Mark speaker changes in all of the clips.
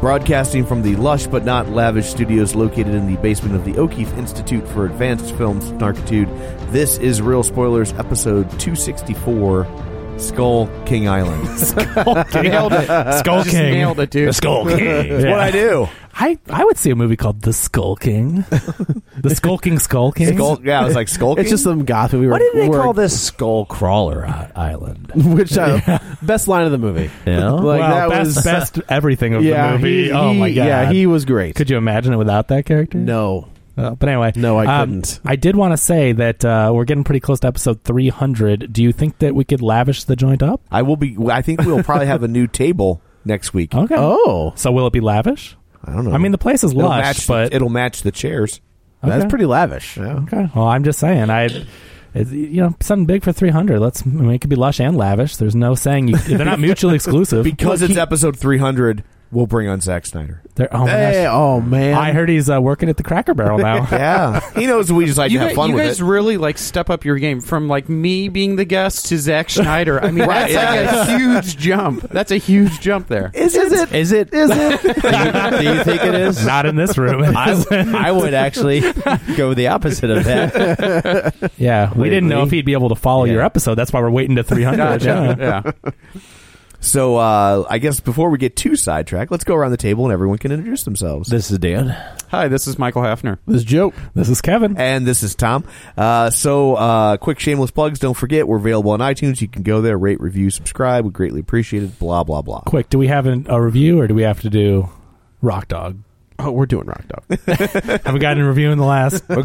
Speaker 1: Broadcasting from the lush but not lavish studios located in the basement of the O'Keefe Institute for Advanced Film Snarkitude, this is Real Spoilers, episode 264 Skull King Island.
Speaker 2: Skull King. Nailed it. Skull
Speaker 1: Just
Speaker 2: King.
Speaker 1: nailed it, dude.
Speaker 2: The Skull King.
Speaker 1: That's what I do.
Speaker 2: I, I would see a movie called The Skull King. The Skull King, Skull King.
Speaker 1: Skull, yeah, I was like, Skull King?
Speaker 3: It's just some goth movie.
Speaker 2: Why did they call
Speaker 3: this?
Speaker 2: Skull Crawler I- Island?
Speaker 3: Which uh, best line of the movie?
Speaker 2: Yeah.
Speaker 3: Like,
Speaker 2: wow,
Speaker 3: that
Speaker 2: best,
Speaker 3: was-
Speaker 2: best everything of
Speaker 3: yeah,
Speaker 2: the movie.
Speaker 3: he-
Speaker 2: oh
Speaker 3: he-
Speaker 2: my god.
Speaker 3: Yeah, he was great.
Speaker 2: Could you imagine it without that character?
Speaker 3: no,
Speaker 2: Uh, but anyway,
Speaker 3: No, I
Speaker 2: um,
Speaker 3: couldn't.
Speaker 2: I did want to say that uh, we're getting pretty close to episode 300. Do you think that we could lavish the joint up?
Speaker 1: I will be. I think we'll probably have a new table next week.
Speaker 2: Okay.
Speaker 3: Oh.
Speaker 2: so will it be lavish?
Speaker 1: I don't know.
Speaker 2: I
Speaker 3: Hmm.
Speaker 2: mean, the place is
Speaker 1: it'll
Speaker 2: lush,
Speaker 1: match,
Speaker 2: but
Speaker 1: it'll match the chairs.
Speaker 3: that's
Speaker 2: Okay.
Speaker 3: pretty lavish.
Speaker 2: Okay. Well, I'm just saying, I, it, you know, something big for 300. Let's. I mean, it could be lush and lavish. There's no saying you, they're not mutually exclusive.
Speaker 1: Because it's episode 300, we'll bring on Zack Snyder.
Speaker 2: They're, oh my
Speaker 3: Hey,
Speaker 2: gosh.
Speaker 3: oh man,
Speaker 2: I heard he's uh, working at the Cracker Barrel now.
Speaker 1: Yeah. he knows we just like
Speaker 4: you
Speaker 1: to
Speaker 4: guys,
Speaker 1: have fun
Speaker 4: you
Speaker 1: with
Speaker 4: guys
Speaker 1: it.
Speaker 4: really like step up your game from like me being the guest to Zack Schneider. I mean,
Speaker 1: Right,
Speaker 4: that's like a huge jump. That's a huge jump there.
Speaker 3: Is, it? Is it? Is it?
Speaker 5: Do you think it is?
Speaker 2: Not in this room.
Speaker 5: I would actually go the opposite of that.
Speaker 2: yeah, we didn't know
Speaker 5: Really?
Speaker 2: if he'd be able to follow your episode. That's why we're waiting to 300. yeah.
Speaker 4: Yeah.
Speaker 1: So uh, I guess before we get too sidetracked, let's go around the table and everyone can introduce themselves.
Speaker 3: This is Dan.
Speaker 4: Hi, this is Michael Hafner.
Speaker 3: This joke.
Speaker 2: This is Kevin.
Speaker 1: and this is Tom. Uh, so, uh, quick shameless plugs. Don't forget, we're available on iTunes. You can go there, rate, review, subscribe. We greatly appreciate it. Blah, blah, blah.
Speaker 2: Quick, do we have an, a review or do we have to do Rock Dog?
Speaker 4: Oh, we're doing Rock Dog.
Speaker 2: Have we gotten a review in the last 10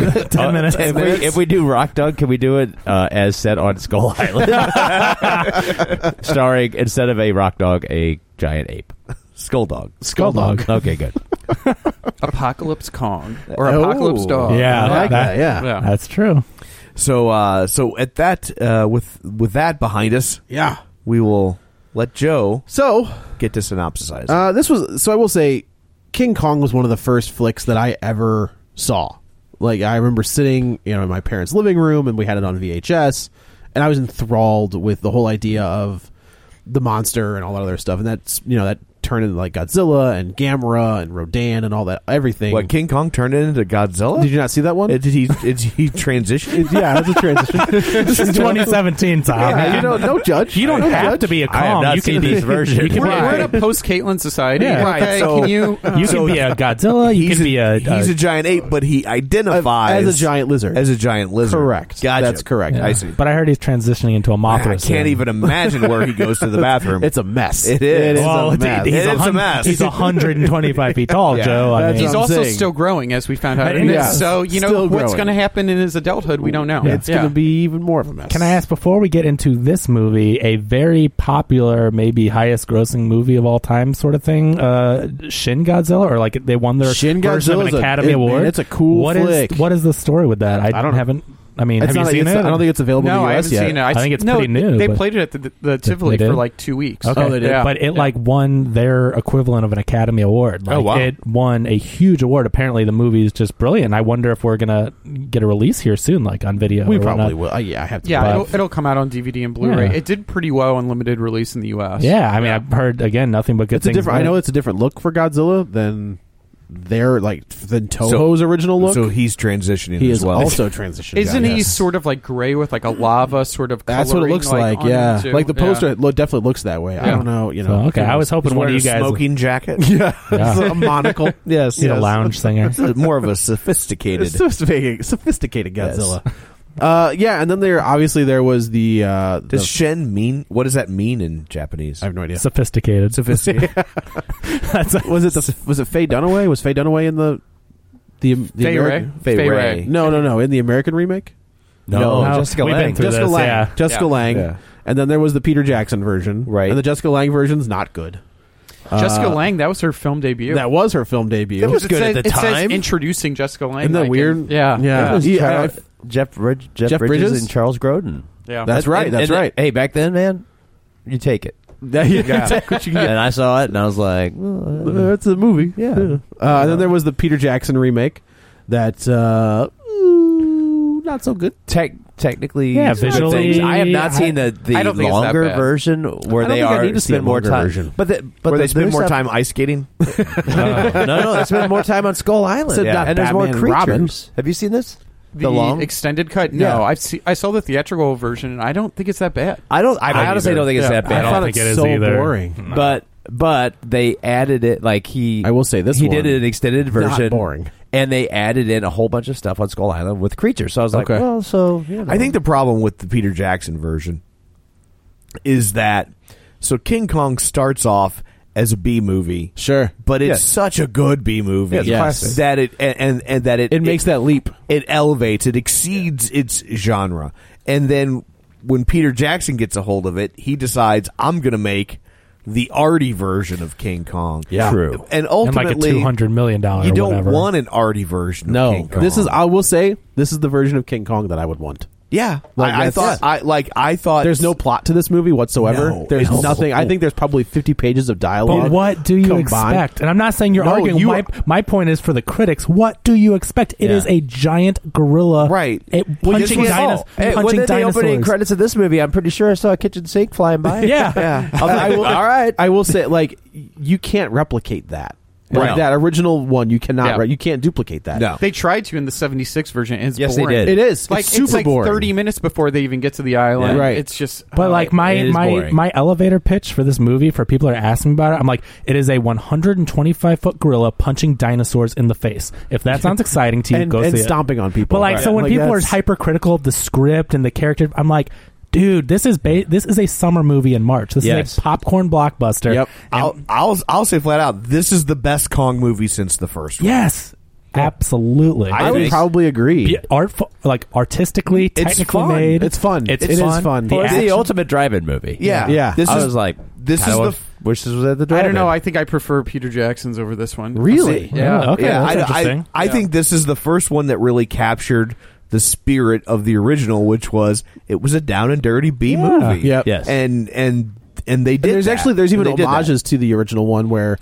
Speaker 1: Uh,
Speaker 2: minutes?
Speaker 5: Uh, if, we, if we do Rock Dog, can we do it uh, as set on Skull Island? Starring, instead of a rock dog, a giant ape. Skull Dog.
Speaker 2: Skull Dog.
Speaker 5: Okay, good.
Speaker 4: Apocalypse Kong or
Speaker 3: Oh.
Speaker 4: Apocalypse Dog.
Speaker 2: Yeah,
Speaker 3: I like
Speaker 2: that-
Speaker 3: that, yeah.
Speaker 4: Yeah.
Speaker 2: That's true.
Speaker 1: So, uh, so at that, uh, with with that behind us,
Speaker 3: Yeah.
Speaker 1: we will let Joe
Speaker 3: So
Speaker 1: get to synopsisize.
Speaker 3: Uh, this was so I will say, King Kong was one of the first flicks that I ever saw. Like I remember sitting, you know, in my parents' living room, and we had it on VHS, and I was enthralled with the whole idea of the monster and all that other stuff, and that's you know that turned into like Godzilla and Gamera and Rodan and all that everything.
Speaker 1: what King Kong turned into Godzilla?
Speaker 3: Did you not see that one?
Speaker 1: Uh, Did he? Did he transition?
Speaker 3: yeah, it was a transition.
Speaker 2: This is 2017, Tom.
Speaker 3: Yeah, you know, no judge.
Speaker 2: You don't
Speaker 3: No
Speaker 2: have
Speaker 3: judge.
Speaker 2: to be a
Speaker 5: I have
Speaker 2: Kong.
Speaker 5: not
Speaker 2: You
Speaker 5: seen
Speaker 2: can
Speaker 5: these versions.
Speaker 2: You can,
Speaker 4: We're,
Speaker 2: be,
Speaker 4: we're in a post-Caitlin society.
Speaker 2: Yeah.
Speaker 4: okay?
Speaker 1: Right, so-
Speaker 4: Can you?
Speaker 2: you can be a Godzilla. You
Speaker 1: he's
Speaker 2: can be a,
Speaker 1: he's a uh, giant ape, but he identifies
Speaker 3: as a giant lizard.
Speaker 1: As a giant lizard.
Speaker 3: Correct.
Speaker 1: Gotcha.
Speaker 3: That's correct.
Speaker 2: yeah.
Speaker 1: I see.
Speaker 2: But I heard he's transitioning into a Mothra.
Speaker 1: I can't
Speaker 2: soon.
Speaker 1: even imagine where he goes to the bathroom.
Speaker 3: it's a mess.
Speaker 1: It is.
Speaker 3: It is
Speaker 2: Well,
Speaker 3: a
Speaker 2: it's-
Speaker 3: mess.
Speaker 1: It
Speaker 2: he's
Speaker 1: is a
Speaker 2: hun-
Speaker 1: mess.
Speaker 2: He's 125 feet tall,
Speaker 1: Yeah.
Speaker 2: Joe. I
Speaker 3: That's
Speaker 2: mean,
Speaker 4: He's
Speaker 3: I'm
Speaker 4: also
Speaker 3: saying.
Speaker 4: still growing, as we found out.
Speaker 2: Yeah.
Speaker 4: in this.
Speaker 2: Yeah.
Speaker 4: So you know
Speaker 3: Still
Speaker 4: what's
Speaker 3: growing.
Speaker 4: going to happen in his adulthood, we don't know.
Speaker 3: It's going to be even more of a mess.
Speaker 2: Can I ask before we get into this movie, a very popular, maybe highest grossing movie of all time, sort of thing, uh, Shin Godzilla, or like they won their
Speaker 3: Shin
Speaker 2: version of
Speaker 3: Godzilla's
Speaker 2: an
Speaker 3: a-
Speaker 2: Academy
Speaker 3: it-
Speaker 2: Award.
Speaker 3: man, it's a cool
Speaker 2: What is-
Speaker 3: flick.
Speaker 2: what is the story with that? I,
Speaker 3: I don't know.
Speaker 2: haven't I mean,
Speaker 3: It's
Speaker 2: have you
Speaker 3: not-
Speaker 2: seen
Speaker 3: it's-
Speaker 2: it?
Speaker 3: I don't think it's available
Speaker 4: no,
Speaker 3: in the
Speaker 4: I
Speaker 3: US
Speaker 4: haven't
Speaker 3: yet.
Speaker 4: seen it.
Speaker 2: I
Speaker 4: s-
Speaker 2: think it's
Speaker 4: no,
Speaker 2: pretty new,
Speaker 4: They
Speaker 2: but-
Speaker 4: played it at the, the, the
Speaker 2: They
Speaker 4: Tivoli
Speaker 2: did?
Speaker 4: for like two weeks.
Speaker 2: Okay,
Speaker 4: Yeah.
Speaker 2: but it
Speaker 4: Yeah.
Speaker 2: like won their equivalent of an Academy Award. Like,
Speaker 4: Oh, wow.
Speaker 2: It won a huge award. Apparently, the movie is just brilliant. I wonder if we're gonna get a release here soon, like on video.
Speaker 3: We
Speaker 2: or whatnot.
Speaker 3: probably will. Uh, yeah, I have to.
Speaker 4: yeah,
Speaker 2: But-
Speaker 4: it'll, it'll come out on DVD and Blu-ray.
Speaker 2: Yeah.
Speaker 4: It did pretty well on limited release in the U.S.
Speaker 2: Yeah, I mean, I've heard again nothing but good
Speaker 3: it's a
Speaker 2: things.
Speaker 3: different. I
Speaker 2: about
Speaker 3: know
Speaker 2: it.
Speaker 3: it's a different look for Godzilla than their like than Toho's original look.
Speaker 6: So he's transitioning
Speaker 3: He
Speaker 6: as
Speaker 3: is
Speaker 6: well.
Speaker 3: also transitioning.
Speaker 4: Isn't he sort of like gray with like a lava sort of?
Speaker 3: That's what it
Speaker 4: coloring,
Speaker 3: looks like.
Speaker 4: on
Speaker 3: yeah,
Speaker 4: him, too?
Speaker 3: like the
Speaker 4: Yeah.
Speaker 3: poster it lo- definitely looks that way. I
Speaker 4: Yeah.
Speaker 3: don't know. You
Speaker 2: So,
Speaker 3: know.
Speaker 2: okay, I was hoping
Speaker 3: He's
Speaker 2: one of
Speaker 3: wearing
Speaker 2: you guys-
Speaker 6: smoking jacket.
Speaker 3: Yeah,
Speaker 2: Yeah.
Speaker 3: a monocle. yes,
Speaker 2: He's a
Speaker 3: yes.
Speaker 2: lounge singer.
Speaker 6: It's more of a sophisticated.
Speaker 3: sophisticated, sophisticated
Speaker 6: Yes.
Speaker 3: Godzilla. Uh, yeah, and then there obviously there was the uh, the-
Speaker 6: Does Shen mean? What does that mean in Japanese?
Speaker 3: I have no idea.
Speaker 2: Sophisticated.
Speaker 6: Sophisticated.
Speaker 3: was it the, was it Faye Dunaway? Was Faye Dunaway in the the, the
Speaker 4: Faye
Speaker 3: American?
Speaker 4: Ray? Faye Faye Ray. Ray.
Speaker 3: No, no, no. In the American remake.
Speaker 6: No,
Speaker 2: No,
Speaker 6: Jessica
Speaker 2: we've
Speaker 6: Lange.
Speaker 2: been through
Speaker 3: Jessica
Speaker 2: this,
Speaker 3: Lang.
Speaker 2: yeah.
Speaker 3: Jessica
Speaker 4: Yeah.
Speaker 3: Lang.
Speaker 6: Yeah.
Speaker 3: And then there was the Peter Jackson version.
Speaker 6: Right.
Speaker 3: And the Jessica Lang version's not good.
Speaker 4: Jessica Lang. That was her film debut.
Speaker 3: uh, That was her film debut.
Speaker 6: That was
Speaker 4: It
Speaker 6: good
Speaker 4: says-
Speaker 6: at the
Speaker 4: it
Speaker 6: time.
Speaker 4: Says introducing Jessica Lang.
Speaker 3: Isn't that
Speaker 4: like,
Speaker 3: weird?
Speaker 4: and- yeah.
Speaker 3: Yeah.
Speaker 1: was
Speaker 3: Yeah,
Speaker 1: Char-
Speaker 3: I've-
Speaker 1: Jeff, Rid- Jeff,
Speaker 3: Jeff
Speaker 1: Bridges,
Speaker 3: Bridges?
Speaker 1: and Charles Grodin.
Speaker 4: Yeah.
Speaker 3: That's right,
Speaker 1: And-
Speaker 3: that's
Speaker 1: and-
Speaker 3: right.
Speaker 1: Hey, back then, man, you take it. And I saw it, and I was like, well, uh,
Speaker 3: That's a movie.
Speaker 1: Yeah.
Speaker 3: Uh, and then there was the Peter Jackson remake that uh, ooh, not so good.
Speaker 1: tech, technically,
Speaker 2: Yeah,
Speaker 1: it's good
Speaker 2: visually,
Speaker 1: things. I have not
Speaker 2: I-
Speaker 1: seen the, the
Speaker 4: I don't think it's that
Speaker 1: longer
Speaker 4: bad.
Speaker 1: version where
Speaker 3: I don't
Speaker 1: they
Speaker 3: think I
Speaker 1: are
Speaker 3: need to see a
Speaker 1: spend more
Speaker 3: longer
Speaker 1: time.
Speaker 3: version.
Speaker 1: But the, but
Speaker 6: Where
Speaker 1: the,
Speaker 6: they spend
Speaker 1: there's
Speaker 6: more
Speaker 1: stuff-
Speaker 6: time ice skating.
Speaker 1: no, no, they spend more time on Skull Island.
Speaker 3: Except not
Speaker 1: and there's more
Speaker 3: Batman
Speaker 1: creatures.
Speaker 3: and Robin.
Speaker 1: Have you seen this?
Speaker 4: The,
Speaker 1: long-
Speaker 4: extended cut. No,
Speaker 1: Yeah.
Speaker 4: I've see, I saw the theatrical version, and I don't think it's that bad.
Speaker 1: I don't. I,
Speaker 2: don't
Speaker 1: honestly
Speaker 2: either.
Speaker 1: don't think it's
Speaker 4: Yeah.
Speaker 1: that
Speaker 2: I
Speaker 1: bad.
Speaker 2: don't
Speaker 3: thought
Speaker 2: think
Speaker 3: it's
Speaker 2: it is
Speaker 3: so
Speaker 2: either.
Speaker 3: boring.
Speaker 1: but but they added it like he.
Speaker 3: I will say this
Speaker 1: he
Speaker 3: one,
Speaker 1: did an extended
Speaker 3: not
Speaker 1: version.
Speaker 3: boring.
Speaker 1: And they added in a whole bunch of stuff on Skull Island with creatures. So I was like,
Speaker 3: Okay.
Speaker 1: well, so you know.
Speaker 6: I think the problem with the Peter Jackson version is that so King Kong starts off as a B movie,
Speaker 3: Sure.
Speaker 6: but it's
Speaker 1: Yes.
Speaker 6: such a good B movie
Speaker 1: Yeah, it's
Speaker 3: Yes.
Speaker 1: classic.
Speaker 6: that it and, and, and that it
Speaker 3: It makes that leap.
Speaker 6: it elevates it exceeds its genre and then when peter jackson gets a hold of it he decides i'm going to make the arty version of king kong
Speaker 3: Yeah. True.
Speaker 6: and
Speaker 2: and like
Speaker 6: ultimately
Speaker 2: a two hundred million dollar.
Speaker 6: you don't
Speaker 2: whatever.
Speaker 6: want an arty version of
Speaker 3: No,
Speaker 6: king kong
Speaker 3: this is. I will say this is the version of King Kong that I would want.
Speaker 6: yeah
Speaker 3: Like,
Speaker 6: I, I
Speaker 3: that's-
Speaker 6: thought i like i thought
Speaker 3: There's no plot to this movie whatsoever.
Speaker 6: No,
Speaker 3: there's
Speaker 6: it's-
Speaker 3: nothing. I think there's probably 50 pages of dialogue.
Speaker 2: But what do you
Speaker 3: combined.
Speaker 2: expect? And I'm not saying you're
Speaker 3: No,
Speaker 2: arguing.
Speaker 3: you-
Speaker 2: my, my point is for the critics. What do you expect? It
Speaker 1: Yeah.
Speaker 2: is a giant gorilla,
Speaker 6: Right.
Speaker 2: it-
Speaker 6: Well,
Speaker 2: punching,
Speaker 6: this was-
Speaker 2: dinos-
Speaker 6: oh, hey,
Speaker 2: punching
Speaker 1: within the opening
Speaker 2: dinosaurs.
Speaker 1: credits of this movie, I'm pretty sure I saw a kitchen sink flying by.
Speaker 2: Yeah.
Speaker 1: I was like, all right.
Speaker 3: I will say, like, you can't replicate that. Like
Speaker 1: Right.
Speaker 3: that original one, you cannot.
Speaker 4: Yeah.
Speaker 3: re- you can't duplicate that.
Speaker 6: No.
Speaker 4: Oh. They tried to in the '76 version. And it's
Speaker 1: Yes, they
Speaker 4: boring.
Speaker 1: did.
Speaker 3: it is
Speaker 4: Like
Speaker 3: it's super
Speaker 4: like
Speaker 3: boring.
Speaker 4: 30 minutes before they even get to the island.
Speaker 3: Yeah. Right.
Speaker 4: It's just.
Speaker 2: But
Speaker 4: uh,
Speaker 2: like my
Speaker 1: it is
Speaker 2: my
Speaker 1: boring.
Speaker 2: my elevator pitch for this movie for people that are asking about it, I'm like, it is a 125 foot gorilla punching dinosaurs in the face. If that sounds exciting to you,
Speaker 3: and,
Speaker 2: go
Speaker 3: and
Speaker 2: see it.
Speaker 3: stomping on people.
Speaker 2: But like, so when people are hypercritical of the script and the character, I'm like, dude, this is ba- this is a summer movie in March. This
Speaker 1: Yes.
Speaker 2: is a popcorn blockbuster.
Speaker 3: Yep.
Speaker 6: I'll, I'll I'll say flat out, this is the best Kong movie since the first one.
Speaker 2: Yes, absolutely.
Speaker 3: I would
Speaker 6: think-
Speaker 3: probably agree.
Speaker 2: Be- artful, like artistically, technically
Speaker 6: fun.
Speaker 2: made.
Speaker 3: It's fun.
Speaker 2: It's
Speaker 3: It is
Speaker 2: fun. Oh,
Speaker 3: fun.
Speaker 2: The
Speaker 1: Well, it's the
Speaker 2: action-
Speaker 1: ultimate drive-in movie.
Speaker 6: Yeah.
Speaker 3: Yeah.
Speaker 6: This
Speaker 1: I
Speaker 6: is-
Speaker 1: was like,
Speaker 6: this
Speaker 1: kinda
Speaker 6: is the
Speaker 1: wish-
Speaker 6: f-
Speaker 1: wish this was at the
Speaker 4: I
Speaker 1: drive-in.
Speaker 4: don't know. I think I prefer Peter Jackson's over this one.
Speaker 3: Really?
Speaker 4: Yeah.
Speaker 2: Yeah, okay,
Speaker 6: yeah,
Speaker 2: that's
Speaker 6: I, I-
Speaker 2: interesting.
Speaker 6: I, think this is the first one that really captured the spirit of the original, which was it was a down and dirty B movie.
Speaker 3: Yep.
Speaker 1: Yes.
Speaker 6: and and and they did.
Speaker 3: And there's
Speaker 6: that.
Speaker 3: actually there's even
Speaker 6: They did that.
Speaker 3: homages to the original one where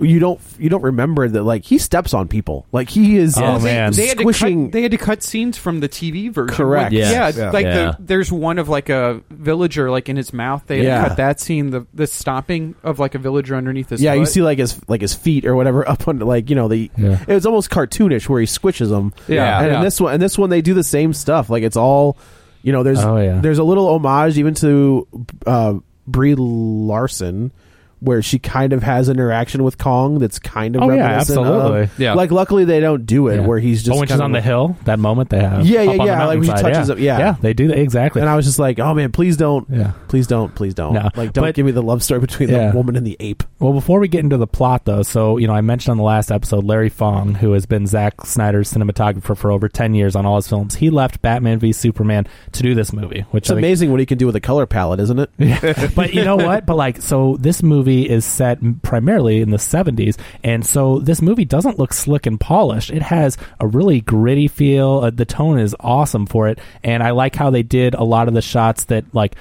Speaker 3: you don't you don't remember that like he steps on people like he is
Speaker 2: Oh, man.
Speaker 4: They had, to
Speaker 3: squishing
Speaker 4: cut, they had to cut scenes from the TV version.
Speaker 3: Correct.
Speaker 4: Like,
Speaker 1: Yes.
Speaker 4: Yeah,
Speaker 1: Yeah.
Speaker 4: like
Speaker 1: Yeah.
Speaker 4: The, there's one of like a villager like in his mouth. They had
Speaker 3: Yeah.
Speaker 4: to cut that scene. The the stopping of like a villager underneath his.
Speaker 3: yeah you
Speaker 4: foot.
Speaker 3: see like his like his feet or whatever up on like you know the
Speaker 2: Yeah.
Speaker 3: it was almost cartoonish where he squishes them
Speaker 4: Yeah.
Speaker 3: and in
Speaker 4: Yeah.
Speaker 3: this one and this one they do the same stuff like it's all you know there's
Speaker 2: Oh, yeah.
Speaker 3: there's a little homage even to uh Brie Larson where she kind of has interaction with Kong that's kind of
Speaker 2: Oh, yeah,
Speaker 3: reminiscent of-
Speaker 2: absolutely. Yeah.
Speaker 3: like luckily they don't do it
Speaker 2: Yeah.
Speaker 3: where he's just
Speaker 2: But when she's
Speaker 3: kind
Speaker 2: on
Speaker 3: of-
Speaker 2: the hill, that moment they have.
Speaker 3: Yeah, yeah,
Speaker 2: up on the
Speaker 3: yeah, like when she
Speaker 2: mountainside,
Speaker 3: touches up- yeah.
Speaker 2: yeah, they do that exactly.
Speaker 3: and I was just like, "Oh man, please don't,
Speaker 2: Yeah.
Speaker 3: please don't, please don't,
Speaker 2: No,
Speaker 3: like don't
Speaker 2: but-
Speaker 3: give me the love story between
Speaker 2: Yeah.
Speaker 3: the woman and the ape."
Speaker 2: Well, before we get into the plot, though, so you know, I mentioned on the last episode, Larry Fong, who has been Zack Snyder's cinematographer for over ten years on all his films, he left Batman v Superman to do this movie, which
Speaker 3: It's
Speaker 2: I think
Speaker 3: amazing what he can do with a color palette, isn't it?
Speaker 2: but you know what? But like, so this movie movie is set primarily in the 70s, and so this movie doesn't look slick and polished. It has a really gritty feel. Uh, the tone is awesome for it, and I like how they did a lot of the shots that like,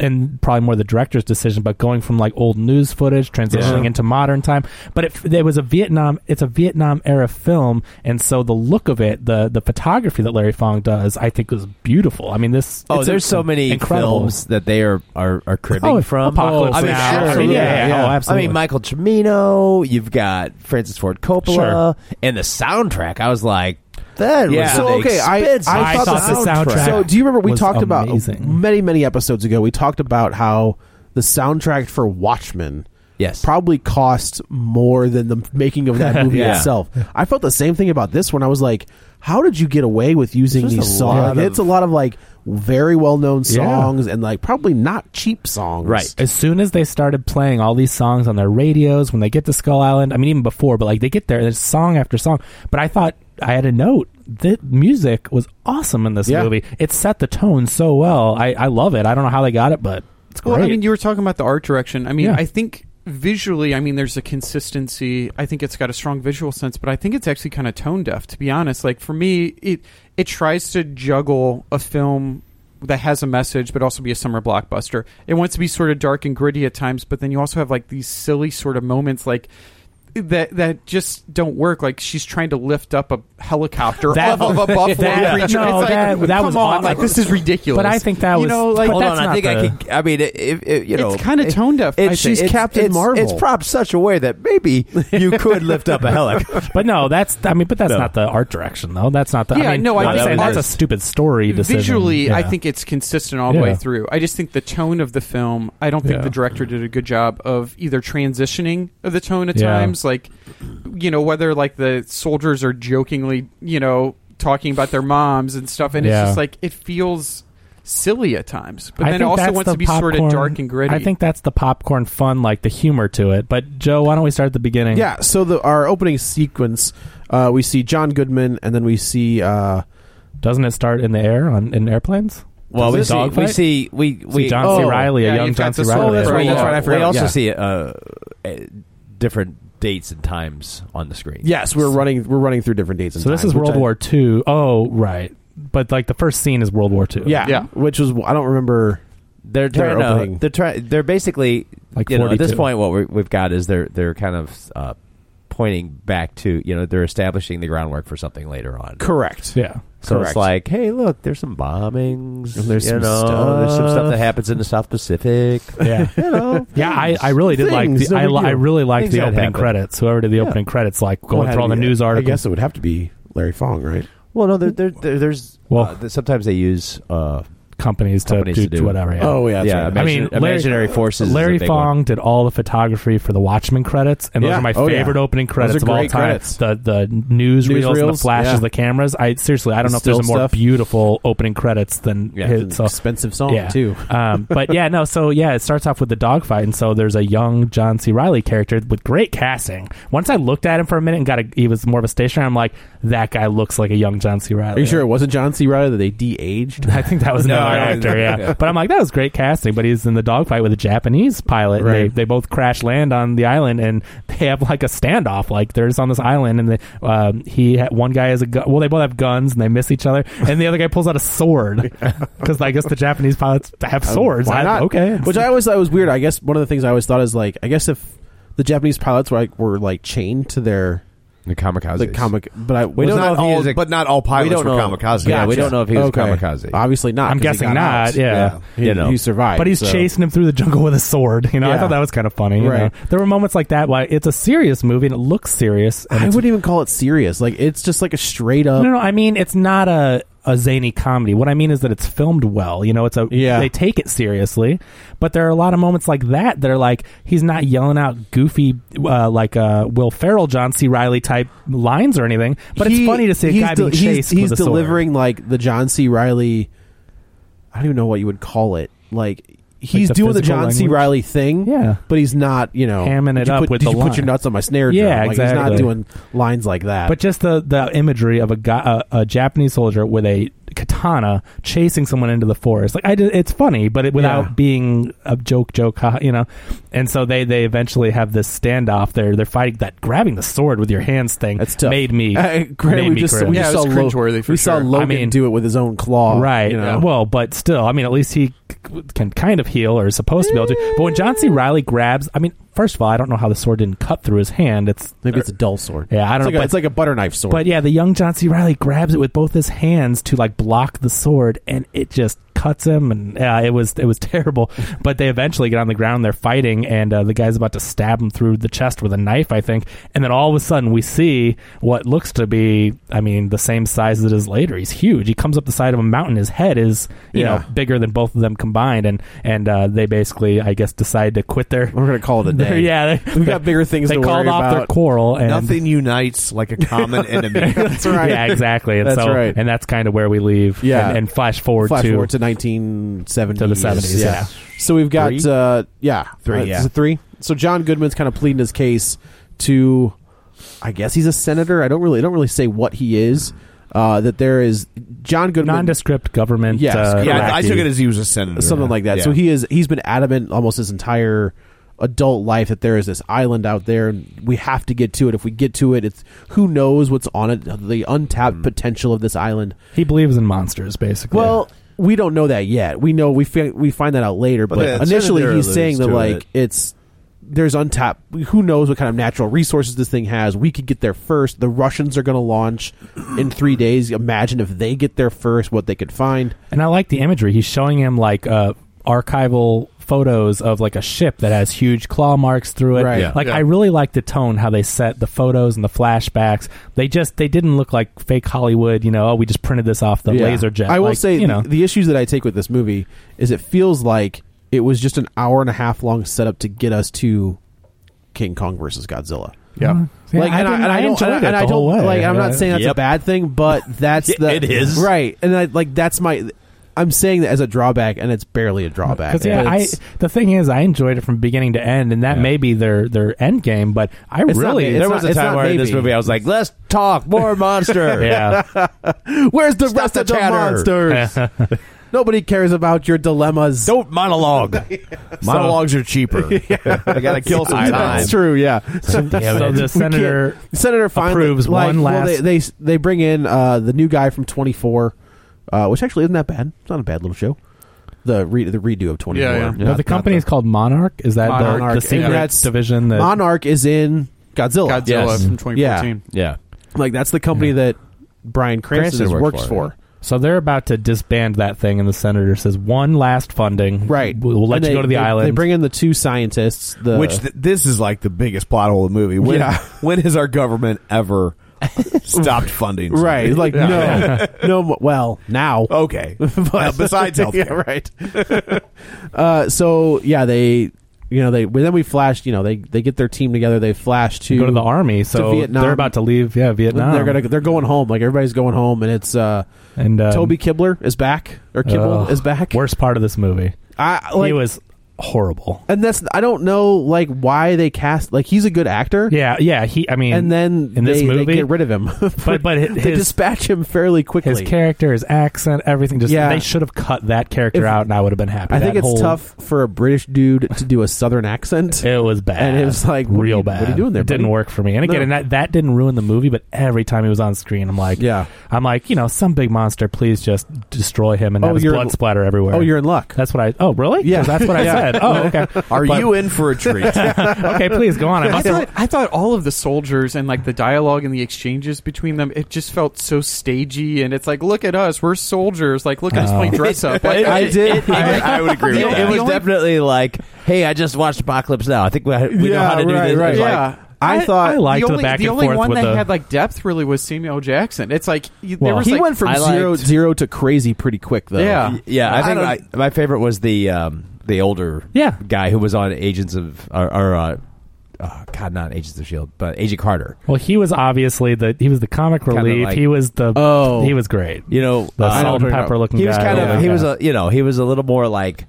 Speaker 2: and probably more the director's decision, but going from like old news footage transitioning into modern time. But it, it was a Vietnam. It's a Vietnam era film, and so the look of it, the the photography that Larry Fong does, I think was beautiful. I mean, this
Speaker 1: Oh,
Speaker 2: it's
Speaker 1: there's
Speaker 2: a-
Speaker 1: so many
Speaker 2: incredible.
Speaker 1: films that they are are, are cribbing
Speaker 2: Oh,
Speaker 1: from.
Speaker 2: Apocalypse
Speaker 1: I mean,
Speaker 2: Now.
Speaker 1: sure, I mean,
Speaker 2: Absolutely.
Speaker 1: yeah,
Speaker 2: Yeah,
Speaker 1: yeah.
Speaker 2: oh, absolutely.
Speaker 1: I mean, Michael Cimino. You've got Francis Ford Coppola, and the soundtrack. I was like, that
Speaker 3: Yeah.
Speaker 1: was
Speaker 3: So,
Speaker 1: an
Speaker 3: okay, I-
Speaker 1: expensive
Speaker 3: I thought the
Speaker 2: soundtrack-
Speaker 3: So, do you remember we
Speaker 2: was
Speaker 3: talked about
Speaker 2: amazing.
Speaker 3: many many episodes ago? We talked about how the soundtrack for Watchmen,
Speaker 1: Yes.
Speaker 3: probably cost more than the making of that movie
Speaker 1: Yeah.
Speaker 3: itself. I felt the same thing about this one. I was like, how did you get away with using
Speaker 1: There's
Speaker 3: these
Speaker 1: just a
Speaker 3: songs?
Speaker 1: lot
Speaker 3: Like,
Speaker 1: of-
Speaker 3: it's a lot of like very well known
Speaker 2: Yeah.
Speaker 3: songs and like probably not cheap songs,
Speaker 1: Right.
Speaker 2: As soon as they started playing all these songs on their radios, when they get to Skull Island, I mean, even before, but like they get there, there's song after song. But I thought I had a note. The music was awesome in this
Speaker 3: Yeah.
Speaker 2: movie. It set the tone so well. I, I love it. I don't know how they got it, but it's great.
Speaker 4: Well, I mean, you were talking about the art direction. I mean,
Speaker 2: Yeah.
Speaker 4: I think visually, I mean, there's a consistency. I think it's got a strong visual sense, but I think it's actually kind of tone deaf, to be honest. Like for me, it it tries to juggle a film that has a message, but also be a summer blockbuster. It wants to be sort of dark and gritty at times, but then you also have like these silly sort of moments, like. That that just don't work. Like she's trying to lift up a helicopter
Speaker 2: That-
Speaker 4: off of a buffalo
Speaker 2: that-
Speaker 4: creature.
Speaker 2: no,
Speaker 4: it's like,
Speaker 2: that- that
Speaker 4: come
Speaker 2: was
Speaker 4: on,
Speaker 2: aw-
Speaker 4: like this is ridiculous.
Speaker 2: But I think that
Speaker 4: you
Speaker 2: was-
Speaker 4: know, like
Speaker 2: but
Speaker 1: Hold on,
Speaker 2: that's
Speaker 1: I
Speaker 2: not
Speaker 1: think I
Speaker 2: the-
Speaker 1: can. I mean, if, if you know,
Speaker 4: it's kind of
Speaker 1: it-
Speaker 4: tone deaf.
Speaker 1: it-
Speaker 4: I think.
Speaker 3: she's
Speaker 1: it's-
Speaker 3: Captain
Speaker 1: it's-
Speaker 3: Marvel.
Speaker 1: It's propped such a way that maybe you could lift up a helic.
Speaker 2: but no, that's I mean, but that's
Speaker 1: No.
Speaker 2: not the art direction though. That's not the.
Speaker 4: Yeah,
Speaker 2: I mean,
Speaker 4: no, I
Speaker 2: I'm
Speaker 4: think
Speaker 2: saying
Speaker 4: that
Speaker 2: that's a
Speaker 4: was-
Speaker 2: stupid story decision.
Speaker 4: Visually, I
Speaker 2: Yeah.
Speaker 4: think it's consistent all the way
Speaker 2: Yeah.
Speaker 4: through. I just think the tone of the film. I don't think
Speaker 2: Yeah.
Speaker 4: the director did a good job of either transitioning of the tone at
Speaker 2: Yeah.
Speaker 4: times, like you know whether like the soldiers are jokingly, you know, talking about their moms and stuff, and
Speaker 2: Yeah.
Speaker 4: it's just like it feels silly at times. But
Speaker 2: I
Speaker 4: then it
Speaker 2: think
Speaker 4: also
Speaker 2: that's
Speaker 4: wants
Speaker 2: the
Speaker 4: to be sort of
Speaker 2: popcorn-
Speaker 4: dark and gritty.
Speaker 2: I think that's the popcorn fun, like the humor to it. But Joe, why don't we start at the beginning?
Speaker 3: Yeah. So the our opening sequence, uh, we see John Goodman, and then we see uh,
Speaker 2: Doesn't it start in the air on in airplanes?
Speaker 1: Well, we
Speaker 2: Does
Speaker 1: see,
Speaker 2: it
Speaker 1: we
Speaker 2: dogfight?
Speaker 1: see we we
Speaker 2: see John
Speaker 1: oh,
Speaker 2: C. Riley,
Speaker 4: yeah,
Speaker 2: a young
Speaker 4: you've got
Speaker 2: John C.
Speaker 4: the
Speaker 2: Riley.
Speaker 4: solo
Speaker 1: that's
Speaker 4: Right,
Speaker 1: right.
Speaker 4: Oh, that's right, I
Speaker 1: We
Speaker 3: forgot,
Speaker 1: also
Speaker 3: yeah.
Speaker 1: see uh, uh, different dates and times on the screen.
Speaker 3: yes, we're running we're running through different dates. and
Speaker 2: So this
Speaker 3: times,
Speaker 2: is
Speaker 3: which
Speaker 2: World
Speaker 3: I-
Speaker 2: War II. Oh, right. But like the first scene is World War II.
Speaker 3: Yeah,
Speaker 4: Yeah.
Speaker 3: Which was I don't remember.
Speaker 1: they're
Speaker 3: They're
Speaker 1: trying to,
Speaker 3: opening.
Speaker 1: they're trying they're basically
Speaker 2: Like
Speaker 1: you know, at this
Speaker 2: 42.
Speaker 1: point what we we've got is they're they're kind of uh, pointing back to you know they're establishing the groundwork for something later on.
Speaker 3: Correct.
Speaker 2: Yeah.
Speaker 1: So
Speaker 3: Correct.
Speaker 1: it's like, hey, look, there's some bombings.
Speaker 3: And there's
Speaker 1: you
Speaker 3: some
Speaker 1: know, There's uh, some stuff that
Speaker 3: stuff.
Speaker 1: happens in the South Pacific.
Speaker 2: Yeah.
Speaker 1: You know,
Speaker 2: Yeah, I, I really did like
Speaker 3: Things,
Speaker 2: the
Speaker 3: no
Speaker 2: I,
Speaker 3: big
Speaker 2: li- I
Speaker 3: deal.
Speaker 2: really liked
Speaker 1: Things
Speaker 2: the
Speaker 1: that
Speaker 2: opening
Speaker 1: happen.
Speaker 2: credits. Whoever did the opening credits, like going through all the news
Speaker 3: I
Speaker 2: articles.
Speaker 3: guess it would have to be Larry Fong, right?
Speaker 1: Well, no, there, there, there- there's
Speaker 2: Well-
Speaker 1: uh, th- sometimes they use uh,
Speaker 2: companies to,
Speaker 1: companies
Speaker 2: do,
Speaker 1: to do
Speaker 2: whatever. Yeah.
Speaker 3: Oh, yeah, that's right.
Speaker 1: yeah,
Speaker 2: I mean,
Speaker 1: imagine- imaginary
Speaker 2: Larry,
Speaker 1: forces. is a
Speaker 2: Larry
Speaker 1: big
Speaker 2: Fong
Speaker 1: one.
Speaker 2: did all the photography for the Watchmen credits, and those
Speaker 3: Yeah.
Speaker 2: are my
Speaker 3: Oh, yeah.
Speaker 2: favorite opening
Speaker 3: Those
Speaker 2: credits
Speaker 3: are
Speaker 2: of all
Speaker 3: great
Speaker 2: time.
Speaker 3: credits.
Speaker 2: The the newsreels, and the
Speaker 3: Newsreels,
Speaker 2: flashes,
Speaker 3: yeah.
Speaker 2: the cameras. I seriously, I don't
Speaker 3: The
Speaker 2: know if there's a
Speaker 3: still
Speaker 2: more
Speaker 3: stuff.
Speaker 2: beautiful opening credits than
Speaker 1: Yeah.
Speaker 2: his. So,
Speaker 3: expensive song
Speaker 2: yeah.
Speaker 3: too.
Speaker 2: um, but yeah, no. So yeah, it starts off with the dogfight, and so there's a young John C. Riley character with great casting. Once I looked at him for a minute and got a, he was more of a stationer. I'm like, that guy looks like a young John C. Riley.
Speaker 3: Are you sure it wasn't John C. Riley that they de-aged?
Speaker 2: I think that was
Speaker 1: No,
Speaker 2: another
Speaker 1: I don't-
Speaker 2: actor, yeah. But I'm like, that was great casting. But he's in the dogfight with a Japanese pilot. and They
Speaker 3: Right.
Speaker 2: they both crash land on the island, and they have like a standoff. Like they're just on this island, and they, um, he ha- one guy has a gun. Well, they both have guns, and they miss each other. And the other guy pulls out a sword because I guess the Japanese pilots have swords.
Speaker 3: Uh, Why
Speaker 2: I-
Speaker 3: not?
Speaker 2: Okay,
Speaker 3: Which I always thought was weird. I guess one of the things I always thought is like, I guess if the Japanese pilots were like, were like chained to their
Speaker 1: the kamikaze.
Speaker 3: the comic, but I
Speaker 1: We
Speaker 3: was
Speaker 1: don't
Speaker 3: not
Speaker 1: know if he
Speaker 3: all-
Speaker 1: is a-
Speaker 6: but not all pilots
Speaker 1: don't
Speaker 6: were
Speaker 1: know.
Speaker 6: kamikaze.
Speaker 1: Yeah, we
Speaker 3: Gotcha.
Speaker 1: don't know if he was
Speaker 3: Okay.
Speaker 1: kamikaze.
Speaker 3: Obviously not.
Speaker 2: I'm
Speaker 3: 'cause he
Speaker 2: guessing
Speaker 3: got
Speaker 2: not,
Speaker 3: out.
Speaker 2: yeah.
Speaker 3: He,
Speaker 1: You know.
Speaker 3: he survived.
Speaker 2: But he's
Speaker 3: so.
Speaker 2: chasing him through the jungle with a sword. You know, I
Speaker 3: Yeah.
Speaker 2: thought that was kind of funny. you
Speaker 3: Right.
Speaker 2: know? There were moments like that. Why it's a serious movie and it looks serious. And
Speaker 3: I
Speaker 2: it's
Speaker 3: wouldn't even call it serious. Like it's just like a straight up.
Speaker 2: No, no, I mean it's not a a zany comedy. What I mean is that it's filmed well. You know, it's a
Speaker 3: Yeah.
Speaker 2: they take it seriously, but there are a lot of moments like that that are like he's not yelling out goofy uh, like uh, Will Ferrell, John C. Riley type lines or anything. But
Speaker 3: He-
Speaker 2: it's funny to see a
Speaker 3: he's
Speaker 2: guy
Speaker 3: de-
Speaker 2: being
Speaker 3: he's-
Speaker 2: chased.
Speaker 3: He's,
Speaker 2: with a
Speaker 3: delivering like the John C. Riley. I don't even know what you would call it. Like he's
Speaker 2: the
Speaker 3: doing the John
Speaker 2: physical
Speaker 3: C.
Speaker 2: language.
Speaker 3: Riley thing.
Speaker 2: Yeah.
Speaker 3: but he's not you know
Speaker 2: Hamming it
Speaker 3: did you
Speaker 2: up
Speaker 3: put,
Speaker 2: with
Speaker 3: did
Speaker 2: the
Speaker 3: you put your
Speaker 2: line.
Speaker 3: nuts on my snare drum.
Speaker 2: Yeah,
Speaker 3: like, He's not
Speaker 2: exactly.
Speaker 3: doing lines like that.
Speaker 2: But just the the imagery of a guy, a, a Japanese soldier with a katana chasing someone into the forest. Like I, did, it's funny, but it, without
Speaker 3: Yeah.
Speaker 2: being a joke, joke, ha- you know. And so they they eventually have this standoff. They're they're fighting that grabbing the sword with your hands thing.
Speaker 3: That's tough.
Speaker 2: Made me.
Speaker 3: Uh, granted,
Speaker 2: made
Speaker 3: we
Speaker 2: me
Speaker 3: just
Speaker 2: cringe.
Speaker 3: we
Speaker 4: Yeah,
Speaker 3: just
Speaker 4: it
Speaker 3: saw
Speaker 4: was
Speaker 3: Lo-
Speaker 4: cringeworthy for
Speaker 3: we saw
Speaker 4: sure. I
Speaker 3: Logan
Speaker 2: mean-
Speaker 3: do it with his own claw,
Speaker 2: right.
Speaker 3: You know?
Speaker 2: Uh, well, but still, I mean, at least he c- can kind of heal or is supposed to be able to. But when John C. Riley grabs, I mean, first of all, I don't know how the sword didn't cut through his hand. It's
Speaker 3: maybe it's a dull sword.
Speaker 2: yeah, I
Speaker 3: it's
Speaker 2: don't
Speaker 3: like
Speaker 2: know.
Speaker 3: A,
Speaker 2: but-
Speaker 3: it's like a butter knife sword.
Speaker 2: But yeah, the young John C. Riley grabs it with both his hands to like block the sword, and it just cuts him, and uh, it was it was terrible. But they eventually get on the ground, they're fighting, and uh, the guy's about to stab him through the chest with a knife, I think. And then all of a sudden, we see what looks to be, I mean, the same size as it is later. He's huge. He comes up the side of a mountain. His head is you
Speaker 3: Yeah.
Speaker 2: know bigger than both of them combined, and and uh, they basically, I guess, decide to quit their.
Speaker 3: we're gonna call it a
Speaker 2: their-
Speaker 3: day.
Speaker 2: yeah, they,
Speaker 3: We've got bigger things
Speaker 2: They
Speaker 3: to
Speaker 2: called
Speaker 3: worry
Speaker 2: off their
Speaker 3: about.
Speaker 2: quarrel, and
Speaker 7: Nothing unites like a common enemy.
Speaker 3: That's right.
Speaker 2: yeah, exactly. And
Speaker 3: That's
Speaker 2: so,
Speaker 3: right.
Speaker 2: And that's kind of where we leave.
Speaker 3: Yeah.
Speaker 2: And, and flash forward
Speaker 3: Flash
Speaker 2: to.
Speaker 3: forward to 1970s.
Speaker 2: To the 70s, yeah.
Speaker 3: So we've got
Speaker 7: Three?
Speaker 3: uh yeah,
Speaker 7: Three,
Speaker 3: Uh, is
Speaker 7: yeah.
Speaker 3: it three. So John Goodman's kind of pleading his case to I guess he's a senator. I don't really I don't really say what he is. Uh, that there is John Goodman
Speaker 2: nondescript government.
Speaker 3: Yes,
Speaker 2: uh,
Speaker 3: correct.
Speaker 7: yeah, I- I
Speaker 2: lackey.
Speaker 7: took it as he was a senator,
Speaker 3: something like that.
Speaker 7: Yeah.
Speaker 3: So he is he's been adamant almost his entire adult life that there is this island out there and we have to get to it. If we get to it, it's who knows what's on it, the
Speaker 7: Mm-hmm.
Speaker 3: untapped potential of this island.
Speaker 2: He believes in monsters, basically.
Speaker 3: Well, we don't know that yet. We know we fi- we find that out later, but
Speaker 7: Well, yeah,
Speaker 3: initially
Speaker 7: Senator
Speaker 3: he's
Speaker 7: alludes
Speaker 3: saying that
Speaker 7: to
Speaker 3: like
Speaker 7: it.
Speaker 3: it's there's untapped. Who knows what kind of natural resources this thing has? We could get there first. The Russians are going to launch in three days. Imagine if they get there first, what they could find.
Speaker 2: and I like the imagery. He's showing him like uh, archival photos of like a ship that has huge claw marks through it.
Speaker 3: Right. Yeah.
Speaker 2: Like I really like the tone how they set the photos and the flashbacks. They just they didn't look like fake Hollywood. You know, oh, we just printed this off the
Speaker 3: Yeah.
Speaker 2: laser jet.
Speaker 3: I will
Speaker 2: Like,
Speaker 3: say,
Speaker 2: you know,
Speaker 3: the, the issues that I take with this movie is it feels like it was just an hour and a half long setup to get us to King Kong versus Godzilla.
Speaker 2: yeah.
Speaker 3: like, and I,
Speaker 2: didn't-
Speaker 3: and I, don't,
Speaker 2: enjoyed
Speaker 3: and I-
Speaker 2: it
Speaker 3: and I
Speaker 2: the
Speaker 3: don't
Speaker 2: whole way.
Speaker 3: like. I'm
Speaker 2: Yeah.
Speaker 3: not saying that's a
Speaker 1: Yep.
Speaker 3: bad thing, but that's the
Speaker 1: It is.
Speaker 3: right. And I like that's my. I'm saying that as a drawback, and it's barely a drawback.
Speaker 2: Because yeah,
Speaker 3: but
Speaker 2: I
Speaker 3: it's,
Speaker 2: the thing is, I enjoyed it from beginning to end, and that may be their their end game. But I
Speaker 3: It's not
Speaker 2: really,
Speaker 3: me.
Speaker 1: there
Speaker 3: It's
Speaker 1: was
Speaker 3: not-
Speaker 1: a
Speaker 3: it's
Speaker 1: time
Speaker 3: not
Speaker 1: where in this
Speaker 3: maybe.
Speaker 1: movie I was like, let's talk more monster.
Speaker 2: yeah,
Speaker 3: where's the
Speaker 1: Stop
Speaker 3: rest
Speaker 1: the
Speaker 3: of the
Speaker 1: chatter.
Speaker 3: monsters? Nobody cares about your dilemmas.
Speaker 1: Don't monologue.
Speaker 7: Monologues are cheaper. I gotta kill some time.
Speaker 3: That's true. Yeah.
Speaker 2: so the senator,
Speaker 3: Senator finally
Speaker 2: approves
Speaker 3: like,
Speaker 2: one
Speaker 3: well,
Speaker 2: last-
Speaker 3: they, they they bring in uh, the new guy from 24, uh, which actually isn't that bad. It's not a bad little show. The re- the redo of 24.
Speaker 4: Yeah, yeah.
Speaker 3: Not-
Speaker 2: Well, the
Speaker 3: not
Speaker 2: company is called Monarch. Is that the-
Speaker 4: Monarch,
Speaker 2: the,
Speaker 4: yeah.
Speaker 2: secret
Speaker 3: That's-
Speaker 2: division? That
Speaker 3: Monarch is in
Speaker 2: uh,
Speaker 3: Godzilla.
Speaker 4: Godzilla
Speaker 1: Yes.
Speaker 4: from 2014.
Speaker 1: yeah.
Speaker 3: Like that's the company that Brian Cranston,
Speaker 1: Cranston
Speaker 3: has
Speaker 1: worked
Speaker 3: works
Speaker 1: for,
Speaker 3: for.
Speaker 2: so they're about to disband that thing, and the senator says, "One last funding,
Speaker 3: Right.
Speaker 2: We'll, we'll let
Speaker 3: And
Speaker 2: you
Speaker 3: they-
Speaker 2: go to the
Speaker 3: they-
Speaker 2: island."
Speaker 3: They bring in the two scientists. The
Speaker 7: Which th- this is like the biggest plot hole of the movie. When,
Speaker 3: Yeah.
Speaker 7: when has our government ever stopped funding? something?
Speaker 3: right? Like no, no. mo- Well, now
Speaker 4: Oh,
Speaker 7: Okay. Well, besides healthcare.
Speaker 3: yeah, right. uh, so yeah, they you know they then we flash. You know they they get their team together. They flash to
Speaker 2: go to the army. So
Speaker 3: Vietnam.
Speaker 2: they're about to leave. Yeah, Vietnam.
Speaker 3: They're gonna they're going home. Like everybody's going home, and it's uh,
Speaker 2: and um,
Speaker 3: Toby Kibler is back or Kibble
Speaker 2: ugh,
Speaker 3: is back.
Speaker 2: Worst part of this movie.
Speaker 3: I like,
Speaker 2: he was horrible.
Speaker 3: and that's I don't know like why they cast like he's a good actor.
Speaker 2: Yeah, yeah. He, I mean,
Speaker 3: And then
Speaker 2: in this
Speaker 3: they, they
Speaker 2: movie,
Speaker 3: get rid of him.
Speaker 2: but but hi-
Speaker 3: they
Speaker 2: his,
Speaker 3: dispatch him fairly quickly.
Speaker 2: his character, his accent, everything. Just
Speaker 3: Yeah.
Speaker 2: they should have cut that character
Speaker 3: If-
Speaker 2: out, and I would have been happy.
Speaker 3: I
Speaker 2: That
Speaker 3: think it's
Speaker 2: whole-
Speaker 3: tough for a British dude to do a southern accent.
Speaker 2: It was bad,
Speaker 3: And it was like, what are
Speaker 2: real
Speaker 3: you-
Speaker 2: bad.
Speaker 3: what are you doing there,
Speaker 2: It didn't
Speaker 3: buddy?
Speaker 2: work for me. And again,
Speaker 3: No.
Speaker 2: and that that didn't ruin the movie, but every time he was on screen, I'm like,
Speaker 3: Yeah.
Speaker 2: I'm like, you know, some big monster, please just destroy him and
Speaker 3: Oh,
Speaker 2: have his
Speaker 3: you're-
Speaker 2: blood splatter everywhere.
Speaker 3: Oh, you're in luck.
Speaker 2: That's what I. Oh, really? 'Cause
Speaker 3: Yeah.
Speaker 2: that's what I
Speaker 3: Yeah.
Speaker 2: said. Oh, okay.
Speaker 7: Are
Speaker 2: But-
Speaker 7: you in for a treat?
Speaker 2: okay? Please go on. I
Speaker 4: I
Speaker 2: must have-
Speaker 4: thought, I thought all of the soldiers and like the dialogue and the exchanges between them, it just felt so stagey. And it's like, look at us, we're soldiers. Like, look at us playing dress up. Like,
Speaker 3: Oh. I did.
Speaker 1: I, would agree
Speaker 4: with that.
Speaker 1: It was
Speaker 4: The only-
Speaker 1: definitely like, hey, I just watched Apocalypse Now. I think we, we know how to do
Speaker 3: right,
Speaker 1: this.
Speaker 3: right.
Speaker 1: It's like,
Speaker 4: yeah.
Speaker 3: I thought-
Speaker 2: I liked the back
Speaker 4: the
Speaker 2: and
Speaker 4: only
Speaker 2: forth
Speaker 4: one
Speaker 2: with
Speaker 4: that
Speaker 2: the-
Speaker 4: had like depth really was Samuel L. Jackson. It's like you- there
Speaker 2: Well,
Speaker 4: was
Speaker 3: He
Speaker 4: like,
Speaker 3: went from
Speaker 1: I
Speaker 3: zero,
Speaker 1: liked-
Speaker 3: zero to crazy pretty quick, though.
Speaker 4: Yeah.
Speaker 1: Yeah, I
Speaker 7: I
Speaker 1: think
Speaker 7: don't-
Speaker 1: my, my favorite was the um, the older
Speaker 2: Yeah.
Speaker 1: guy who was on Agents of or, or uh, oh, God, not Agents of Shield, but Agent Carter.
Speaker 2: well, he was obviously the he was the comic
Speaker 1: Kinda
Speaker 2: relief.
Speaker 1: like-
Speaker 2: he was the
Speaker 3: Oh.
Speaker 2: he was great.
Speaker 1: You know,
Speaker 2: The
Speaker 1: uh,
Speaker 2: salt and pepper looking
Speaker 1: he was
Speaker 2: guy,
Speaker 1: kind of
Speaker 2: yeah.
Speaker 1: he was a you know he was a little more like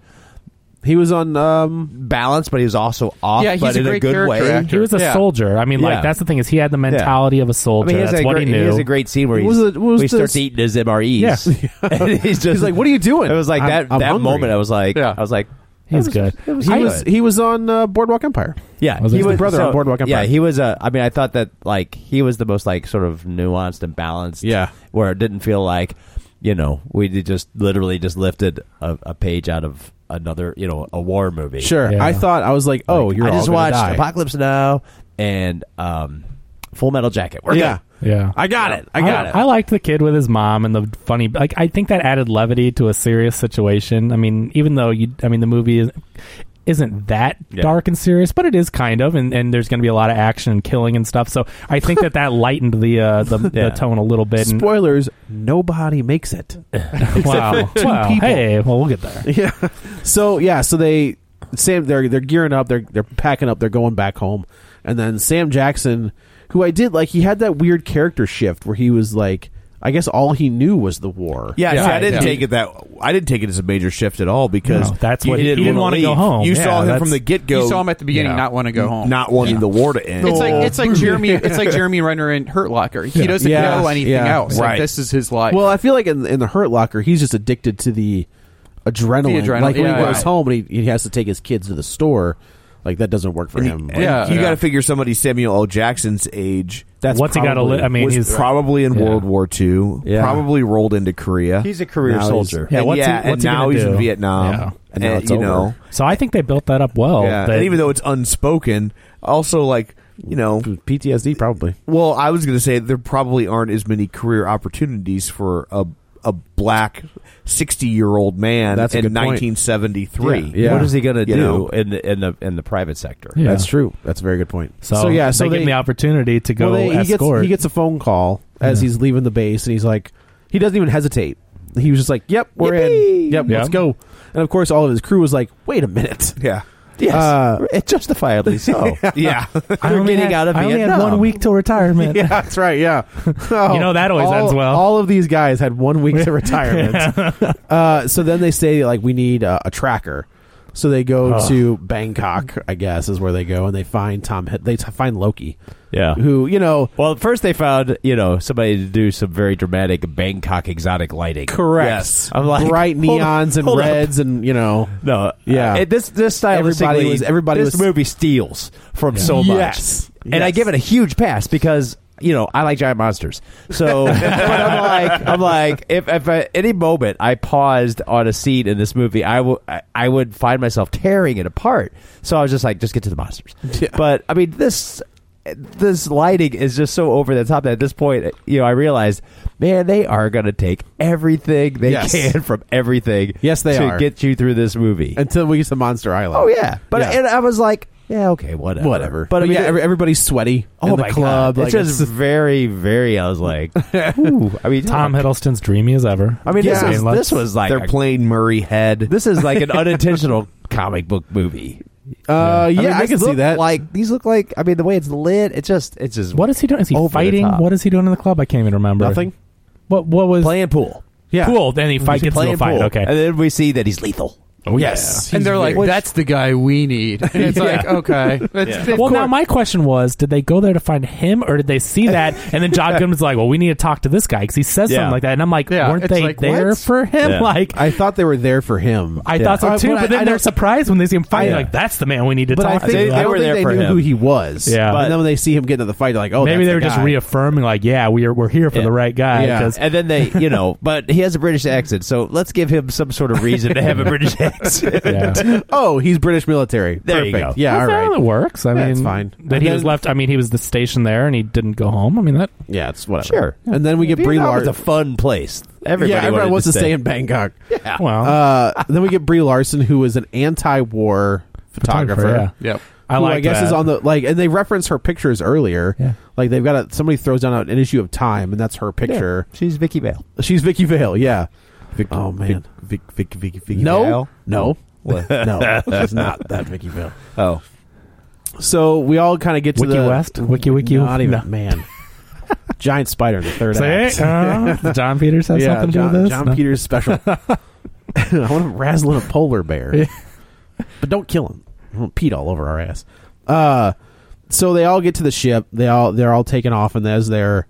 Speaker 3: He was on um,
Speaker 1: balance, but he was also off,
Speaker 4: Yeah, he's
Speaker 1: but
Speaker 4: a
Speaker 1: in a
Speaker 4: great
Speaker 1: good
Speaker 4: character
Speaker 1: way.
Speaker 4: actor.
Speaker 2: He was a
Speaker 1: Yeah.
Speaker 2: soldier. I mean,
Speaker 1: Yeah.
Speaker 2: like that's the thing is he had the mentality of a
Speaker 1: I
Speaker 2: soldier.
Speaker 1: mean, he has
Speaker 2: that's
Speaker 1: a
Speaker 2: what
Speaker 1: great,
Speaker 2: he knew.
Speaker 1: has a great scene where
Speaker 3: What was
Speaker 1: he's,
Speaker 3: it- what was
Speaker 1: where he starts
Speaker 3: this-
Speaker 1: eating his MREs.
Speaker 2: Yeah.
Speaker 1: And he's just
Speaker 3: He's like, "What are you doing?"
Speaker 1: It was like
Speaker 3: I'm-
Speaker 1: that.
Speaker 3: I'm
Speaker 1: that
Speaker 3: hungry.
Speaker 1: moment, I was like, I was like,
Speaker 2: He's
Speaker 1: that was-
Speaker 2: good.
Speaker 1: that was
Speaker 3: he
Speaker 1: good.
Speaker 3: was he was on uh, Boardwalk Empire.
Speaker 1: Yeah,
Speaker 2: was his
Speaker 3: brother on Boardwalk Empire.
Speaker 1: Yeah, he was a. I mean, I thought that like he was the most like sort of nuanced and balanced.
Speaker 3: Yeah.
Speaker 1: where it didn't feel like you know we did just literally just lifted a, a page out of another you know a war movie.
Speaker 3: Sure,
Speaker 2: Yeah.
Speaker 3: I thought I was like, "Oh,
Speaker 1: Like,
Speaker 3: you're
Speaker 1: I
Speaker 3: all
Speaker 1: just
Speaker 3: gonna
Speaker 1: watched
Speaker 3: die.
Speaker 1: Apocalypse Now and um, Full Metal Jacket. We're
Speaker 3: Yeah,
Speaker 1: good.
Speaker 2: yeah.
Speaker 3: I got it. I got it.
Speaker 2: I liked the kid with his mom and the funny. Like, I think that added levity to a serious situation. I mean, even though you, I mean, the movie is, isn't that
Speaker 1: Yeah.
Speaker 2: dark and serious, but it is kind of, and, and there's going to be a lot of action and killing and stuff. So I think that that lightened the uh, the,
Speaker 1: Yeah.
Speaker 2: the tone a little bit. And,
Speaker 3: Spoilers: Nobody makes it.
Speaker 2: wow, wow. Hey, well, we'll get there.
Speaker 3: yeah. So yeah, so they Sam they're they're gearing up, they're they're packing up, they're going back home. And then Sam Jackson, who I did like, he had that weird character shift where he was like I guess all he knew was the war.
Speaker 6: Yeah, see, I
Speaker 2: Right,
Speaker 6: didn't
Speaker 2: yeah.
Speaker 6: take it that. I didn't take it as a major shift at all because
Speaker 2: No, that's
Speaker 6: you
Speaker 2: what- he didn't
Speaker 6: wanna
Speaker 2: wanna go
Speaker 6: leave.
Speaker 2: home.
Speaker 6: You
Speaker 2: Yeah,
Speaker 6: saw him
Speaker 2: that's-
Speaker 6: from the get go.
Speaker 4: You saw him at the beginning not wanna go home.
Speaker 6: not wanting the war to end.
Speaker 4: It's like it's like Jeremy it's like Jeremy Renner in Hurt Locker. He doesn't
Speaker 3: Yeah.
Speaker 4: know anything
Speaker 3: Yeah.
Speaker 4: else. Like,
Speaker 6: Right.
Speaker 4: this is his life.
Speaker 3: Well, I feel like in in the Hurt Locker, he's just addicted to the adrenaline.
Speaker 4: The adrenaline,
Speaker 3: like when
Speaker 4: yeah,
Speaker 3: he goes
Speaker 4: yeah.
Speaker 3: home and he, he has to take his kids to the store, like that doesn't work for him.
Speaker 6: And
Speaker 4: Yeah,
Speaker 6: you
Speaker 4: yeah.
Speaker 6: got to figure somebody Samuel L. Jackson's age.
Speaker 3: That's
Speaker 2: What's he got to?
Speaker 3: probably-
Speaker 2: Li- I mean,
Speaker 6: was
Speaker 2: he's
Speaker 6: probably in
Speaker 2: Yeah.
Speaker 6: World War II.
Speaker 1: Yeah.
Speaker 6: Probably rolled into Korea.
Speaker 1: He's a career
Speaker 6: Now he's-
Speaker 1: soldier.
Speaker 6: Yeah,
Speaker 2: Yeah, what's he-
Speaker 6: yeah, and
Speaker 2: what's he
Speaker 6: now
Speaker 2: gonna
Speaker 6: he's in
Speaker 2: do?
Speaker 6: Vietnam.
Speaker 2: Yeah.
Speaker 6: And,
Speaker 3: now it's
Speaker 6: you
Speaker 3: over.
Speaker 6: know,
Speaker 2: So I think they built that up
Speaker 3: Oh,
Speaker 2: well.
Speaker 6: yeah.
Speaker 2: that-
Speaker 6: and even though it's unspoken, also like you know,
Speaker 3: PTSD probably.
Speaker 6: well, I was going to say there probably aren't as many career opportunities for a a black sixty year old man
Speaker 3: That's a
Speaker 6: in
Speaker 3: good point.
Speaker 6: nineteen seventy three.
Speaker 3: Yeah.
Speaker 1: What is he gonna
Speaker 6: You
Speaker 1: do
Speaker 6: know.
Speaker 1: in the, in the in the private sector?
Speaker 2: Yeah.
Speaker 3: That's true. That's a very good point.
Speaker 2: so, yeah, so they, give him the opportunity to go
Speaker 3: Well, they- he gets
Speaker 2: escort.
Speaker 3: he gets a phone call as
Speaker 2: Yeah.
Speaker 3: he's leaving the base, and he's like, he doesn't even hesitate. He was just like, "Yep, we're in. Yep,
Speaker 2: Yeah.
Speaker 3: let's go." And of course, all of his crew was like, "Wait a minute,
Speaker 6: Yeah.
Speaker 1: Yes,
Speaker 3: Uh,
Speaker 1: it justifiably so.
Speaker 6: Yeah.
Speaker 2: I only
Speaker 1: getting out
Speaker 2: had-
Speaker 1: of
Speaker 2: I only had
Speaker 1: Vietnam.
Speaker 2: one week till retirement.
Speaker 3: yeah, that's right, yeah."
Speaker 2: You know, that always
Speaker 3: all,
Speaker 2: ends well.
Speaker 3: All of these guys had one week to retirement. uh, so then they say like, "We need uh, a tracker." So they go
Speaker 2: Ugh.
Speaker 3: to Bangkok, I guess, is where they go, and they find Tom. Hid- They t- find Loki,
Speaker 1: yeah.
Speaker 3: who you know,
Speaker 1: Well, at first they found you know somebody to do some very dramatic Bangkok exotic lighting.
Speaker 3: correct,
Speaker 1: Yes. I'm like
Speaker 3: bright
Speaker 1: hold up,
Speaker 3: neons and
Speaker 1: hold up.
Speaker 3: reds, and you know,
Speaker 1: No,
Speaker 3: Yeah.
Speaker 1: uh, it- this this style
Speaker 3: Everybody was- everybody
Speaker 1: this
Speaker 3: was-
Speaker 1: movie steals from so much.
Speaker 3: Yes.
Speaker 1: and I
Speaker 3: Yes.
Speaker 1: give it a huge pass because you know I like giant monsters. So, but I'm like, I'm like, if if at any moment I paused on a scene in this movie, I would I I would find myself tearing it apart. So I was just like, just get to the monsters. But I mean, this this lighting is just so over the top that at this point, you know, I realized, man, they are going to take everything they
Speaker 3: Yes.
Speaker 1: can from everything.
Speaker 3: Yes, they
Speaker 1: to
Speaker 3: are.
Speaker 1: get you through this movie.
Speaker 3: until we get to Monster Island.
Speaker 1: Oh yeah, but
Speaker 3: Yeah.
Speaker 1: and I was like, yeah, okay, whatever,
Speaker 3: whatever.
Speaker 1: But I mean,
Speaker 3: yeah,
Speaker 1: it-
Speaker 3: every- everybody's sweaty.
Speaker 1: oh
Speaker 3: in the
Speaker 1: my
Speaker 3: club,
Speaker 1: god,
Speaker 3: like,
Speaker 1: it's just very, very. I was like, ooh. I mean,
Speaker 2: Tom
Speaker 1: look,
Speaker 2: Hiddleston's dreamy as ever.
Speaker 1: I mean, this
Speaker 2: Yeah.
Speaker 1: was
Speaker 2: Let's-
Speaker 1: this was like
Speaker 6: They're
Speaker 1: a-
Speaker 6: playing Murray Head.
Speaker 1: this is like an unintentional comic book movie.
Speaker 3: uh, yeah, I,
Speaker 1: mean, these
Speaker 3: can see
Speaker 1: look
Speaker 3: that.
Speaker 1: Like these look like. I mean, the way it's lit, it's just, it's just
Speaker 2: What is he doing? Is he
Speaker 1: Over the
Speaker 2: fighting?
Speaker 1: top.
Speaker 2: What is he doing in the club? I can't even remember.
Speaker 3: Nothing.
Speaker 2: What What was
Speaker 1: playing pool.
Speaker 3: Yeah.
Speaker 2: Pool. Then he fight
Speaker 1: He's
Speaker 2: gets into
Speaker 1: playing
Speaker 2: a fight.
Speaker 1: pool.
Speaker 2: Okay.
Speaker 1: and then we see that he's lethal.
Speaker 2: oh
Speaker 3: Yes.
Speaker 4: and they're like, that's the guy we need. And it's like, okay. That's, of
Speaker 2: Well,
Speaker 4: course.
Speaker 2: now my question was: Did they go there to find him, or did they see that? And then John Goodman's like, "Well, we need to talk to this guy because he says
Speaker 1: Yeah.
Speaker 2: something like that." And I'm like,
Speaker 4: Yeah,
Speaker 2: "Weren't
Speaker 4: it's
Speaker 2: they
Speaker 4: like,
Speaker 2: there
Speaker 4: what?
Speaker 2: for him?"
Speaker 1: Yeah.
Speaker 2: Like,
Speaker 3: I thought they were there for him.
Speaker 2: I
Speaker 3: Yeah.
Speaker 2: thought so
Speaker 3: Uh,
Speaker 2: too. But,
Speaker 3: I-
Speaker 2: then
Speaker 3: I
Speaker 2: they're
Speaker 3: don't-
Speaker 2: surprised when they see him fighting.
Speaker 3: Yeah.
Speaker 2: Like, that's the man we need to
Speaker 3: But I
Speaker 2: talk
Speaker 3: think
Speaker 2: to.
Speaker 3: they,
Speaker 1: they
Speaker 3: I don't
Speaker 1: were
Speaker 3: think
Speaker 1: there
Speaker 3: they
Speaker 1: for
Speaker 3: knew
Speaker 1: him.
Speaker 3: who he was.
Speaker 2: Yeah.
Speaker 3: but then when they see him get into the fight, they're like, "Oh,
Speaker 2: Maybe
Speaker 3: that's
Speaker 2: they
Speaker 3: the
Speaker 2: were just
Speaker 3: guy.
Speaker 2: reaffirming, like, "Yeah, we are. We're here for
Speaker 1: Yeah.
Speaker 2: the right guy."
Speaker 3: Yeah.
Speaker 2: 'cause-
Speaker 1: And then they, you know, but he has a British accent, so let's give him some sort of reason to have a British accent.
Speaker 2: Yeah.
Speaker 3: Oh, he's British military.
Speaker 1: There you
Speaker 3: Perfect.
Speaker 1: go.
Speaker 3: Yeah, all
Speaker 2: That's how
Speaker 3: right.
Speaker 2: it works. I
Speaker 3: Yeah,
Speaker 2: mean,
Speaker 3: it's fine.
Speaker 2: That
Speaker 3: And
Speaker 2: he
Speaker 3: then-
Speaker 2: was left. I mean, he was the station there, and he didn't go home. I mean, that
Speaker 3: Yeah, it's whatever.
Speaker 1: Sure.
Speaker 3: And then we get Brie
Speaker 1: Vietnam was
Speaker 3: Larson.
Speaker 1: a fun place. Everybody
Speaker 3: yeah, everyone
Speaker 1: wanted
Speaker 3: wants to stay in Bangkok.
Speaker 2: well,
Speaker 3: Uh, then we get Brie Larson, who is an anti-war photographer.
Speaker 2: Yeah.
Speaker 4: Yep.
Speaker 2: I
Speaker 3: who
Speaker 2: like.
Speaker 3: I guess
Speaker 2: that.
Speaker 3: is on the like, and they reference her pictures earlier.
Speaker 2: Yeah.
Speaker 3: Like they've got a, somebody throws down an issue of Time, and that's her picture.
Speaker 1: She's Vicky Vale.
Speaker 3: She's Vicky Vale. Yeah. oh man.
Speaker 6: Vic, Vic, Vic, Vic, Vic,
Speaker 3: no.
Speaker 6: Val?
Speaker 3: No. no. It's not that Vicky Vale.
Speaker 1: Oh,
Speaker 3: So we all kind of get to
Speaker 2: Wiki
Speaker 3: the
Speaker 2: West, Wiki Wiki.
Speaker 3: Not even
Speaker 2: No.
Speaker 3: man. Giant spider in the third
Speaker 2: Say,
Speaker 3: act.
Speaker 2: uh, John Peters has
Speaker 3: yeah,
Speaker 2: something
Speaker 3: John,
Speaker 2: to do with this.
Speaker 3: John
Speaker 2: No.
Speaker 3: Peters special. I want him razzling a polar bear. but don't kill him. He'll peed all over our ass. Uh, so they all get to the ship. They all they're all taken off, and as they're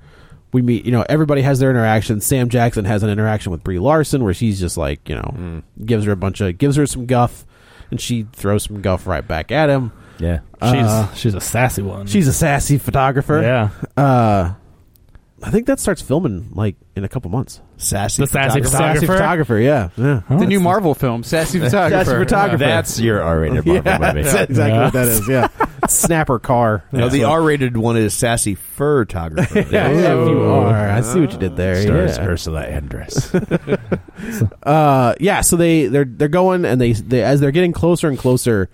Speaker 3: we meet, you know, everybody has their interaction. Sam Jackson has an interaction with Brie Larson where she's just like, you know, mm. gives her a bunch of gives her some guff, and she throws some guff right back at him.
Speaker 1: Yeah,
Speaker 2: uh, she's she's a sassy one.
Speaker 3: She's a sassy photographer.
Speaker 2: Yeah.
Speaker 3: Uh, I think that starts filming like in a couple months.
Speaker 6: Sassy,
Speaker 2: the sassy photographer.
Speaker 3: Sassy photographer, yeah, yeah.
Speaker 4: Oh, the new Marvel film, sassy photographer.
Speaker 3: sassy photographer.
Speaker 1: That's your R-rated Marvel
Speaker 3: yeah,
Speaker 1: movie.
Speaker 3: That's exactly
Speaker 1: yeah.
Speaker 3: what that is. Yeah, snapper car.
Speaker 6: No, the R-rated one is sassy photographer.
Speaker 3: yeah, yeah, you are. I see what you did there.
Speaker 1: Stars
Speaker 3: yeah.
Speaker 1: Ursula Andress.
Speaker 3: uh, yeah. So they they're they're going and they, they as they're getting closer and closer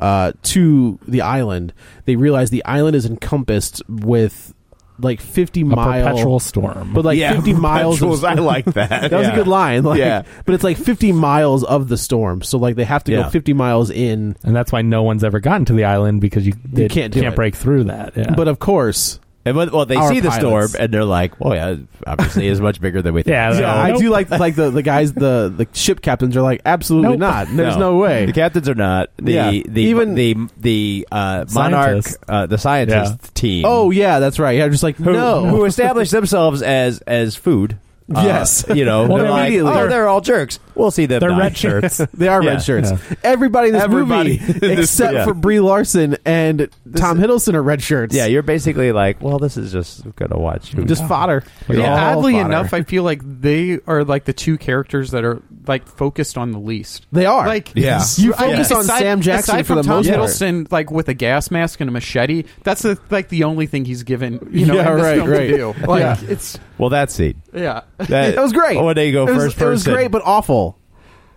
Speaker 3: uh, to the island, they realize the island is encompassed with like 50 mile
Speaker 2: perpetual storm
Speaker 3: but like
Speaker 6: yeah,
Speaker 3: 50 miles
Speaker 6: of, i like that
Speaker 3: that was
Speaker 6: yeah.
Speaker 3: a good line like,
Speaker 6: yeah
Speaker 3: but it's like 50 miles of the storm so like they have to
Speaker 6: Yeah.
Speaker 3: go 50 miles in
Speaker 2: and that's why no one's ever gotten to the island because you,
Speaker 3: You
Speaker 2: it
Speaker 3: can't do
Speaker 2: can't
Speaker 3: it.
Speaker 2: break through that yeah.
Speaker 3: but uh, of course
Speaker 1: and when, well, they
Speaker 3: Our
Speaker 1: see the
Speaker 3: pilots.
Speaker 1: storm and they're like, "Well, yeah, obviously, is much bigger than we think."
Speaker 2: Yeah,
Speaker 3: yeah,
Speaker 2: Uh,
Speaker 3: i
Speaker 2: nope.
Speaker 3: do like like the, the guys the the ship captains are like absolutely
Speaker 2: Nope.
Speaker 3: not there's no, way
Speaker 1: The captains are not. The
Speaker 3: Yeah.
Speaker 1: the
Speaker 3: Even-
Speaker 1: the the uh, monarch,
Speaker 2: Scientists.
Speaker 1: uh, the scientist team.
Speaker 3: oh yeah that's right yeah just like
Speaker 1: who,
Speaker 3: no
Speaker 1: who established themselves as as food. Uh,
Speaker 3: Yes.
Speaker 1: you know,
Speaker 2: Well,
Speaker 1: they're like,
Speaker 2: immediately-
Speaker 1: oh,
Speaker 2: they're-
Speaker 1: they're all jerks. We'll see them.
Speaker 2: they're
Speaker 1: die."
Speaker 2: red shirts
Speaker 3: they are
Speaker 1: Yeah.
Speaker 3: red shirts.
Speaker 2: Yeah.
Speaker 3: Everybody in this
Speaker 1: Everybody in
Speaker 3: movie,
Speaker 1: this-
Speaker 3: except
Speaker 1: yeah.
Speaker 3: for Brie Larson and Tom Hiddleston, are red shirts.
Speaker 1: Yeah, you're basically like, well, this is just gonna watch. you."
Speaker 3: just fodder.
Speaker 1: You're
Speaker 4: Yeah,
Speaker 1: all
Speaker 4: oddly
Speaker 1: fodder.
Speaker 4: enough, I feel like they are like the two characters that are like focused on the least.
Speaker 3: They are
Speaker 4: Like
Speaker 6: Yeah.
Speaker 3: You
Speaker 4: I-
Speaker 3: focus on
Speaker 4: aside-
Speaker 3: Sam Jackson
Speaker 4: aside
Speaker 3: for
Speaker 4: from
Speaker 3: the
Speaker 4: Tom
Speaker 3: most part.
Speaker 4: Hiddleston, like with a gas mask and a machete. That's the, like the only thing he's given. You know,
Speaker 3: Yeah,
Speaker 4: in this
Speaker 3: right,
Speaker 4: film
Speaker 3: right.
Speaker 4: To do. Like
Speaker 3: Yeah.
Speaker 4: it's
Speaker 1: well, that scene.
Speaker 4: yeah.
Speaker 1: That,
Speaker 3: That was great.
Speaker 1: When they Oh, go
Speaker 3: it was,
Speaker 1: first
Speaker 3: It was
Speaker 1: person.
Speaker 3: great, but awful.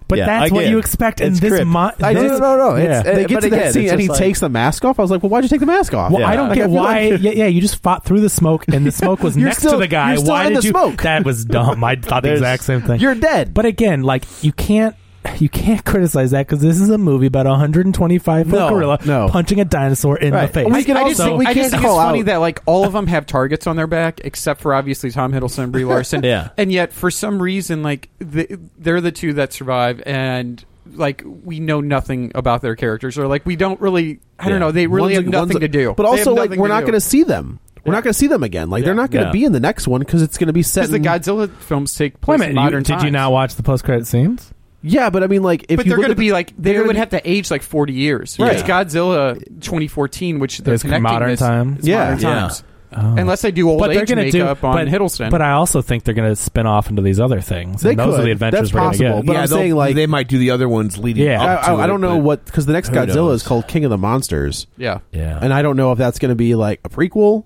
Speaker 2: but
Speaker 1: Yeah,
Speaker 2: that's what
Speaker 1: again,
Speaker 2: you expect in
Speaker 1: it's
Speaker 2: this
Speaker 1: crib.
Speaker 2: mo-
Speaker 3: I
Speaker 2: this,
Speaker 3: no, no, no, no. It's,
Speaker 1: Yeah.
Speaker 3: They get
Speaker 1: But
Speaker 3: to
Speaker 1: again,
Speaker 3: that
Speaker 1: it's
Speaker 3: scene and
Speaker 1: just
Speaker 3: he
Speaker 1: like-
Speaker 3: takes the mask off. I was like, well, why'd you take the mask off?
Speaker 2: Well,
Speaker 1: Yeah.
Speaker 2: I don't
Speaker 3: Like,
Speaker 2: get
Speaker 3: feel
Speaker 2: why.
Speaker 3: like-
Speaker 2: yeah, yeah, you just fought through the smoke, and the smoke was
Speaker 3: You're
Speaker 2: next
Speaker 3: still-
Speaker 2: to the guy.
Speaker 3: you're still
Speaker 2: why
Speaker 3: in
Speaker 2: did
Speaker 3: the
Speaker 2: you?
Speaker 3: smoke.
Speaker 2: That was dumb. I thought the
Speaker 1: There's-
Speaker 2: exact same thing.
Speaker 3: You're dead.
Speaker 2: But again, like you can't. You can't criticize that because this is a movie about a 125 foot
Speaker 3: No,
Speaker 2: gorilla
Speaker 3: no.
Speaker 2: punching a dinosaur in
Speaker 3: Right.
Speaker 2: the face.
Speaker 3: We can
Speaker 4: I
Speaker 3: also-
Speaker 4: just think,
Speaker 3: we
Speaker 4: I
Speaker 3: can't
Speaker 4: just think it's
Speaker 3: call
Speaker 4: funny
Speaker 3: out-
Speaker 4: that like all of them have targets on their back, except for obviously Tom Hiddleston and Brie Larson.
Speaker 1: Yeah.
Speaker 4: And yet, for some reason, like the, they're the two that survive, and like we know nothing about their characters, or like we don't really. I
Speaker 1: Yeah.
Speaker 4: don't know. They really
Speaker 3: One's a-
Speaker 4: have nothing
Speaker 3: one's a-
Speaker 4: to do.
Speaker 3: But
Speaker 4: They have
Speaker 3: also, like,
Speaker 4: nothing
Speaker 3: we're
Speaker 4: to
Speaker 3: not
Speaker 4: do.
Speaker 3: going to see them. We're not going to see them again. Like, they're
Speaker 4: Yeah.
Speaker 3: not going to
Speaker 1: Yeah.
Speaker 3: be in the next one because it's going to be set
Speaker 4: because the
Speaker 3: in
Speaker 4: Godzilla films take
Speaker 2: Wait a
Speaker 4: place
Speaker 2: minute,
Speaker 4: in
Speaker 2: you-
Speaker 4: modern
Speaker 2: did you
Speaker 4: times.
Speaker 2: not watch the post credit scenes?
Speaker 3: Yeah, but I mean, like, if
Speaker 4: But
Speaker 3: you
Speaker 4: they're
Speaker 3: look
Speaker 4: going to
Speaker 3: at the-
Speaker 4: be like they
Speaker 3: they're gonna
Speaker 4: would
Speaker 3: be-
Speaker 4: have to age like forty years.
Speaker 3: Right.
Speaker 4: It's Godzilla 2014, which they're
Speaker 2: It's
Speaker 4: connecting
Speaker 2: modern
Speaker 4: this,
Speaker 2: time.
Speaker 4: It's
Speaker 3: Yeah.
Speaker 4: modern
Speaker 1: Yeah.
Speaker 4: times. Unless they do old
Speaker 2: but they're
Speaker 4: age
Speaker 2: going to do
Speaker 4: makeup on
Speaker 2: but,
Speaker 4: Hiddleston.
Speaker 2: But I also think they're going to spin off into these other things.
Speaker 3: They
Speaker 2: and those are
Speaker 3: could.
Speaker 2: the adventures
Speaker 3: That's
Speaker 2: we're going to
Speaker 3: possible,
Speaker 2: get.
Speaker 3: but I'm
Speaker 6: they'll-
Speaker 3: saying, like-
Speaker 6: they might do the other ones leading
Speaker 2: Yeah.
Speaker 6: up
Speaker 3: I,
Speaker 6: to
Speaker 3: I, I don't
Speaker 6: it,
Speaker 3: know
Speaker 6: but-
Speaker 3: what because the next
Speaker 6: Who
Speaker 3: Godzilla
Speaker 6: knows?
Speaker 3: is called King of the Monsters,
Speaker 4: yeah.
Speaker 1: Yeah,
Speaker 3: and I don't know if that's going to be like a prequel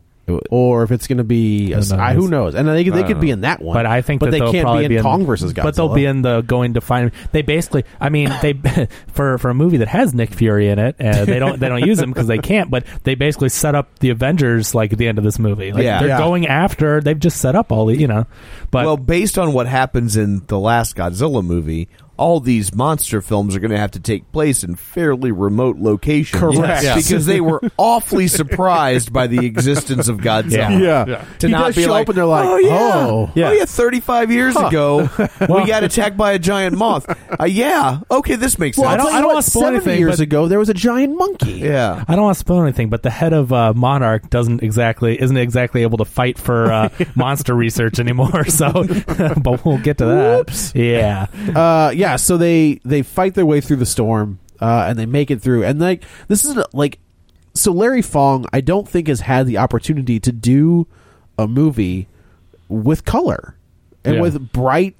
Speaker 3: or if it's going to be a,
Speaker 2: Who
Speaker 3: I, who
Speaker 2: knows? Uh,
Speaker 3: knows. And I think
Speaker 6: I
Speaker 3: they
Speaker 6: don't
Speaker 3: could be
Speaker 6: know.
Speaker 3: in that one,
Speaker 2: But I think
Speaker 3: but
Speaker 2: that
Speaker 3: they
Speaker 2: they'll
Speaker 3: can't
Speaker 2: probably
Speaker 3: be in, Kong versus Godzilla.
Speaker 2: But they'll be in the going to find. They basically, I mean, they for for a movie that has Nick Fury in it, uh, they don't they don't use him because they can't. But they basically set up the Avengers like at the end of this movie. Like,
Speaker 6: Yeah.
Speaker 2: they're
Speaker 6: Yeah.
Speaker 2: going after. They've just set up all the you know. But
Speaker 6: well, based on what happens in the last Godzilla movie, all these monster films are going to have to take place in fairly remote locations.
Speaker 3: Correct. Yes.
Speaker 6: Because they were awfully surprised by the existence of Godzilla.
Speaker 2: Yeah.
Speaker 3: yeah.
Speaker 6: To
Speaker 3: he
Speaker 6: not
Speaker 3: does
Speaker 6: be
Speaker 3: show
Speaker 6: like,
Speaker 3: up and they're like,
Speaker 6: oh, yeah.
Speaker 3: oh.
Speaker 6: Oh, yeah, 35 years ago, we got attacked by a giant moth. Uh, yeah, okay, this makes
Speaker 3: Well, I
Speaker 6: sense.
Speaker 3: don't, I don't want to spoil anything. Years
Speaker 2: but-
Speaker 3: ago, there was a giant monkey.
Speaker 6: yeah.
Speaker 2: I don't want to spoil anything, but the head of uh, Monarch doesn't exactly isn't exactly able to fight for uh, monster research anymore. So, but we'll get to that. Yeah,
Speaker 3: Uh, yeah. So they they fight their way through the storm, uh, and they make it through. And like this is like, so Larry Fong, I don't think has had the opportunity to do a movie with color and
Speaker 2: Yeah.
Speaker 3: with bright,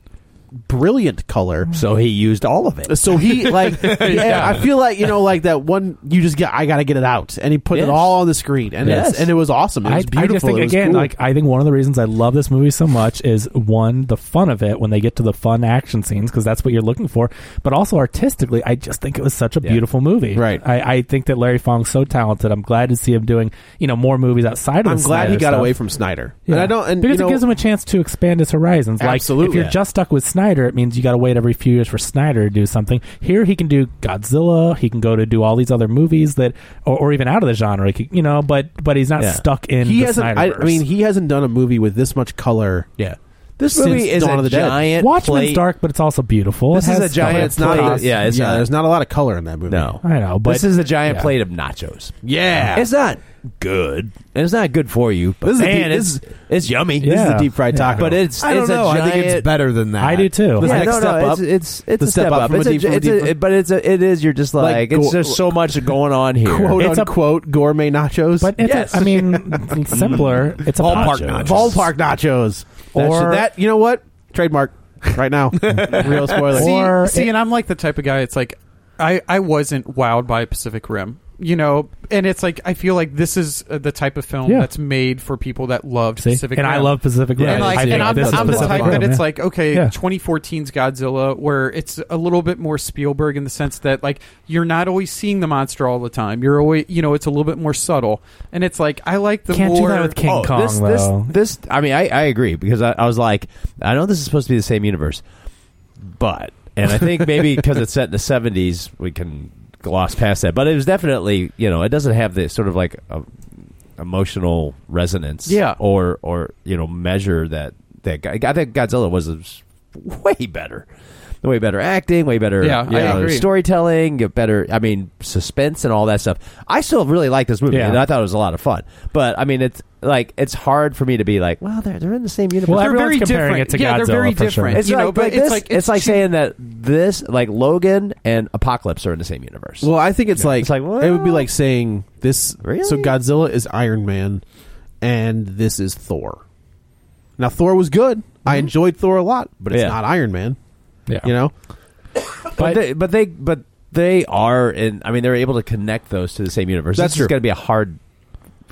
Speaker 3: brilliant color.
Speaker 1: so he used all of it.
Speaker 3: So he like, yeah, I feel like you know, like that one. You just get, I got to get it out, and he put
Speaker 1: Yes.
Speaker 3: it all on the screen, and
Speaker 1: Yes.
Speaker 3: it's, and it was awesome. It was beautiful.
Speaker 2: just think
Speaker 3: It was
Speaker 2: again,
Speaker 3: cool.
Speaker 2: like I think one of the reasons I love this movie so much is one, the fun of it when they get to the fun action scenes because that's what you're looking for. But also artistically, I just think it was such a
Speaker 1: Yeah.
Speaker 2: beautiful movie.
Speaker 3: Right.
Speaker 2: I, I think that Larry Fong's so talented. I'm glad to see him doing you know more movies outside of.
Speaker 3: I'm
Speaker 2: the
Speaker 3: glad he
Speaker 2: Snyder
Speaker 3: got
Speaker 2: stuff.
Speaker 3: away from Snyder.
Speaker 2: Yeah.
Speaker 3: And I don't and
Speaker 2: because
Speaker 3: you know,
Speaker 2: it gives him a chance to expand his horizons. Like if
Speaker 3: Absolutely.
Speaker 2: you're just stuck with Snyder, it means you got to wait every few years for Snyder to do something. Here he can do Godzilla. He can go to do all these other movies that, or, or even out of the genre, he could- you know. But but he's not
Speaker 1: Yeah.
Speaker 2: stuck in
Speaker 3: he
Speaker 2: the
Speaker 3: hasn't. I, I
Speaker 2: Snyderverse.
Speaker 3: mean, he hasn't done a movie with this much color.
Speaker 2: yeah.
Speaker 1: This movie
Speaker 3: since
Speaker 1: is
Speaker 3: Dawn
Speaker 1: a
Speaker 3: of the Dead.
Speaker 1: giant
Speaker 2: Watchmen's
Speaker 1: plate-
Speaker 2: dark, but it's also beautiful.
Speaker 1: This
Speaker 2: it
Speaker 1: is
Speaker 2: has
Speaker 1: a giant
Speaker 2: stuff like
Speaker 1: plate.
Speaker 2: that.
Speaker 1: Yeah, it's
Speaker 3: yeah, uh,
Speaker 1: not-
Speaker 3: there's not a lot of color in that movie.
Speaker 1: No,
Speaker 2: I know, but
Speaker 1: this is a giant
Speaker 2: yeah.
Speaker 1: plate of nachos.
Speaker 3: Yeah.
Speaker 1: it's not good, and it's not good for you. But
Speaker 3: This is a
Speaker 1: man,
Speaker 3: deep-
Speaker 1: it's,
Speaker 3: this
Speaker 1: it's yummy.
Speaker 2: This is a
Speaker 3: deep fried taco.
Speaker 1: but it's
Speaker 6: I don't
Speaker 1: it's
Speaker 6: know.
Speaker 1: a
Speaker 6: I
Speaker 1: giant,
Speaker 6: think it's better than that.
Speaker 2: I do too.
Speaker 3: This
Speaker 1: Yeah,
Speaker 3: next
Speaker 1: no,
Speaker 3: step
Speaker 1: no,
Speaker 3: up.
Speaker 1: it's it's, it's
Speaker 3: The
Speaker 1: a step,
Speaker 3: step up
Speaker 1: up.
Speaker 3: from
Speaker 1: It's
Speaker 3: a
Speaker 1: a,
Speaker 3: deep- from a
Speaker 1: it's
Speaker 3: deep
Speaker 1: a,
Speaker 3: fried-
Speaker 1: but it's a, it is. You're just like,
Speaker 3: Like,
Speaker 1: it's
Speaker 3: go-
Speaker 1: just so much going on here.
Speaker 3: Quote
Speaker 2: It's a-
Speaker 3: unquote gourmet nachos.
Speaker 2: But it's
Speaker 1: Yes.
Speaker 2: a, I mean, simpler. It's a
Speaker 6: Ballpark
Speaker 2: nacho.
Speaker 6: nachos.
Speaker 3: ballpark nachos. That
Speaker 2: Or-
Speaker 3: should- that you know what? Trademark right now. Real spoiler.
Speaker 2: See- Or-
Speaker 4: see, and I'm like the type of guy. It's like I I wasn't wowed by Pacific Rim, you know, and it's like I feel like this is uh, the type of film
Speaker 2: Yeah.
Speaker 4: that's made for people that loved
Speaker 2: See?
Speaker 4: Pacific
Speaker 2: and
Speaker 4: Rim.
Speaker 2: I love Pacific Rim.
Speaker 4: and, like,
Speaker 2: I
Speaker 4: and
Speaker 2: think
Speaker 4: I'm,
Speaker 2: this is
Speaker 4: I'm the
Speaker 2: Pacific
Speaker 4: type
Speaker 2: Rim,
Speaker 4: that it's
Speaker 2: yeah.
Speaker 4: like okay,
Speaker 2: Yeah.
Speaker 4: 2014's Godzilla, where it's a little bit more Spielberg in the sense that like you're not always seeing the monster all the time. You're always you know it's a little bit more subtle, and it's like I like the
Speaker 2: Can't do
Speaker 4: more.
Speaker 2: that with King
Speaker 1: Oh,
Speaker 2: Kong
Speaker 1: this,
Speaker 2: though.
Speaker 1: This, this, I mean, I, I agree because I, I was like, I know this is supposed to be the same universe, but and I think maybe because it's set in the seventies, we can gloss past that. But it was definitely, you know, it doesn't have the sort of like a, emotional resonance,
Speaker 4: Yeah.
Speaker 1: or or you know, measure that that guy. I think Godzilla was a s- way better. Way better acting, way better
Speaker 4: Yeah,
Speaker 1: you
Speaker 4: I
Speaker 1: know,
Speaker 4: agree.
Speaker 1: storytelling, better, I mean, suspense and all that stuff. I still really like this movie,
Speaker 2: Yeah.
Speaker 1: and I thought it was a lot of fun. But, I mean, it's like, it's hard for me to be like, well, they're, they're in the same universe.
Speaker 2: Well,
Speaker 4: They're
Speaker 2: everyone's
Speaker 4: very
Speaker 2: comparing
Speaker 4: different.
Speaker 2: it to
Speaker 4: Yeah, they're
Speaker 2: Godzilla
Speaker 4: very
Speaker 2: for sure.
Speaker 4: different.
Speaker 1: It's
Speaker 4: you
Speaker 1: like,
Speaker 4: know, but
Speaker 1: like
Speaker 4: it's
Speaker 1: this-
Speaker 4: like-
Speaker 1: it's,
Speaker 4: it's
Speaker 1: like
Speaker 4: two-
Speaker 1: saying that this like Logan and Apocalypse are in the same universe.
Speaker 3: Well, I think it's like,
Speaker 1: It's like,
Speaker 3: it would be
Speaker 1: well-
Speaker 3: like saying this.
Speaker 1: Really?
Speaker 3: So Godzilla is Iron Man, and this is Thor. Now Thor was good. I enjoyed Thor a lot, but it's
Speaker 1: Yeah.
Speaker 3: not Iron Man.
Speaker 2: Yeah.
Speaker 3: You know,
Speaker 1: but, they, but they but they are in I mean they're able to connect those to the same universe.
Speaker 3: That's
Speaker 1: this
Speaker 3: true.
Speaker 1: is going to be a hard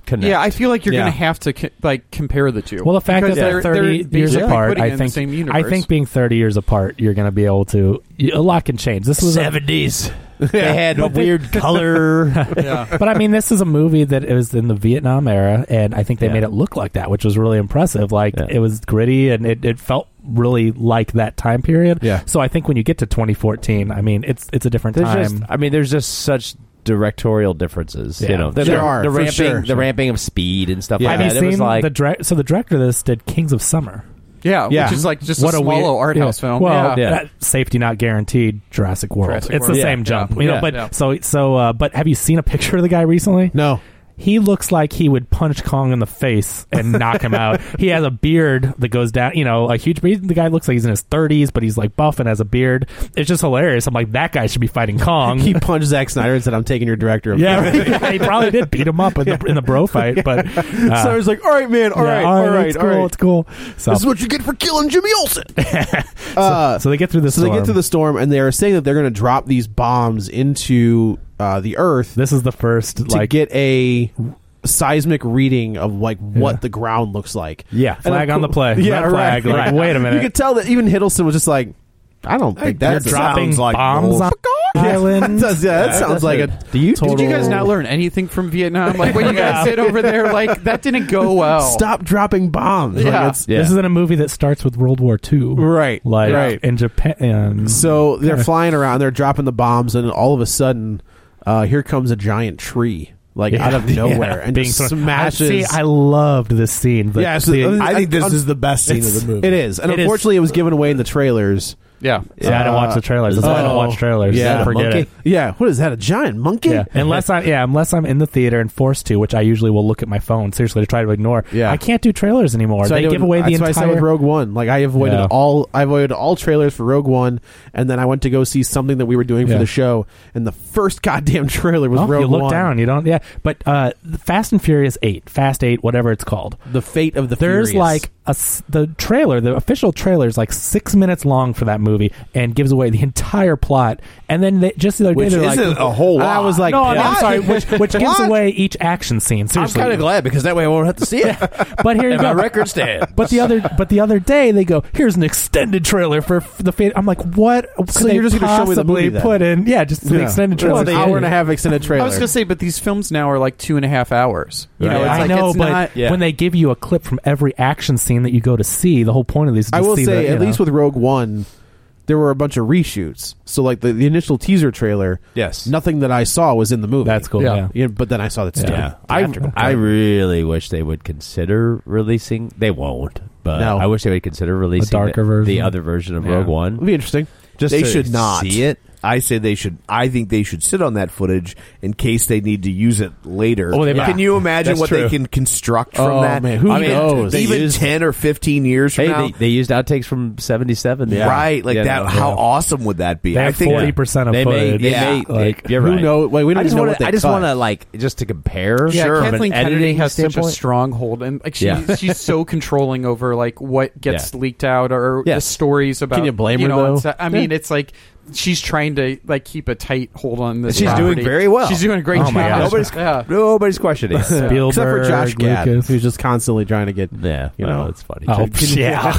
Speaker 1: connect.
Speaker 4: Oh, Yeah, I feel like you're
Speaker 3: Yeah.
Speaker 4: going to have to co- like compare the two.
Speaker 2: Well, the fact
Speaker 4: Because
Speaker 2: that they're, 30 years
Speaker 4: basically
Speaker 2: apart,
Speaker 4: putting it
Speaker 2: I
Speaker 4: in
Speaker 2: think.
Speaker 4: the same
Speaker 2: I
Speaker 4: universe.
Speaker 2: think being 30 years apart, you're going to be able to. You, a lot can change. This was a,
Speaker 1: seventies. They had a weird color.
Speaker 2: but I mean, this is a movie that it was in the Vietnam era, and I think they
Speaker 1: Yeah.
Speaker 2: made it look like that, which was really impressive. Like
Speaker 1: Yeah.
Speaker 2: it was gritty, and it, it felt really like that time period.
Speaker 3: Yeah.
Speaker 2: So I think when you get to 2014, I mean, it's it's a different
Speaker 1: There's
Speaker 2: time.
Speaker 1: just I mean there's just such directorial differences.
Speaker 2: Yeah.
Speaker 1: You know,
Speaker 2: There
Speaker 1: the,
Speaker 3: are,
Speaker 1: the
Speaker 3: for
Speaker 1: ramping
Speaker 3: sure.
Speaker 1: the ramping of speed and stuff
Speaker 3: Yeah.
Speaker 1: like
Speaker 2: Have
Speaker 1: that.
Speaker 2: you
Speaker 1: it was
Speaker 2: seen
Speaker 1: like
Speaker 2: the direct? So the director of this did Kings of Summer.
Speaker 4: yeah,
Speaker 3: Yeah.
Speaker 4: which is like just a
Speaker 2: weird-
Speaker 4: small art
Speaker 2: yeah.
Speaker 4: house film.
Speaker 2: Well,
Speaker 4: yeah.
Speaker 1: Yeah.
Speaker 2: that- safety not guaranteed. Jurassic World.
Speaker 4: Jurassic
Speaker 2: it's
Speaker 4: World.
Speaker 2: the
Speaker 4: Yeah.
Speaker 2: same jump,
Speaker 4: Yeah.
Speaker 2: you know.
Speaker 4: Yeah.
Speaker 2: But
Speaker 4: Yeah.
Speaker 2: so so. Uh, but have you seen a picture of the guy recently?
Speaker 3: no.
Speaker 2: He looks like he would punch Kong in the face and knock him out. He has a beard that goes down, you know, a huge beard. The guy looks like he's in his 30s, but he's like buff and has a beard. It's just hilarious. I'm like, that guy should be fighting Kong.
Speaker 3: He punched Zack Snyder and said, "I'm taking your director." Of
Speaker 2: yeah, right. he probably did beat him up in the, in the bro fight, but uh,
Speaker 3: So I was like, "All right, man. All
Speaker 2: yeah,
Speaker 3: right,
Speaker 2: all right,
Speaker 3: all right,
Speaker 2: it's
Speaker 3: all
Speaker 2: cool,
Speaker 3: right.
Speaker 2: it's cool. So,
Speaker 3: This is what you get for killing Jimmy Olsen." uh,
Speaker 2: so they get through this.
Speaker 3: so they get to the storm, and they are saying that they're going to drop these bombs into uh, the Earth
Speaker 2: This is the first
Speaker 3: to
Speaker 2: like
Speaker 3: get a seismic reading of like what
Speaker 2: Yeah.
Speaker 3: the ground looks like.
Speaker 2: Yeah,
Speaker 3: And
Speaker 2: flag
Speaker 3: I'm
Speaker 2: on the
Speaker 3: cool-
Speaker 2: play.
Speaker 3: Yeah,
Speaker 2: Red flag.
Speaker 3: right,
Speaker 2: Like,
Speaker 3: right.
Speaker 2: wait a
Speaker 3: You
Speaker 2: minute.
Speaker 3: could tell that even Hiddleston was just like, I don't think
Speaker 2: You're
Speaker 3: that's
Speaker 2: dropping
Speaker 6: sounds like
Speaker 2: bombs on
Speaker 3: That,
Speaker 2: island.
Speaker 3: does, yeah, that sounds like a.
Speaker 1: Do you
Speaker 3: total-
Speaker 4: Did you guys not learn anything from Vietnam? Like when you guys sit over there, like that didn't go well.
Speaker 3: Stop dropping bombs. Like,
Speaker 4: Yeah.
Speaker 3: it's-
Speaker 1: Yeah.
Speaker 2: This isn't a movie that starts with World War II,
Speaker 3: Right,
Speaker 2: Like
Speaker 3: right.
Speaker 2: in Japan. um,
Speaker 3: So they're
Speaker 2: Kinda-
Speaker 3: flying around, they're dropping the bombs, and all of a sudden, uh, here comes a giant tree, like out of nowhere, and
Speaker 2: Being
Speaker 3: just
Speaker 2: thrown-
Speaker 3: smashes.
Speaker 2: I, see, I loved this scene. The,
Speaker 3: Yeah, so-
Speaker 2: the-
Speaker 6: I think this
Speaker 3: un-
Speaker 6: is the best scene of
Speaker 2: it's-
Speaker 6: the movie.
Speaker 3: it is, and
Speaker 2: It is-
Speaker 3: unfortunately, it was given away in the trailers.
Speaker 4: Yeah.
Speaker 2: yeah, I don't watch the trailers. That's why I don't
Speaker 3: oh,
Speaker 2: watch trailers.
Speaker 3: Yeah,
Speaker 2: Yeah, forget it.
Speaker 3: Yeah, what is that? A giant monkey?
Speaker 2: Yeah, unless I yeah, unless I'm in the theater and forced to, which I usually will look at my phone seriously to try to ignore.
Speaker 3: Yeah.
Speaker 2: I can't do trailers anymore.
Speaker 3: So
Speaker 2: they
Speaker 3: I did-
Speaker 2: give away the
Speaker 3: that's What I said with
Speaker 2: entire.
Speaker 3: Rogue One, like I avoided
Speaker 2: Yeah.
Speaker 3: all, I avoided all trailers for Rogue One, and then I went to go see something that we were doing for
Speaker 2: Yeah.
Speaker 3: the show, and the first goddamn trailer was
Speaker 2: Oh,
Speaker 3: Rogue
Speaker 2: you look
Speaker 3: One.
Speaker 2: down. You don't. Yeah, but uh, Fast and Furious Eight, Fast Eight, whatever it's called.
Speaker 3: The fate of the
Speaker 2: There's
Speaker 3: Furious.
Speaker 2: like a s- the trailer, the official trailer is like six minutes long for that movie and gives away the entire plot. And then they, just the other
Speaker 6: Which
Speaker 2: day, they're
Speaker 6: isn't
Speaker 2: like,
Speaker 6: a whole
Speaker 2: And I
Speaker 6: lot.
Speaker 2: was like,
Speaker 6: No,
Speaker 2: I mean, I'm
Speaker 6: what?
Speaker 2: sorry, which, which gives
Speaker 6: What?
Speaker 2: away each action scene. Seriously,
Speaker 1: I'm kind of glad because that way I won't have to see it.
Speaker 2: But here you
Speaker 1: and
Speaker 2: go.
Speaker 1: my record stand.
Speaker 2: But the other, but the other day they go, here's an extended trailer for f- the. Fa-. I'm like, what? Could
Speaker 3: So
Speaker 2: they
Speaker 3: you're just gonna show me the
Speaker 2: possibly
Speaker 3: movie then?
Speaker 2: put in? Yeah, just an
Speaker 3: Yeah.
Speaker 2: extended trailer.
Speaker 3: Well, it's an hour and a half extended trailer.
Speaker 4: I was gonna say, but these films now are like two and a half hours. You know,
Speaker 3: Right.
Speaker 4: it's
Speaker 2: I
Speaker 4: like,
Speaker 2: know,
Speaker 4: it's
Speaker 2: but
Speaker 4: not,
Speaker 1: Yeah.
Speaker 2: when they give you a clip from every action scene that you go to see, the whole point of these. Is to
Speaker 3: I will
Speaker 2: see
Speaker 3: say,
Speaker 2: the, you
Speaker 3: at
Speaker 2: know.
Speaker 3: least with Rogue One, there were a bunch of reshoots. So like the, the initial teaser trailer,
Speaker 1: Yes.
Speaker 3: nothing that I saw was in the movie.
Speaker 2: That's cool, Yeah. yeah.
Speaker 3: You know, but then I saw that.
Speaker 2: Yeah.
Speaker 3: stupid
Speaker 1: Yeah, I,
Speaker 3: theatrical
Speaker 1: I
Speaker 3: cut.
Speaker 1: really wish they would consider releasing. They won't, but
Speaker 3: No.
Speaker 1: I wish they would consider releasing
Speaker 2: darker
Speaker 1: the,
Speaker 2: version.
Speaker 1: the other version of
Speaker 4: Yeah.
Speaker 1: Rogue One.
Speaker 3: It'd be interesting.
Speaker 1: Just
Speaker 6: they
Speaker 1: to
Speaker 6: should not
Speaker 1: see it.
Speaker 6: I say they should. I think they should sit on that footage in case they need to use it later.
Speaker 1: Oh, they might.
Speaker 6: Can you imagine
Speaker 1: That's
Speaker 6: what
Speaker 1: true.
Speaker 6: they can construct from
Speaker 3: Oh,
Speaker 6: that?
Speaker 3: man, who
Speaker 6: I mean,
Speaker 3: knows?
Speaker 1: They
Speaker 6: Even
Speaker 1: used-
Speaker 6: ten or fifteen years from
Speaker 1: Hey,
Speaker 6: now,
Speaker 1: they, they used outtakes from '77,
Speaker 6: right? Like that. how awesome would that be?
Speaker 2: They
Speaker 6: I
Speaker 2: have
Speaker 6: think.
Speaker 2: forty percent of
Speaker 1: they may,
Speaker 2: footage.
Speaker 1: they
Speaker 6: Yeah.
Speaker 1: may,
Speaker 2: Like,
Speaker 1: like you're
Speaker 3: who
Speaker 1: right.
Speaker 3: know- like, we don't
Speaker 1: I just
Speaker 3: even know
Speaker 1: wanna-
Speaker 3: what they
Speaker 1: I just
Speaker 3: cut.
Speaker 1: want to like just to compare.
Speaker 4: Yeah,
Speaker 1: from an
Speaker 4: Kathleen Kennedy
Speaker 1: editing
Speaker 4: has such a
Speaker 1: standpoint.
Speaker 4: strong hold, and like she,
Speaker 1: Yeah.
Speaker 4: she's so controlling over like what gets
Speaker 1: Yeah.
Speaker 4: leaked out or
Speaker 1: Yeah.
Speaker 4: the stories about.
Speaker 3: Can you blame her,
Speaker 4: know,
Speaker 3: though?
Speaker 4: it's- uh, I mean,
Speaker 3: Yeah.
Speaker 4: it's like she's trying to like keep a tight hold on this.
Speaker 1: She's doing
Speaker 4: property.
Speaker 1: very well.
Speaker 4: She's doing a great
Speaker 2: Oh
Speaker 4: job.
Speaker 2: my gosh.
Speaker 1: Nobody's-
Speaker 4: yeah.
Speaker 1: Nobody's oh, questioning. it.
Speaker 2: Spielberg,
Speaker 3: Except for Josh Gad,
Speaker 2: Lucas.
Speaker 3: who's just constantly trying to get.
Speaker 1: Yeah,
Speaker 3: you
Speaker 1: well,
Speaker 3: know,
Speaker 1: it's funny.
Speaker 2: Oh, yeah.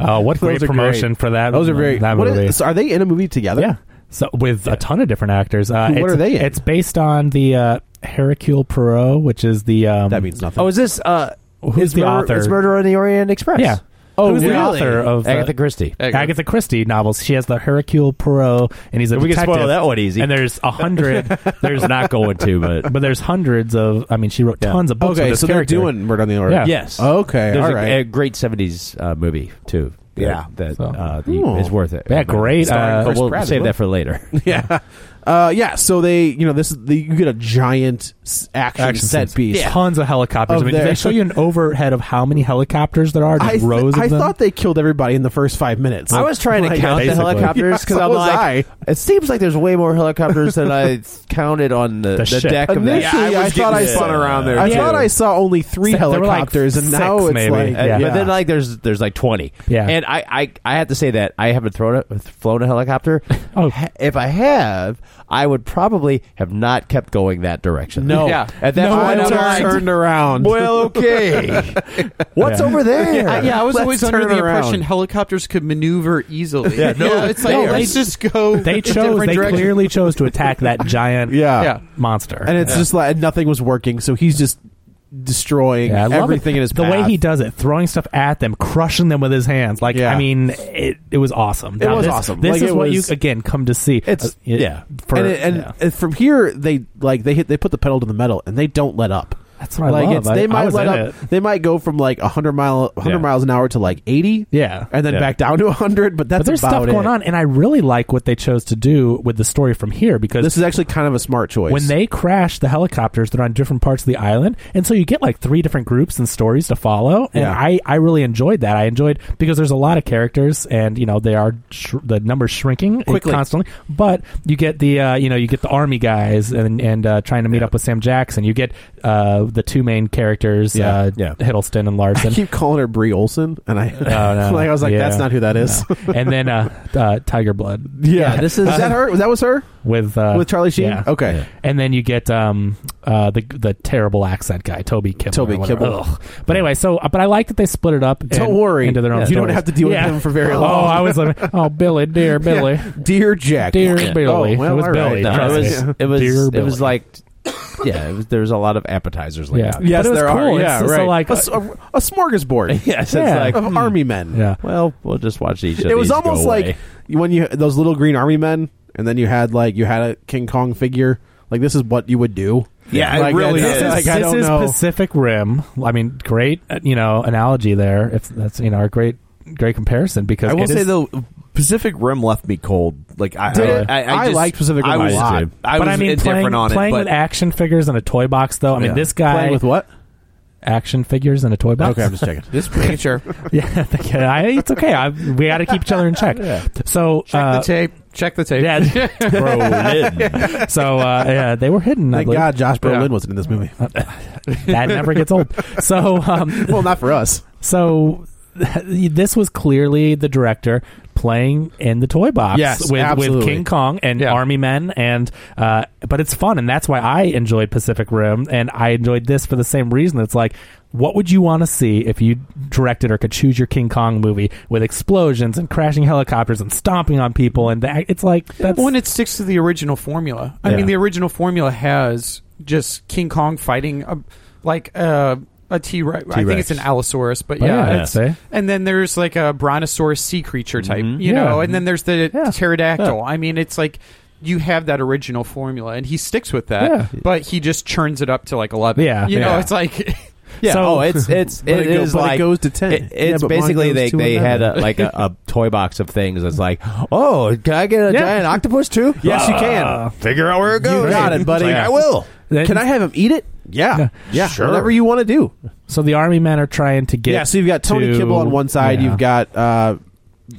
Speaker 2: Oh, what
Speaker 3: Those
Speaker 2: great
Speaker 3: are
Speaker 2: promotion for that!
Speaker 3: Those are very.
Speaker 2: that
Speaker 3: what is-
Speaker 2: movie.
Speaker 3: so are they in a movie together?
Speaker 2: yeah. So with a ton of different actors. Uh,
Speaker 3: Who- what
Speaker 2: it's-
Speaker 3: are they in?
Speaker 2: It's based on the uh, Hercule Poirot, which is the um,
Speaker 3: that means nothing.
Speaker 1: Oh, is this uh?
Speaker 2: Who's
Speaker 1: is
Speaker 2: the
Speaker 1: Murder-
Speaker 2: author?
Speaker 1: It's Murder on the Orient Express.
Speaker 2: yeah.
Speaker 3: Oh,
Speaker 2: Who's the
Speaker 3: really?
Speaker 2: author of uh, the-
Speaker 1: Agatha Christie.
Speaker 2: Agatha Christie novels. She has the Hercule Poirot, and he's a
Speaker 1: We can
Speaker 2: detective.
Speaker 1: spoil that one easy.
Speaker 2: And there's a hundred. there's
Speaker 1: Not going to, but
Speaker 2: but there's hundreds of. I mean, she wrote
Speaker 1: Yeah.
Speaker 2: tons of books. with
Speaker 3: okay,
Speaker 2: this
Speaker 3: so they're
Speaker 2: character.
Speaker 3: doing Murder on the Orient.
Speaker 2: Yeah.
Speaker 1: yes,
Speaker 3: Okay,
Speaker 1: There's
Speaker 3: all
Speaker 1: a,
Speaker 3: right.
Speaker 1: a great '70s uh, movie too. that-
Speaker 6: Yeah.
Speaker 1: that
Speaker 2: So-
Speaker 1: uh, the-
Speaker 3: Ooh.
Speaker 1: is worth it.
Speaker 2: Yeah, great, uh,
Speaker 1: But
Speaker 2: Chris
Speaker 1: we'll
Speaker 2: Pratt as
Speaker 1: save
Speaker 2: well.
Speaker 1: that for later.
Speaker 3: yeah. Uh, yeah, so they, you know, this is the, you get a giant s- action, set
Speaker 2: scenes.
Speaker 3: piece.
Speaker 2: Tons of helicopters.
Speaker 3: Of
Speaker 2: I mean, do
Speaker 3: their-
Speaker 2: they show you an overhead of how many helicopters there are? Just
Speaker 3: I, th-
Speaker 2: rows of
Speaker 3: I
Speaker 2: them.
Speaker 3: thought they killed everybody in the first five minutes.
Speaker 1: I was trying to
Speaker 3: Like,
Speaker 1: count the
Speaker 3: basically.
Speaker 1: helicopters because
Speaker 3: Yeah,
Speaker 1: I'm
Speaker 3: so was
Speaker 1: like,
Speaker 3: I.
Speaker 1: it seems like there's way more helicopters than I counted on the,
Speaker 2: The
Speaker 1: the,
Speaker 2: ship.
Speaker 1: deck of that.
Speaker 3: Initially, Yeah, I was I thought getting I spun
Speaker 6: saw- around there,
Speaker 3: I
Speaker 2: Yeah.
Speaker 3: thought I saw only three
Speaker 2: Six- there were, like,
Speaker 3: helicopters, and
Speaker 2: six,
Speaker 3: now it's
Speaker 2: maybe.
Speaker 3: like,
Speaker 2: Uh,
Speaker 3: yeah.
Speaker 1: But then like there's there's like 20.
Speaker 2: Yeah.
Speaker 1: And I I, I have to say that I haven't thrown a, flown a helicopter.
Speaker 2: Oh.
Speaker 1: Ha- If I have, I would probably have not kept going that direction.
Speaker 3: No.
Speaker 4: Yeah.
Speaker 1: At that
Speaker 4: No
Speaker 1: point,
Speaker 4: one
Speaker 1: I'm
Speaker 4: turned-
Speaker 1: like,
Speaker 3: turned around.
Speaker 1: Well, okay. What's
Speaker 2: Yeah.
Speaker 1: over there?
Speaker 4: I, yeah, I was
Speaker 3: Let's
Speaker 4: always under
Speaker 3: turn
Speaker 4: the
Speaker 3: around.
Speaker 4: impression helicopters could maneuver easily.
Speaker 1: Yeah, no,
Speaker 4: it's like
Speaker 1: they are-
Speaker 4: let's just go.
Speaker 2: they
Speaker 4: a
Speaker 2: chose.
Speaker 4: different
Speaker 2: They
Speaker 4: direction.
Speaker 2: clearly chose to attack that giant
Speaker 3: yeah.
Speaker 4: Yeah.
Speaker 2: monster.
Speaker 3: and it's just like nothing was working, so he's just destroying
Speaker 2: Yeah, I love
Speaker 3: everything
Speaker 2: it.
Speaker 3: in his
Speaker 2: the
Speaker 3: path.
Speaker 2: way he does it, throwing stuff at them, crushing them with his hands. Like
Speaker 3: Yeah.
Speaker 2: I mean, it, it was awesome.
Speaker 3: It was
Speaker 2: this,
Speaker 3: awesome.
Speaker 2: This
Speaker 3: Like,
Speaker 2: is
Speaker 3: it
Speaker 2: what
Speaker 3: was-
Speaker 2: you again come to see.
Speaker 1: It's- yeah.
Speaker 2: Uh, for-
Speaker 3: and it- and
Speaker 2: yeah.
Speaker 3: and from here they like they hit they put the pedal to the metal and they don't let up.
Speaker 2: That's what I
Speaker 3: like
Speaker 2: love.
Speaker 3: it's
Speaker 2: I-
Speaker 3: they
Speaker 2: I
Speaker 3: might
Speaker 2: was
Speaker 3: let
Speaker 2: in
Speaker 3: up.
Speaker 2: it.
Speaker 3: They might go from like hundred mile hundred
Speaker 1: Yeah.
Speaker 3: miles an hour to like eighty,
Speaker 2: Yeah.
Speaker 3: and then
Speaker 1: Yeah.
Speaker 3: back down to hundred. But that's
Speaker 2: but there's
Speaker 3: about
Speaker 2: stuff going
Speaker 3: it.
Speaker 2: on, and I really like what they chose to do with the story from here because
Speaker 3: This is actually kind of a smart choice.
Speaker 2: when they crash the helicopters, they're on different parts of the island, and so you get like three different groups and stories to follow. And
Speaker 3: Yeah.
Speaker 2: I, I really enjoyed that. I enjoyed because there's a lot of characters, and you know they are sh- the numbers shrinking
Speaker 3: Quickly.
Speaker 2: constantly. But you get the uh, you know you get the army guys and and uh, trying to meet up with Sam Jackson. You get uh, the two main characters,
Speaker 3: Yeah.
Speaker 2: Uh,
Speaker 1: Yeah.
Speaker 2: Hiddleston and
Speaker 3: I
Speaker 2: Larson.
Speaker 3: keep calling her Brie Olson, and I
Speaker 2: Oh, no.
Speaker 3: like I was like
Speaker 2: Yeah.
Speaker 3: that's not who that is.
Speaker 2: No. and then uh, uh, Tiger Blood
Speaker 3: yeah. this is that her. That was her
Speaker 2: with uh,
Speaker 3: with Charlie Sheen.
Speaker 2: yeah.
Speaker 3: Okay,
Speaker 2: And then you get um uh the the terrible accent guy Toby Kibble.
Speaker 3: Toby
Speaker 2: or whatever.
Speaker 3: Kibble.
Speaker 2: Ugh. But anyway, so uh, but I like that they split it up.
Speaker 3: Don't
Speaker 2: and-
Speaker 3: worry.
Speaker 2: into their own.
Speaker 3: You don't
Speaker 2: stories.
Speaker 3: have to deal with
Speaker 2: Yeah.
Speaker 3: him for very
Speaker 2: Oh,
Speaker 3: long.
Speaker 2: I was like, oh Billy, dear Billy,
Speaker 3: dear Jack.
Speaker 2: dear
Speaker 1: Yeah.
Speaker 2: Billy.
Speaker 3: Oh, well,
Speaker 2: it was
Speaker 3: all right.
Speaker 2: Billy.
Speaker 1: No,
Speaker 2: trust
Speaker 1: it was
Speaker 2: me.
Speaker 1: it was
Speaker 2: Dear
Speaker 1: it
Speaker 2: Billy.
Speaker 1: was like yeah, it was, there was a lot of appetizers like
Speaker 2: yeah.
Speaker 1: that.
Speaker 3: Yes,
Speaker 2: but it was
Speaker 3: there
Speaker 2: cool.
Speaker 3: are.
Speaker 2: It's-
Speaker 3: Yeah,
Speaker 2: it's,
Speaker 3: right.
Speaker 2: so like
Speaker 3: a, s- a- a smorgasbord
Speaker 1: Yes,
Speaker 2: Yeah.
Speaker 1: it's
Speaker 3: of
Speaker 1: like
Speaker 3: army men.
Speaker 2: yeah.
Speaker 1: well, we'll just watch each other.
Speaker 3: hmm. it was almost like when you those little green army men, and then you had like you had a King Kong figure. Like this is what you would do.
Speaker 6: Yeah, it
Speaker 3: like,
Speaker 6: really
Speaker 3: that's-
Speaker 6: is.
Speaker 3: Like, I
Speaker 2: this
Speaker 3: don't
Speaker 2: is
Speaker 3: know.
Speaker 2: Pacific Rim. I mean, great, uh, you know, analogy there. If that's you know, a great, great comparison because
Speaker 6: I will
Speaker 2: it
Speaker 6: say
Speaker 2: is-
Speaker 6: though, Pacific Rim left me cold. Like I,
Speaker 2: Did it?
Speaker 6: I, I,
Speaker 3: I
Speaker 6: just-
Speaker 3: liked Pacific Rim
Speaker 6: I
Speaker 3: a
Speaker 6: was,
Speaker 3: lot.
Speaker 6: I was
Speaker 2: but I mean,
Speaker 6: indifferent
Speaker 2: playing,
Speaker 6: on it.
Speaker 2: playing
Speaker 6: but
Speaker 2: with action figures in a toy box, though. I mean,
Speaker 6: Yeah.
Speaker 2: this guy
Speaker 3: Playing with what?
Speaker 2: action figures in a toy box.
Speaker 3: Okay, I'm just checking.
Speaker 6: just making sure.
Speaker 2: yeah, thank you. I, it's okay. I, we got to keep each other in check. So,
Speaker 4: Check
Speaker 2: uh,
Speaker 4: the tape. Check the tape.
Speaker 2: yeah, so uh, yeah, they were hidden. I
Speaker 3: Thank
Speaker 2: believe.
Speaker 3: God Josh Brolin wasn't in this movie.
Speaker 2: that never gets old. So, um,
Speaker 3: well, not for us.
Speaker 2: so this was clearly the director playing in the toy box
Speaker 3: Yes,
Speaker 2: with, with
Speaker 3: absolutely.
Speaker 2: King Kong and
Speaker 4: Yeah.
Speaker 2: Army Men and uh, but it's fun and that's why I enjoyed Pacific Rim and I enjoyed this for the same reason. It's like what would you want to see if you directed or could choose your King Kong movie with explosions and crashing helicopters and stomping on people and that, it's like that's
Speaker 4: Well, and it sticks to the original formula. I
Speaker 2: Yeah.
Speaker 4: mean, the original formula has just King Kong fighting a, like a, a T Rex. I think it's
Speaker 1: T-Rex.
Speaker 4: an Allosaurus, but
Speaker 2: But Oh, yeah,
Speaker 4: yeah,
Speaker 2: I'd say.
Speaker 4: it's, and then there's like a Brontosaurus sea creature type,
Speaker 1: Mhm.
Speaker 4: you
Speaker 2: Yeah.
Speaker 4: know, and then there's the
Speaker 2: Yeah.
Speaker 4: pterodactyl. I mean, it's like you have that original formula, and he sticks with that,
Speaker 2: Yeah.
Speaker 4: but he just churns it up to like eleven.
Speaker 2: Yeah.
Speaker 4: you know,
Speaker 2: Yeah.
Speaker 4: it's like
Speaker 1: Yeah.
Speaker 2: So,
Speaker 1: oh, it's it's
Speaker 3: But
Speaker 1: it
Speaker 3: it go-
Speaker 1: is
Speaker 3: but it
Speaker 1: like
Speaker 3: goes to 10.
Speaker 1: it-
Speaker 3: Yeah,
Speaker 1: it's
Speaker 3: but mine
Speaker 1: basically
Speaker 3: goes
Speaker 1: they
Speaker 3: to
Speaker 1: they had a,
Speaker 3: another.
Speaker 1: like a, a toy box of things. It's like, oh, can I get a
Speaker 2: Yeah.
Speaker 1: giant octopus too?
Speaker 3: Yes, you can.
Speaker 1: Ah, Figure out where
Speaker 6: Oh,
Speaker 1: it goes.
Speaker 3: uh, You got it, buddy.
Speaker 1: It's like, I will.
Speaker 2: Then-
Speaker 3: Can I have him eat it?
Speaker 1: Yeah.
Speaker 3: Yeah,
Speaker 1: Sure.
Speaker 3: whatever you want to do.
Speaker 2: so the army men are trying to get.
Speaker 3: Yeah, so you've got Tony
Speaker 2: to-
Speaker 3: Kibble on one side,
Speaker 2: yeah.
Speaker 3: you've got uh,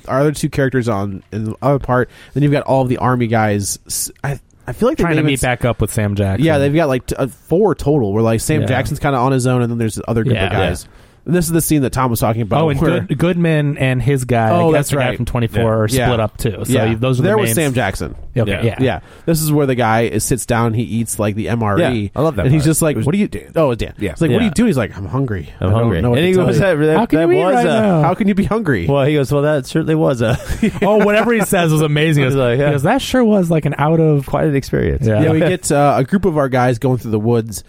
Speaker 3: our other two characters on in the other part, then you've got all of the army guys. S- I, I feel like their
Speaker 2: trying to
Speaker 3: name
Speaker 2: meet
Speaker 3: is-
Speaker 2: back up with Sam Jackson.
Speaker 3: Yeah, they've got like t- uh, four total. Where like Sam
Speaker 2: Yeah.
Speaker 3: Jackson's kind of on his own, and then there's the other group
Speaker 2: Yeah.
Speaker 3: of guys. And this is the scene that Tom was talking about.
Speaker 2: Oh, and
Speaker 3: where-
Speaker 2: Good, Goodman and his guy.
Speaker 3: Oh,
Speaker 2: I
Speaker 3: that's
Speaker 2: guess the guy
Speaker 3: right.
Speaker 2: from Twenty Four
Speaker 1: Yeah.
Speaker 2: are split
Speaker 3: Yeah.
Speaker 2: up too. So
Speaker 3: yeah.
Speaker 2: those are
Speaker 3: there
Speaker 2: the
Speaker 3: was
Speaker 2: names.
Speaker 3: Sam Jackson.
Speaker 2: Okay,
Speaker 1: Yeah.
Speaker 2: yeah.
Speaker 3: Yeah. This is where the guy is, sits down. He eats like the MRE.
Speaker 1: Yeah, I love that
Speaker 3: And he's
Speaker 1: part.
Speaker 3: just like,
Speaker 1: It was
Speaker 3: "What do you do?" Oh, it was Dan.
Speaker 1: Yeah.
Speaker 3: It's like, "What do
Speaker 1: Yeah.
Speaker 3: you do?" He's like, "I'm hungry. I
Speaker 1: I'm
Speaker 3: don't
Speaker 1: hungry.
Speaker 3: know what
Speaker 1: and
Speaker 3: to
Speaker 1: he
Speaker 3: tell
Speaker 1: goes,
Speaker 3: you."
Speaker 1: that, that,
Speaker 2: How can
Speaker 1: that
Speaker 2: you eat
Speaker 1: was
Speaker 2: right
Speaker 1: a.
Speaker 2: now?
Speaker 3: How can you be hungry?
Speaker 1: Well, he goes, well, that certainly was a
Speaker 2: oh, whatever he says was amazing.
Speaker 1: He's like, yeah.
Speaker 2: Because that sure was like an out of.
Speaker 1: quite an experience.
Speaker 2: Yeah.
Speaker 3: yeah, we get uh, a group of our guys going through the woods,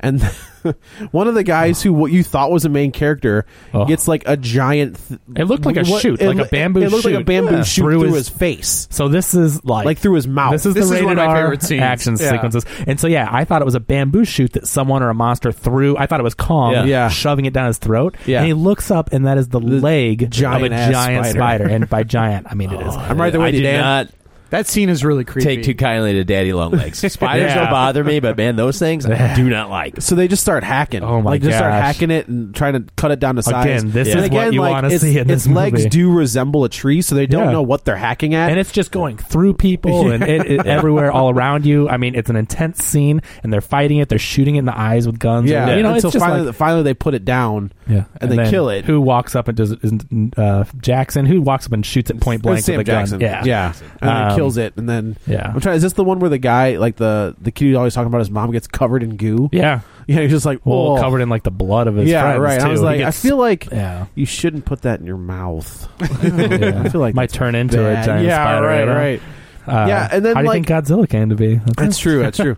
Speaker 3: and one of the guys who what you thought was a main character
Speaker 2: Oh.
Speaker 3: gets like a giant. Th-
Speaker 2: It looked like a shoot, like a
Speaker 3: loo-
Speaker 2: bamboo
Speaker 3: It looked like a
Speaker 2: shoot.
Speaker 3: bamboo
Speaker 2: Yeah.
Speaker 3: shoot
Speaker 2: Through
Speaker 3: through,
Speaker 2: his-
Speaker 3: his, face,
Speaker 2: So this is like
Speaker 3: like through his mouth.
Speaker 2: This is
Speaker 4: This
Speaker 2: the
Speaker 4: is
Speaker 2: rated
Speaker 4: one of my
Speaker 2: R
Speaker 4: favorite scenes.
Speaker 2: action
Speaker 4: Yeah.
Speaker 2: sequences, and so yeah, I thought it was a bamboo shoot that someone or a monster threw. I thought it was Kong,
Speaker 3: Yeah. Yeah.
Speaker 2: shoving it down his throat.
Speaker 3: Yeah.
Speaker 2: and he looks up, and that is the, leg
Speaker 3: giant
Speaker 2: of a
Speaker 3: ass
Speaker 2: giant
Speaker 3: spider.
Speaker 2: spider. And by giant, I mean it is.
Speaker 3: I'm right there with
Speaker 1: I
Speaker 3: you,
Speaker 1: do
Speaker 3: Dan.
Speaker 1: not
Speaker 4: That scene is really creepy.
Speaker 1: take too kindly to daddy long legs. Spiders
Speaker 2: Yeah.
Speaker 1: don't bother me, but man, those things I do not like.
Speaker 3: so they just start hacking.
Speaker 2: Oh my
Speaker 3: Like just start
Speaker 2: gosh.
Speaker 3: hacking it and trying to cut it down to size.
Speaker 2: Again, this
Speaker 3: and
Speaker 2: is what
Speaker 3: again,
Speaker 2: you
Speaker 3: like,
Speaker 2: wanna
Speaker 3: its,
Speaker 2: see in
Speaker 3: its
Speaker 2: this
Speaker 3: legs
Speaker 2: movie.
Speaker 3: do resemble a tree, so they don't
Speaker 2: Yeah.
Speaker 3: know what they're hacking at.
Speaker 2: and it's just going through people and it, it- everywhere all around you. I mean, it's an intense scene, and they're fighting it. They're shooting it in the eyes with guns.
Speaker 3: yeah,
Speaker 2: and, you know,
Speaker 3: until
Speaker 2: it's just
Speaker 3: finally,
Speaker 2: like,
Speaker 3: finally they put it down.
Speaker 2: yeah,
Speaker 3: and they
Speaker 2: then
Speaker 3: kill it.
Speaker 2: Who walks up and does it? Is, uh, Jackson? Who walks up and shoots it point
Speaker 3: It
Speaker 2: blank
Speaker 3: was Sam
Speaker 2: with a
Speaker 3: Jackson.
Speaker 2: gun?
Speaker 3: yeah, and then
Speaker 2: Um,
Speaker 3: kills it, and then
Speaker 2: yeah.
Speaker 3: I'm trying. Is this the one where the guy, like the the kid, who's always talking about his mom gets covered in goo?
Speaker 2: yeah.
Speaker 3: yeah, he's just like,
Speaker 2: Well,
Speaker 3: "Whoa."
Speaker 2: covered in like the blood of his
Speaker 3: yeah,
Speaker 2: friends.
Speaker 3: right.
Speaker 2: Too.
Speaker 3: I was
Speaker 2: He
Speaker 3: like,
Speaker 2: gets-
Speaker 3: I feel like
Speaker 2: yeah.
Speaker 3: you shouldn't put that in your mouth.
Speaker 2: yeah.
Speaker 3: I feel like
Speaker 2: might turn into
Speaker 3: bad.
Speaker 2: a giant
Speaker 3: yeah,
Speaker 2: spider.
Speaker 3: right,
Speaker 2: you know?
Speaker 3: right.
Speaker 2: Uh,
Speaker 3: Yeah, and then,
Speaker 2: how do you
Speaker 3: like-
Speaker 2: think Godzilla came to be?
Speaker 3: That's true. That's true.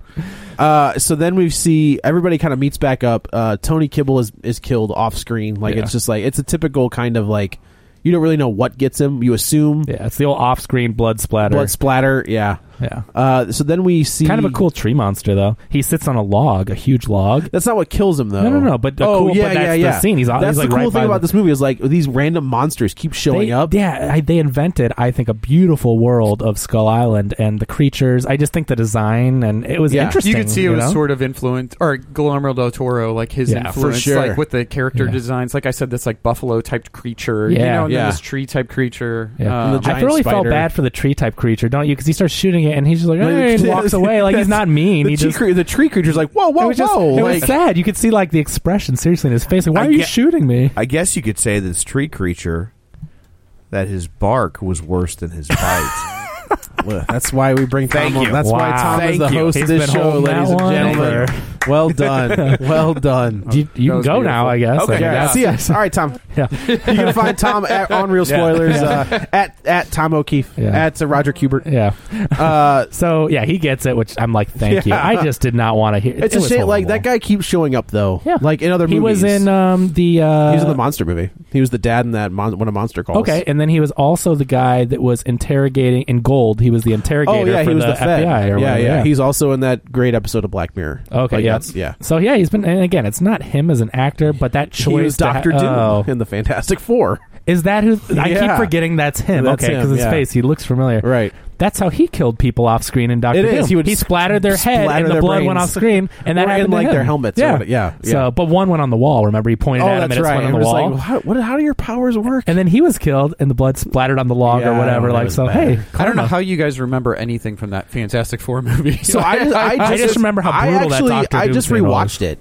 Speaker 3: Uh, so then we see everybody kind of meets back up. Uh, Tony Kibble is is killed off screen. Like
Speaker 2: Yeah.
Speaker 3: it's just like it's a typical kind of like you don't really know what gets him. You assume
Speaker 2: Yeah, it's the old off-screen blood splatter.
Speaker 3: blood splatter. Yeah.
Speaker 2: yeah.
Speaker 3: Uh, so then we see
Speaker 2: Kind of a cool tree monster, though. He sits on a log, a huge log.
Speaker 3: That's not what kills him, though.
Speaker 2: No, no, no, but the
Speaker 3: oh,
Speaker 2: cool- but
Speaker 3: yeah,
Speaker 2: that's
Speaker 3: yeah,
Speaker 2: the
Speaker 3: yeah.
Speaker 2: scene. He's all-
Speaker 3: that's
Speaker 2: he's, like,
Speaker 3: the cool
Speaker 2: right
Speaker 3: thing
Speaker 2: by
Speaker 3: about
Speaker 2: the-
Speaker 3: this movie is like these random monsters keep showing
Speaker 2: They-
Speaker 3: up.
Speaker 2: Yeah, I, they invented, I think, a beautiful world of Skull Island and the creatures. I just think the design and it was
Speaker 3: Yeah.
Speaker 2: interesting.
Speaker 4: You could see it
Speaker 2: you
Speaker 4: was
Speaker 2: know?
Speaker 4: sort of influenced, or Guillermo del Toro, like his
Speaker 2: Yeah, for
Speaker 4: influence,
Speaker 3: sure.
Speaker 4: like with the character
Speaker 2: Yeah.
Speaker 4: designs. Like I said, this like buffalo type creature, you
Speaker 2: Yeah.
Speaker 4: know, and
Speaker 3: Yeah.
Speaker 4: then this tree type creature.
Speaker 2: Yeah.
Speaker 4: Um,
Speaker 3: And the
Speaker 2: I really felt
Speaker 3: spider.
Speaker 2: bad for the tree type creature, don't you? Because he starts shooting it and he's just like,
Speaker 3: Like,
Speaker 2: hey, and walks away. Like he's
Speaker 3: that's-
Speaker 2: not mean.
Speaker 3: The,
Speaker 2: he
Speaker 3: tree,
Speaker 2: just
Speaker 3: crea- the tree creature's like, whoa, whoa,
Speaker 2: it was just
Speaker 3: whoa!
Speaker 2: it
Speaker 3: like,
Speaker 2: was sad. You could see like the expression seriously in his face. Like, why
Speaker 6: I
Speaker 2: are you
Speaker 6: get-
Speaker 2: shooting me?
Speaker 6: I guess you could say this tree creature that his bark was worse than his bite.
Speaker 3: Well, that's why we bring Tom.
Speaker 6: Thank
Speaker 3: on.
Speaker 6: you.
Speaker 3: That's why
Speaker 2: Wow.
Speaker 3: Tom is
Speaker 6: Thank
Speaker 3: the
Speaker 6: you.
Speaker 3: host
Speaker 2: He's
Speaker 3: of this
Speaker 2: been
Speaker 3: show,
Speaker 2: holding that
Speaker 3: ladies and
Speaker 2: one
Speaker 3: gentlemen.
Speaker 2: over.
Speaker 3: Well done, well done.
Speaker 2: You, you
Speaker 4: That
Speaker 2: can
Speaker 4: was
Speaker 2: go now, I guess.
Speaker 6: Okay.
Speaker 2: I mean,
Speaker 3: Yeah,
Speaker 2: that's-
Speaker 3: see ya. All right, Tom.
Speaker 2: Yeah.
Speaker 3: You can find Tom at, on Real Spoilers uh, at at Tom O'Keefe
Speaker 2: Yeah.
Speaker 3: at uh, Roger Kubert.
Speaker 2: Yeah.
Speaker 3: Uh,
Speaker 2: So yeah, he gets it, which I'm like, thank
Speaker 3: Yeah.
Speaker 2: you. I just did not want to hear.
Speaker 3: it's
Speaker 2: it
Speaker 3: a
Speaker 2: was
Speaker 3: shame. Like
Speaker 2: horrible.
Speaker 3: that guy keeps showing up though.
Speaker 2: Yeah.
Speaker 3: like in other
Speaker 2: He
Speaker 3: movies.
Speaker 2: was in um, the. Uh,
Speaker 3: He was in the monster movie. He was the dad in that mon- when a monster calls.
Speaker 2: Okay, and then he was also the guy that was interrogating in Gold. He was the
Speaker 3: Oh
Speaker 2: interrogator.
Speaker 3: yeah,
Speaker 2: for
Speaker 3: he was
Speaker 2: the,
Speaker 3: the,
Speaker 2: FBI.
Speaker 3: Fed.
Speaker 2: Or
Speaker 3: yeah,
Speaker 2: whatever,
Speaker 3: yeah, He's also in that great episode of Black Mirror.
Speaker 2: okay.
Speaker 3: Like,
Speaker 2: yeah,
Speaker 3: that's- yeah.
Speaker 2: So yeah, he's been. And again, it's not him as an actor, but that choice.
Speaker 3: He was
Speaker 2: to ha-
Speaker 3: Doctor Doom
Speaker 2: oh.
Speaker 3: in the Fantastic Four.
Speaker 2: Is that who? I
Speaker 3: Yeah.
Speaker 2: keep forgetting that's him.
Speaker 3: That's
Speaker 2: okay,
Speaker 3: him,
Speaker 2: because his
Speaker 3: yeah.
Speaker 2: face, he looks familiar.
Speaker 3: Right.
Speaker 2: That's how he killed people off screen in Doctor
Speaker 3: It is.
Speaker 2: Doom.
Speaker 3: He would s-
Speaker 2: splattered their head,
Speaker 3: splatter
Speaker 2: and the
Speaker 3: their
Speaker 2: blood went
Speaker 3: brains.
Speaker 2: off screen, and
Speaker 3: Or
Speaker 2: that
Speaker 3: in,
Speaker 2: happened to
Speaker 3: like,
Speaker 2: him.
Speaker 3: their helmets or
Speaker 2: Yeah,
Speaker 3: what- yeah, yeah.
Speaker 2: So, but one went on the wall. Remember, he pointed
Speaker 3: Oh,
Speaker 2: at him, and it's one on
Speaker 3: I'm
Speaker 2: the
Speaker 3: just
Speaker 2: wall.
Speaker 3: like, how, what, how do your powers work?
Speaker 2: and then he was killed, and the blood splattered on the log
Speaker 3: Yeah,
Speaker 2: or whatever.
Speaker 3: that
Speaker 2: Like
Speaker 3: was
Speaker 2: so,
Speaker 3: bad.
Speaker 2: hey,
Speaker 4: I don't
Speaker 2: karma.
Speaker 4: know how you guys remember anything from that Fantastic Four movie.
Speaker 3: So I just, I just,
Speaker 2: I just remember how
Speaker 3: I
Speaker 2: brutal that
Speaker 3: actually,
Speaker 2: Dr.
Speaker 3: I
Speaker 2: Doom
Speaker 3: just
Speaker 2: scene was.
Speaker 3: rewatched it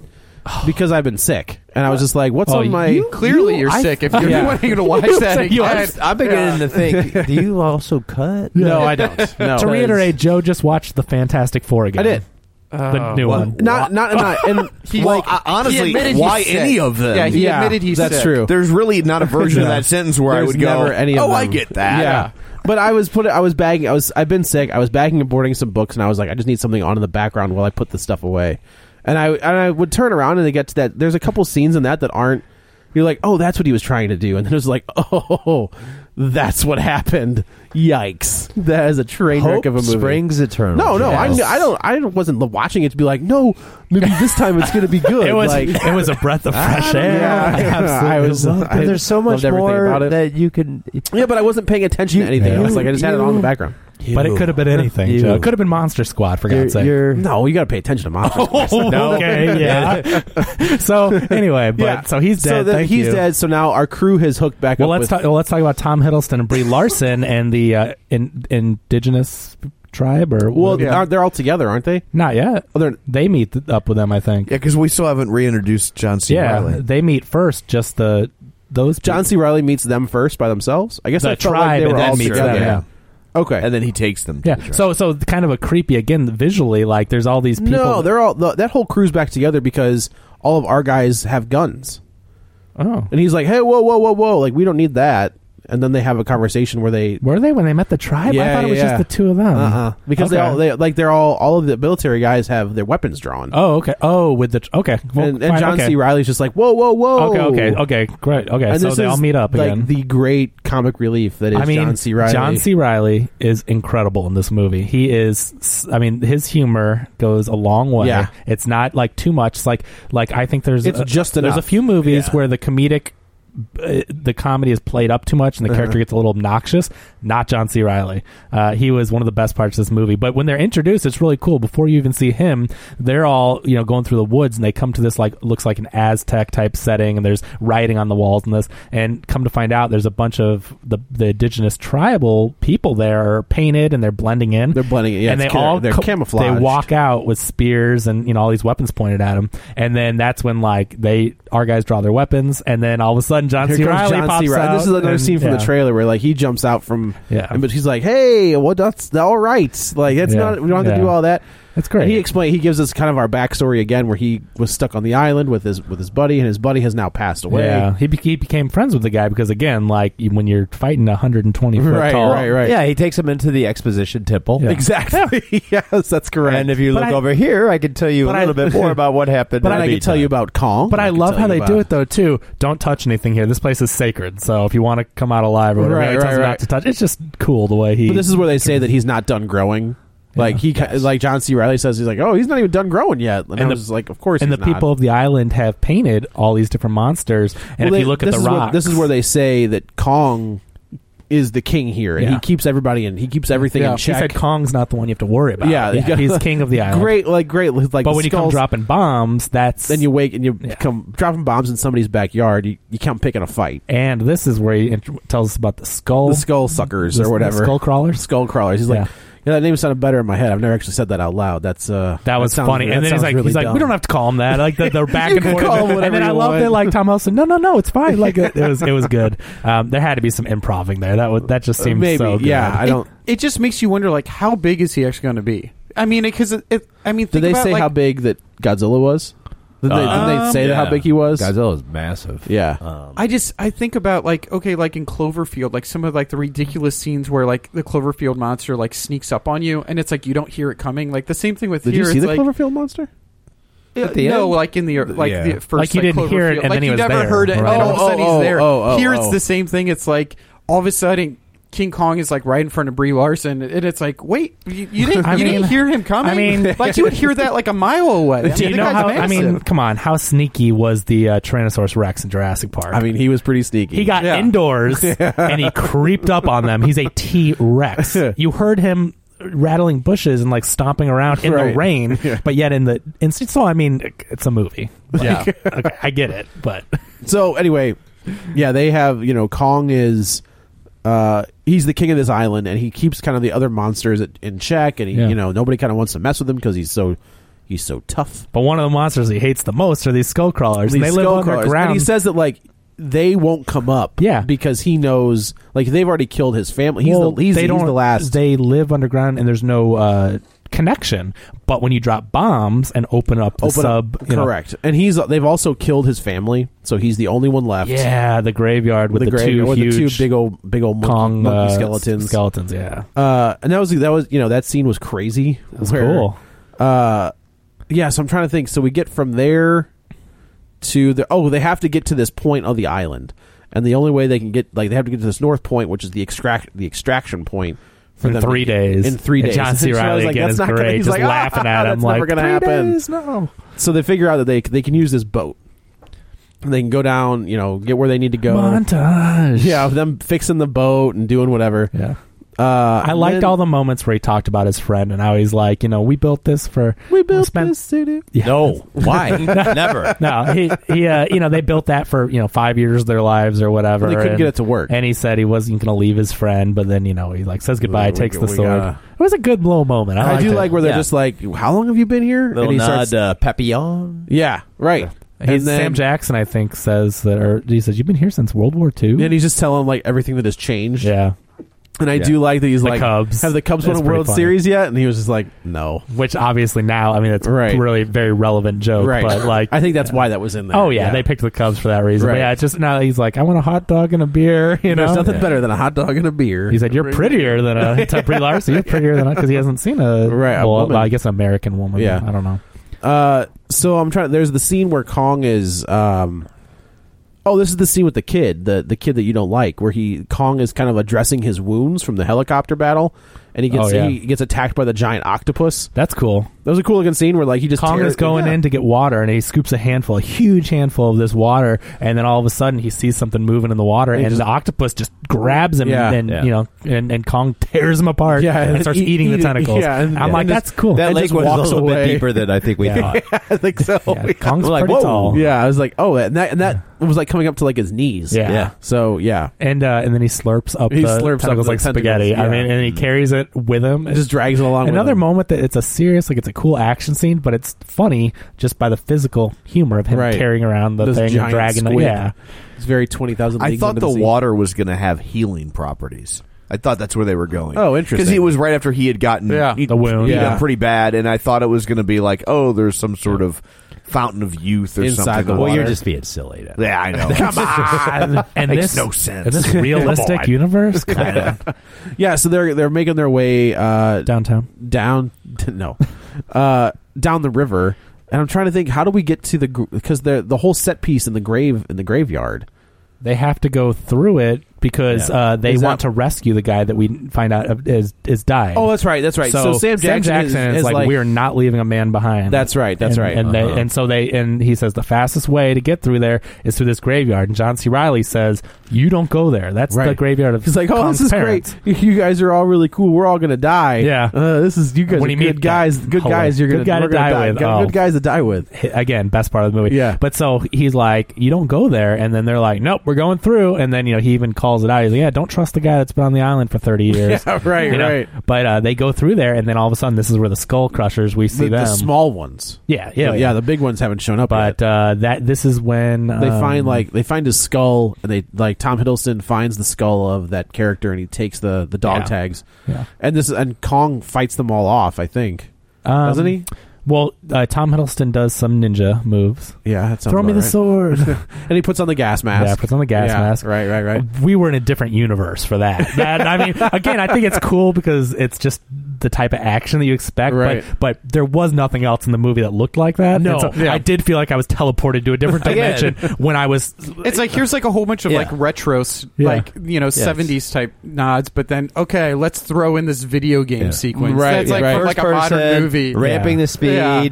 Speaker 3: because I've been sick, and I was just like, "What's
Speaker 2: Oh,
Speaker 3: on my?"
Speaker 2: you-
Speaker 4: clearly
Speaker 2: you-
Speaker 4: you're
Speaker 2: I-
Speaker 4: sick if you're
Speaker 3: Yeah.
Speaker 4: wanting to watch that.
Speaker 2: You are-
Speaker 4: again.
Speaker 1: I'm beginning to think. Do you also cut?
Speaker 3: no, I don't. No.
Speaker 2: to reiterate, Joe just watched the Fantastic Four again.
Speaker 3: I did.
Speaker 2: the new one.
Speaker 3: Not, not, not, and
Speaker 6: well,
Speaker 3: like,
Speaker 6: I- uh, honestly,
Speaker 4: admitted he's
Speaker 6: why
Speaker 4: sick.
Speaker 6: any of them?
Speaker 4: Yeah, he
Speaker 3: yeah,
Speaker 4: admitted he's
Speaker 3: that's
Speaker 4: sick.
Speaker 3: true.
Speaker 6: There's really not a version of that sentence where I
Speaker 3: There's
Speaker 6: would go.
Speaker 3: never any of
Speaker 6: oh, I
Speaker 3: them."
Speaker 6: get that.
Speaker 3: Yeah. But I was put. I was bagging. I was. I've been sick. I was bagging and boarding some books, and I was like, I just need something on in the background while I put this stuff away. And I and I would turn around and they get to that. There's a couple scenes in that that aren't. You're like, oh, that's what he was trying to do, and then it was like, oh, that's what happened. Yikes! That is a train
Speaker 1: Hope
Speaker 3: wreck of a movie.
Speaker 1: Springs eternal.
Speaker 3: No, no,
Speaker 1: Yes.
Speaker 3: I, I don't. I wasn't watching it to be like, no, maybe this time it's going to be good.
Speaker 2: it was
Speaker 3: like,
Speaker 2: it was a breath of fresh air.
Speaker 3: yeah,
Speaker 2: I
Speaker 3: I
Speaker 2: absolutely
Speaker 3: was-
Speaker 2: loved it.
Speaker 3: I-
Speaker 1: there's so
Speaker 3: loved
Speaker 1: much
Speaker 3: everything
Speaker 1: more
Speaker 3: about it.
Speaker 1: that you can.
Speaker 3: yeah, but I wasn't paying attention to anything.
Speaker 1: you-
Speaker 3: else. like, I just had it on in the background.
Speaker 2: but it could have been anything.
Speaker 1: You-
Speaker 2: Joe. It could have been Monster Squad for God's
Speaker 1: You're,
Speaker 2: sake.
Speaker 1: you're-
Speaker 3: No, you got to pay attention to monsters.
Speaker 2: Oh, okay, yeah. so anyway, but so he's dead.
Speaker 3: So then
Speaker 2: thank
Speaker 3: he's
Speaker 2: you.
Speaker 3: dead. So now our crew has hooked back
Speaker 2: Well,
Speaker 3: up.
Speaker 2: let's
Speaker 3: with,
Speaker 2: talk. Well, let's talk about Tom Hiddleston and Brie Larson and the uh, in, indigenous tribe or
Speaker 3: Well,
Speaker 2: what-
Speaker 3: they're, they're all together, aren't they?
Speaker 2: not yet.
Speaker 3: Oh, they're-
Speaker 2: they meet th- up with them, I think.
Speaker 6: Yeah, because we still haven't reintroduced John C.
Speaker 2: Yeah,
Speaker 6: Reilly.
Speaker 2: they meet first. Just the those
Speaker 3: John
Speaker 2: people.
Speaker 3: C. Riley meets them first by themselves. I guess
Speaker 2: The
Speaker 3: I felt like
Speaker 2: tribe
Speaker 3: they were
Speaker 2: and then
Speaker 3: all
Speaker 2: meets
Speaker 3: together.
Speaker 2: them, yeah.
Speaker 3: Okay.
Speaker 6: and then he takes them. to the
Speaker 2: Yeah.
Speaker 6: truck.
Speaker 2: So so kind of a creepy again visually. Like there's all these people.
Speaker 3: no, they're all the, that whole crew's back together because all of our guys have guns,
Speaker 2: oh.
Speaker 3: and he's like, "Hey, whoa, whoa, whoa, whoa! Like we don't need that." And then they have a conversation where they
Speaker 2: Were they when they met the tribe? I
Speaker 3: Yeah,
Speaker 2: thought it was
Speaker 3: yeah.
Speaker 2: just the two of them.
Speaker 3: uh-uh. because they
Speaker 2: Okay.
Speaker 3: all they like they're all all of the military guys have their weapons drawn.
Speaker 2: Oh, okay. Oh, with the tr- okay. Well,
Speaker 3: and, and
Speaker 2: fine,
Speaker 3: John
Speaker 2: okay.
Speaker 3: C. Riley's just like, "Whoa, whoa, whoa!"
Speaker 2: Okay, okay, okay, great. Okay,
Speaker 3: And
Speaker 2: so
Speaker 3: this
Speaker 2: they all
Speaker 3: is,
Speaker 2: meet up
Speaker 3: like
Speaker 2: again.
Speaker 3: the great comic relief that is
Speaker 2: I mean,
Speaker 3: John C. Riley.
Speaker 2: John C. Reilly is incredible in this movie. He is, s- I mean, his humor goes a long way.
Speaker 3: Yeah.
Speaker 2: It's not like too much. It's like, like I think there's
Speaker 3: It's
Speaker 2: a,
Speaker 3: just
Speaker 2: there's a
Speaker 3: enough.
Speaker 2: few movies
Speaker 3: Yeah.
Speaker 2: where the comedic, uh, the comedy is played up too much and the character gets a little obnoxious. Not John C. Riley. Uh, he was one of the best parts of this movie. But when they're introduced, it's really cool. Before you even see him, they're all you know going through the woods and they come to this like looks like an Aztec type setting and there's writing on the walls and this and come to find out there's a bunch of the the indigenous tribal people there are painted and they're blending in.
Speaker 3: They're blending it, yeah,
Speaker 2: and they
Speaker 3: it's ca-
Speaker 2: all
Speaker 3: they're
Speaker 2: co-
Speaker 3: camouflaged.
Speaker 2: They walk out with spears and you know all these weapons pointed at them. And then that's when like they our guys draw their weapons and then all of a sudden John
Speaker 3: Here
Speaker 2: C.
Speaker 3: comes
Speaker 2: Riley
Speaker 3: John
Speaker 2: pops
Speaker 3: C. Reilly.
Speaker 2: out.
Speaker 3: This is another
Speaker 2: and-
Speaker 3: scene from
Speaker 2: yeah.
Speaker 3: the trailer where like he jumps out from,
Speaker 2: Yeah.
Speaker 3: and- but he's like, "Hey, well, that's all right. Like that's
Speaker 2: Yeah.
Speaker 3: not we don't have
Speaker 2: Yeah.
Speaker 3: to do all that."
Speaker 2: That's great.
Speaker 3: And he explain he gives us kind of our backstory again, where he was stuck on the island with his with his buddy, and his buddy has now passed away.
Speaker 2: Yeah, he, be- he became friends with the guy because again, like you- when you're fighting a 120 foot
Speaker 3: Right,
Speaker 2: tall,
Speaker 3: right, right.
Speaker 1: Yeah, he takes him into the exposition temple.
Speaker 2: Yeah.
Speaker 3: Exactly. yes, that's correct.
Speaker 1: And if you
Speaker 2: But
Speaker 1: look
Speaker 2: I-
Speaker 1: over here, I can tell you a
Speaker 2: but I-
Speaker 1: little bit more about what happened.
Speaker 3: but
Speaker 1: at
Speaker 3: I can
Speaker 1: Beat
Speaker 3: tell you
Speaker 1: Time.
Speaker 3: about Kong.
Speaker 2: But I,
Speaker 3: can
Speaker 2: love
Speaker 3: tell
Speaker 2: how
Speaker 3: you
Speaker 2: they
Speaker 3: about-
Speaker 2: do it though too. Don't touch anything here. This place is sacred. So if you want to come out alive or whatever,
Speaker 3: Right,
Speaker 2: he tells
Speaker 3: right,
Speaker 2: you not
Speaker 3: right.
Speaker 2: to touch. It's just cool the way he.
Speaker 3: But this is where they say that he's not done growing. Like he, ca- like John C. Riley says, he's like, oh, he's not even done growing yet. And, I
Speaker 2: And the-
Speaker 3: was just like, of course,
Speaker 2: and the
Speaker 3: he's not.
Speaker 2: people of the island have painted all these different monsters. And
Speaker 3: Well,
Speaker 2: if
Speaker 3: they-
Speaker 2: you look at
Speaker 3: this
Speaker 2: the
Speaker 3: is where-
Speaker 2: rocks,
Speaker 3: this is where they say that Kong is the king here, and
Speaker 2: Yeah.
Speaker 3: he keeps everybody in. He keeps everything
Speaker 2: yeah,
Speaker 3: in check.
Speaker 2: He said Kong's not the one you have to worry about.
Speaker 3: Yeah,
Speaker 2: He-
Speaker 3: you got-
Speaker 2: he's king of the island.
Speaker 3: great, like great, like
Speaker 2: but
Speaker 3: the
Speaker 2: when you come
Speaker 3: skulls,
Speaker 2: dropping bombs, that's
Speaker 3: then you wake and you
Speaker 2: Yeah.
Speaker 3: come dropping bombs in somebody's backyard. You, you come picking a fight.
Speaker 2: And this is where he int- tells us about the skull,
Speaker 3: The skull suckers
Speaker 2: the-
Speaker 3: or whatever,
Speaker 2: the skull crawlers.
Speaker 3: skull crawlers. He's
Speaker 2: Yeah.
Speaker 3: like, yeah, that name sounded better in my head. I've never actually said that out loud. That's uh,
Speaker 2: That was
Speaker 3: sounds-
Speaker 2: funny. and
Speaker 3: that
Speaker 2: then he's
Speaker 3: sounds
Speaker 2: like,
Speaker 3: really
Speaker 2: he's like,
Speaker 3: dumb.
Speaker 2: we don't have to call him that. Like the, they're back and
Speaker 3: can
Speaker 2: forth.
Speaker 3: call him
Speaker 2: and
Speaker 3: whatever
Speaker 2: then I
Speaker 3: you
Speaker 2: love
Speaker 3: want.
Speaker 2: that like Tom Elson. No, no, no, it's fine. Like it, it was, it was good. Um, there had to be some improving there. That would that just seemed
Speaker 3: Uh, Maybe,
Speaker 2: so good.
Speaker 3: yeah. I
Speaker 4: It-
Speaker 3: don't.
Speaker 4: It, just makes you wonder, like, how big is he actually going to be? I mean, because it, it, I mean,
Speaker 3: Did
Speaker 4: think
Speaker 3: they
Speaker 4: about,
Speaker 3: say
Speaker 4: like, Um,
Speaker 3: how big that Godzilla was? Did they,
Speaker 1: Uh,
Speaker 3: did they say that how
Speaker 1: yeah.
Speaker 3: big he was?
Speaker 1: Godzilla's massive.
Speaker 3: Yeah.
Speaker 1: Um,
Speaker 4: I just I think about like okay like in Cloverfield like some of like the ridiculous scenes where like the Cloverfield monster like sneaks up on you and it's like you don't hear it coming like the same thing with
Speaker 3: Did
Speaker 4: here
Speaker 3: you see
Speaker 4: it's
Speaker 3: the
Speaker 4: like
Speaker 3: Cloverfield monster?
Speaker 4: Uh,
Speaker 1: the
Speaker 4: no
Speaker 1: end?
Speaker 4: like in the like
Speaker 1: Yeah.
Speaker 4: the first
Speaker 2: Like you didn't hear it
Speaker 4: Cloverfield.
Speaker 2: and
Speaker 4: like
Speaker 2: then he
Speaker 4: you
Speaker 2: was
Speaker 4: never
Speaker 2: there,
Speaker 4: heard it and
Speaker 2: right.
Speaker 4: then all of a
Speaker 3: Oh,
Speaker 4: sudden
Speaker 3: oh,
Speaker 4: he's there
Speaker 3: oh, oh,
Speaker 4: here it's
Speaker 3: oh.
Speaker 4: the same thing it's like all of a sudden King Kong is like right in front of Brie Larson and it's like wait you, you didn't
Speaker 2: I
Speaker 4: you
Speaker 2: mean-
Speaker 4: didn't hear him coming
Speaker 2: I mean-
Speaker 4: like you would hear that like a mile away I mean,
Speaker 2: Do you
Speaker 4: the
Speaker 2: know
Speaker 4: guy's
Speaker 2: how? I
Speaker 4: massive.
Speaker 2: mean, come on. How sneaky was the uh, Tyrannosaurus Rex in Jurassic Park?
Speaker 3: I mean, he was pretty sneaky.
Speaker 2: He got
Speaker 4: Yeah.
Speaker 2: indoors and he creeped up on them. He's a T Rex. You heard him rattling bushes and like stomping around in
Speaker 3: Right.
Speaker 2: the rain, but yet in the instant. So I mean, it's a movie. yeah, okay, I get it, but
Speaker 3: So anyway, yeah, they have you know Kong is uh he's the king of this island and he keeps kind of the other monsters at, in check and he,
Speaker 2: Yeah.
Speaker 3: you know nobody kind of wants to mess with him because he's so he's so tough.
Speaker 2: but one of the monsters he hates the most are these skull crawlers. and
Speaker 3: These
Speaker 2: they live
Speaker 3: skull
Speaker 2: on
Speaker 3: crawlers.
Speaker 2: the ground.
Speaker 3: And he says that like they won't come up,
Speaker 2: Yeah.
Speaker 3: because he knows like they've already killed his family. He's
Speaker 2: Well,
Speaker 3: the he's,
Speaker 2: they
Speaker 3: he's
Speaker 2: don't-
Speaker 3: the last.
Speaker 2: They live underground and there's no uh, connection. But when you drop bombs and open up the
Speaker 3: open
Speaker 2: sub,
Speaker 3: up,
Speaker 2: you know,
Speaker 3: correct, and he's they've also killed his family, so he's the only one left.
Speaker 2: yeah, the graveyard with
Speaker 3: the,
Speaker 2: the,
Speaker 3: grave
Speaker 2: two
Speaker 3: or the
Speaker 2: huge
Speaker 3: two big old big old monkey,
Speaker 2: Kong
Speaker 3: monkey
Speaker 2: uh,
Speaker 3: skeletons.
Speaker 2: Skeletons, yeah.
Speaker 3: Uh, and that was that was you know that scene was crazy.
Speaker 2: That's
Speaker 3: where-
Speaker 2: cool.
Speaker 3: Uh, yeah. So I'm trying to think. So we get from there to the oh they have to get to this point of the island, and the only way they can get like they have to get to this north point, which is the extract the extraction point for
Speaker 2: in
Speaker 3: them
Speaker 2: three
Speaker 3: to-
Speaker 2: days.
Speaker 3: In three
Speaker 2: And
Speaker 3: days,
Speaker 2: John C.
Speaker 3: So I
Speaker 2: Riley
Speaker 3: was like,
Speaker 2: again
Speaker 3: "That's
Speaker 2: is
Speaker 3: not gonna-"
Speaker 2: great,
Speaker 3: he's
Speaker 2: just
Speaker 3: like, "Ah,
Speaker 2: laughing at
Speaker 3: that's
Speaker 2: him like "Oh,
Speaker 3: never gonna
Speaker 2: "Three
Speaker 3: happen."
Speaker 2: days? no.
Speaker 3: So they figure out that they they can use this boat. And they can go down, you know, get where they need to go.
Speaker 2: Montage.
Speaker 3: Yeah, of them fixing the boat and doing whatever.
Speaker 2: Yeah.
Speaker 3: Uh,
Speaker 2: I liked
Speaker 3: then-
Speaker 2: all the moments where he talked about his friend and how he's like, you know, we built this for
Speaker 3: We built
Speaker 2: spent-
Speaker 3: this city.
Speaker 2: Yeah.
Speaker 1: No, why? Never.
Speaker 2: no, he, he uh, you know, they built that for, you know, five years of their lives or whatever.
Speaker 3: They couldn't
Speaker 2: and-
Speaker 3: get it to work.
Speaker 2: And he said he wasn't going to leave his friend, but then, you know, he like says goodbye,
Speaker 3: We-
Speaker 2: takes the
Speaker 3: we
Speaker 2: sword.
Speaker 3: gotta-
Speaker 2: It was a good little moment. I,
Speaker 3: I,
Speaker 2: liked
Speaker 3: do
Speaker 2: it.
Speaker 3: like where they're
Speaker 1: Yeah.
Speaker 3: just like, "How long have you been here?"
Speaker 1: Little
Speaker 3: he
Speaker 1: nod uh,
Speaker 3: starts-
Speaker 1: to Papillon.
Speaker 3: yeah, right.
Speaker 2: He's, Sam Jackson, I think, says that, or he says, you've been here since World War II?
Speaker 3: And he's just telling like everything that has changed.
Speaker 2: yeah.
Speaker 3: And I
Speaker 1: Yeah.
Speaker 3: do like that he's
Speaker 2: The
Speaker 3: like,
Speaker 2: Cubs.
Speaker 3: "Have the Cubs
Speaker 2: That's
Speaker 3: won a
Speaker 2: pretty
Speaker 3: World
Speaker 2: funny.
Speaker 3: Series yet?" And he was just like, "No."
Speaker 2: Which obviously now, I mean, it's
Speaker 3: Right.
Speaker 2: really very relevant joke,
Speaker 3: Right.
Speaker 2: but like,
Speaker 3: I think that's why that was in there.
Speaker 2: Oh yeah, they picked the Cubs for that reason. But
Speaker 3: Right.
Speaker 2: yeah, it's just now he's like, I want a hot dog and a beer. You know,
Speaker 3: There's nothing
Speaker 2: Yeah.
Speaker 3: better than a hot dog and a beer.
Speaker 2: He said, "You're prettier than a to Brie Larson. You're prettier than because he hasn't seen a
Speaker 3: Right, a
Speaker 2: Well,
Speaker 3: woman.
Speaker 2: I guess an American woman.
Speaker 3: Yeah.
Speaker 2: I don't know.
Speaker 3: Uh, so I'm trying. There's the scene where Kong is. Um, oh, this is the scene with the kid, the the kid that you don't like, where he Kong is kind of addressing his wounds from the helicopter battle, and he gets
Speaker 2: Oh, yeah.
Speaker 3: he gets attacked by the giant octopus.
Speaker 2: That's cool.
Speaker 3: That was a cool looking scene where like he just
Speaker 2: Kong
Speaker 3: tear-
Speaker 2: is going
Speaker 3: yeah.
Speaker 2: in to get water, and he scoops a handful, a huge handful of this water, and then all of a sudden he sees something moving in the water, and the octopus just grabs him,
Speaker 3: Yeah.
Speaker 2: and
Speaker 1: Yeah.
Speaker 2: you know, and, and Kong tears him apart,
Speaker 3: Yeah,
Speaker 2: and
Speaker 3: and
Speaker 2: starts
Speaker 3: eat-
Speaker 2: eating
Speaker 3: eat
Speaker 2: the
Speaker 3: it.
Speaker 2: tentacles.
Speaker 3: Yeah, and-
Speaker 2: I'm
Speaker 3: yeah.
Speaker 2: like,
Speaker 3: And
Speaker 2: that's
Speaker 3: just-
Speaker 2: cool.
Speaker 1: That
Speaker 3: And
Speaker 1: lake
Speaker 3: just
Speaker 1: was a
Speaker 3: walks
Speaker 1: little
Speaker 3: away.
Speaker 1: bit deeper than I think we
Speaker 2: Yeah.
Speaker 1: thought.
Speaker 3: I think so.
Speaker 2: Yeah, Kong's
Speaker 1: We're like,
Speaker 2: pretty
Speaker 1: whoa.
Speaker 2: tall.
Speaker 3: Yeah, I was like, oh, and that and that was like coming up to like his knees.
Speaker 2: Yeah. Yeah.
Speaker 3: So yeah,
Speaker 2: and uh, and then he slurps up
Speaker 3: He
Speaker 2: the
Speaker 3: slurps up
Speaker 2: tentacles
Speaker 3: the
Speaker 2: like
Speaker 3: tentacles,
Speaker 2: spaghetti. I
Speaker 3: yeah.
Speaker 2: mean, and he carries it with him.
Speaker 3: it just drags it along. with
Speaker 2: Another
Speaker 3: him.
Speaker 2: moment that it's a serious, like it's a cool action scene, but it's funny just by the physical humor of him
Speaker 3: Right.
Speaker 2: carrying around the
Speaker 3: This
Speaker 2: thing, and
Speaker 3: giant
Speaker 2: dragging it.
Speaker 3: squid.
Speaker 2: Yeah,
Speaker 3: It's very twenty thousand.
Speaker 6: I thought the water was going to have healing properties. I thought that's where they were going.
Speaker 3: Oh, interesting.
Speaker 6: Because it was right after he had gotten
Speaker 4: Yeah.
Speaker 6: he-
Speaker 2: The wound.
Speaker 6: beat
Speaker 3: Yeah.
Speaker 6: up pretty bad, and I thought it was going to be like, oh, there's some sort of fountain of youth or
Speaker 3: Inside
Speaker 6: something.
Speaker 3: the
Speaker 6: in
Speaker 1: Well, you're
Speaker 6: water.
Speaker 1: just being silly. Then.
Speaker 6: yeah, I know. Come on,
Speaker 2: and
Speaker 6: makes
Speaker 2: this
Speaker 6: no sense.
Speaker 2: In this
Speaker 6: Come
Speaker 2: realistic
Speaker 6: on.
Speaker 2: universe, Come on.
Speaker 3: Yeah, so they're they're making their way uh,
Speaker 2: downtown.
Speaker 3: down no uh down the river and i'm trying to think how do we get to the because the the whole set piece in the grave in the graveyard
Speaker 2: They have to go through it because
Speaker 3: Yeah.
Speaker 2: uh, they
Speaker 3: Is that-
Speaker 2: want to rescue the guy that we find out is is dying.
Speaker 3: Oh, that's right that's right
Speaker 2: So, Sam Jackson is, like, we are not leaving a man behind.
Speaker 3: That's right, that's
Speaker 2: And-
Speaker 3: right.
Speaker 2: And
Speaker 3: Uh-huh.
Speaker 2: they and so they and he says the fastest way to get through there is through this graveyard. And John C. Riley says you don't go there. That's the
Speaker 3: Right.
Speaker 2: graveyard of
Speaker 3: he's like oh
Speaker 2: Kong's
Speaker 3: this is
Speaker 2: parents."
Speaker 3: great you guys are all really cool we're all gonna die
Speaker 2: Yeah.
Speaker 3: uh, this is you guys
Speaker 2: When
Speaker 3: are
Speaker 2: you meet
Speaker 3: good guys
Speaker 2: that
Speaker 3: good
Speaker 2: hallway.
Speaker 3: guys you're
Speaker 2: Good guy
Speaker 3: gonna,
Speaker 2: to
Speaker 3: we're gonna
Speaker 2: die with.
Speaker 3: Good-
Speaker 2: Oh.
Speaker 3: good guys to die with
Speaker 2: Hi- again best part of the movie
Speaker 3: Yeah.
Speaker 2: but so he's like you don't go there and then they're like nope we're going through and then you know he even calls it out he's like yeah don't trust the guy that's been on the island for 30 years
Speaker 3: Yeah, right,
Speaker 2: You know?
Speaker 3: right.
Speaker 2: but uh, they go through there and then all of a sudden this is where the skull crushers we see
Speaker 3: the,
Speaker 2: them
Speaker 3: the small ones
Speaker 2: yeah yeah
Speaker 3: yeah, the big ones haven't shown up yet.
Speaker 2: but uh, that this is when
Speaker 3: they
Speaker 2: um,
Speaker 3: find like they find his skull and they like Tom Hiddleston finds the skull of that character and he takes the the dog
Speaker 2: Yeah.
Speaker 3: tags.
Speaker 2: Yeah.
Speaker 3: And this and Kong fights them all off, I think.
Speaker 2: um,
Speaker 3: Doesn't he?
Speaker 2: well uh, Tom Hiddleston does some ninja moves
Speaker 3: Yeah, that sounds
Speaker 2: throw me the
Speaker 3: about right.
Speaker 2: sword
Speaker 3: And he puts on the gas mask.
Speaker 2: Yeah, puts on the gas
Speaker 3: Yeah,
Speaker 2: mask.
Speaker 3: Right, right, right.
Speaker 2: we were in a different universe for that. That I mean, again, I think it's cool because it's just the type of action that you expect.
Speaker 3: Right.
Speaker 2: But but there was nothing else in the movie that looked like that.
Speaker 3: No.
Speaker 2: And so
Speaker 3: Yeah.
Speaker 2: I did feel like I was teleported to a different dimension when I was.
Speaker 4: It's like here's like a whole bunch of
Speaker 1: Yeah.
Speaker 4: like retro, s-
Speaker 2: Yeah.
Speaker 4: like you know, seventies type nods, but then okay, let's throw in this video game
Speaker 1: Yeah.
Speaker 4: sequence.
Speaker 3: Right,
Speaker 4: That's like
Speaker 3: right.
Speaker 4: from, like a modern movie.
Speaker 1: ramping
Speaker 2: Yeah.
Speaker 1: the speed.
Speaker 4: Yeah.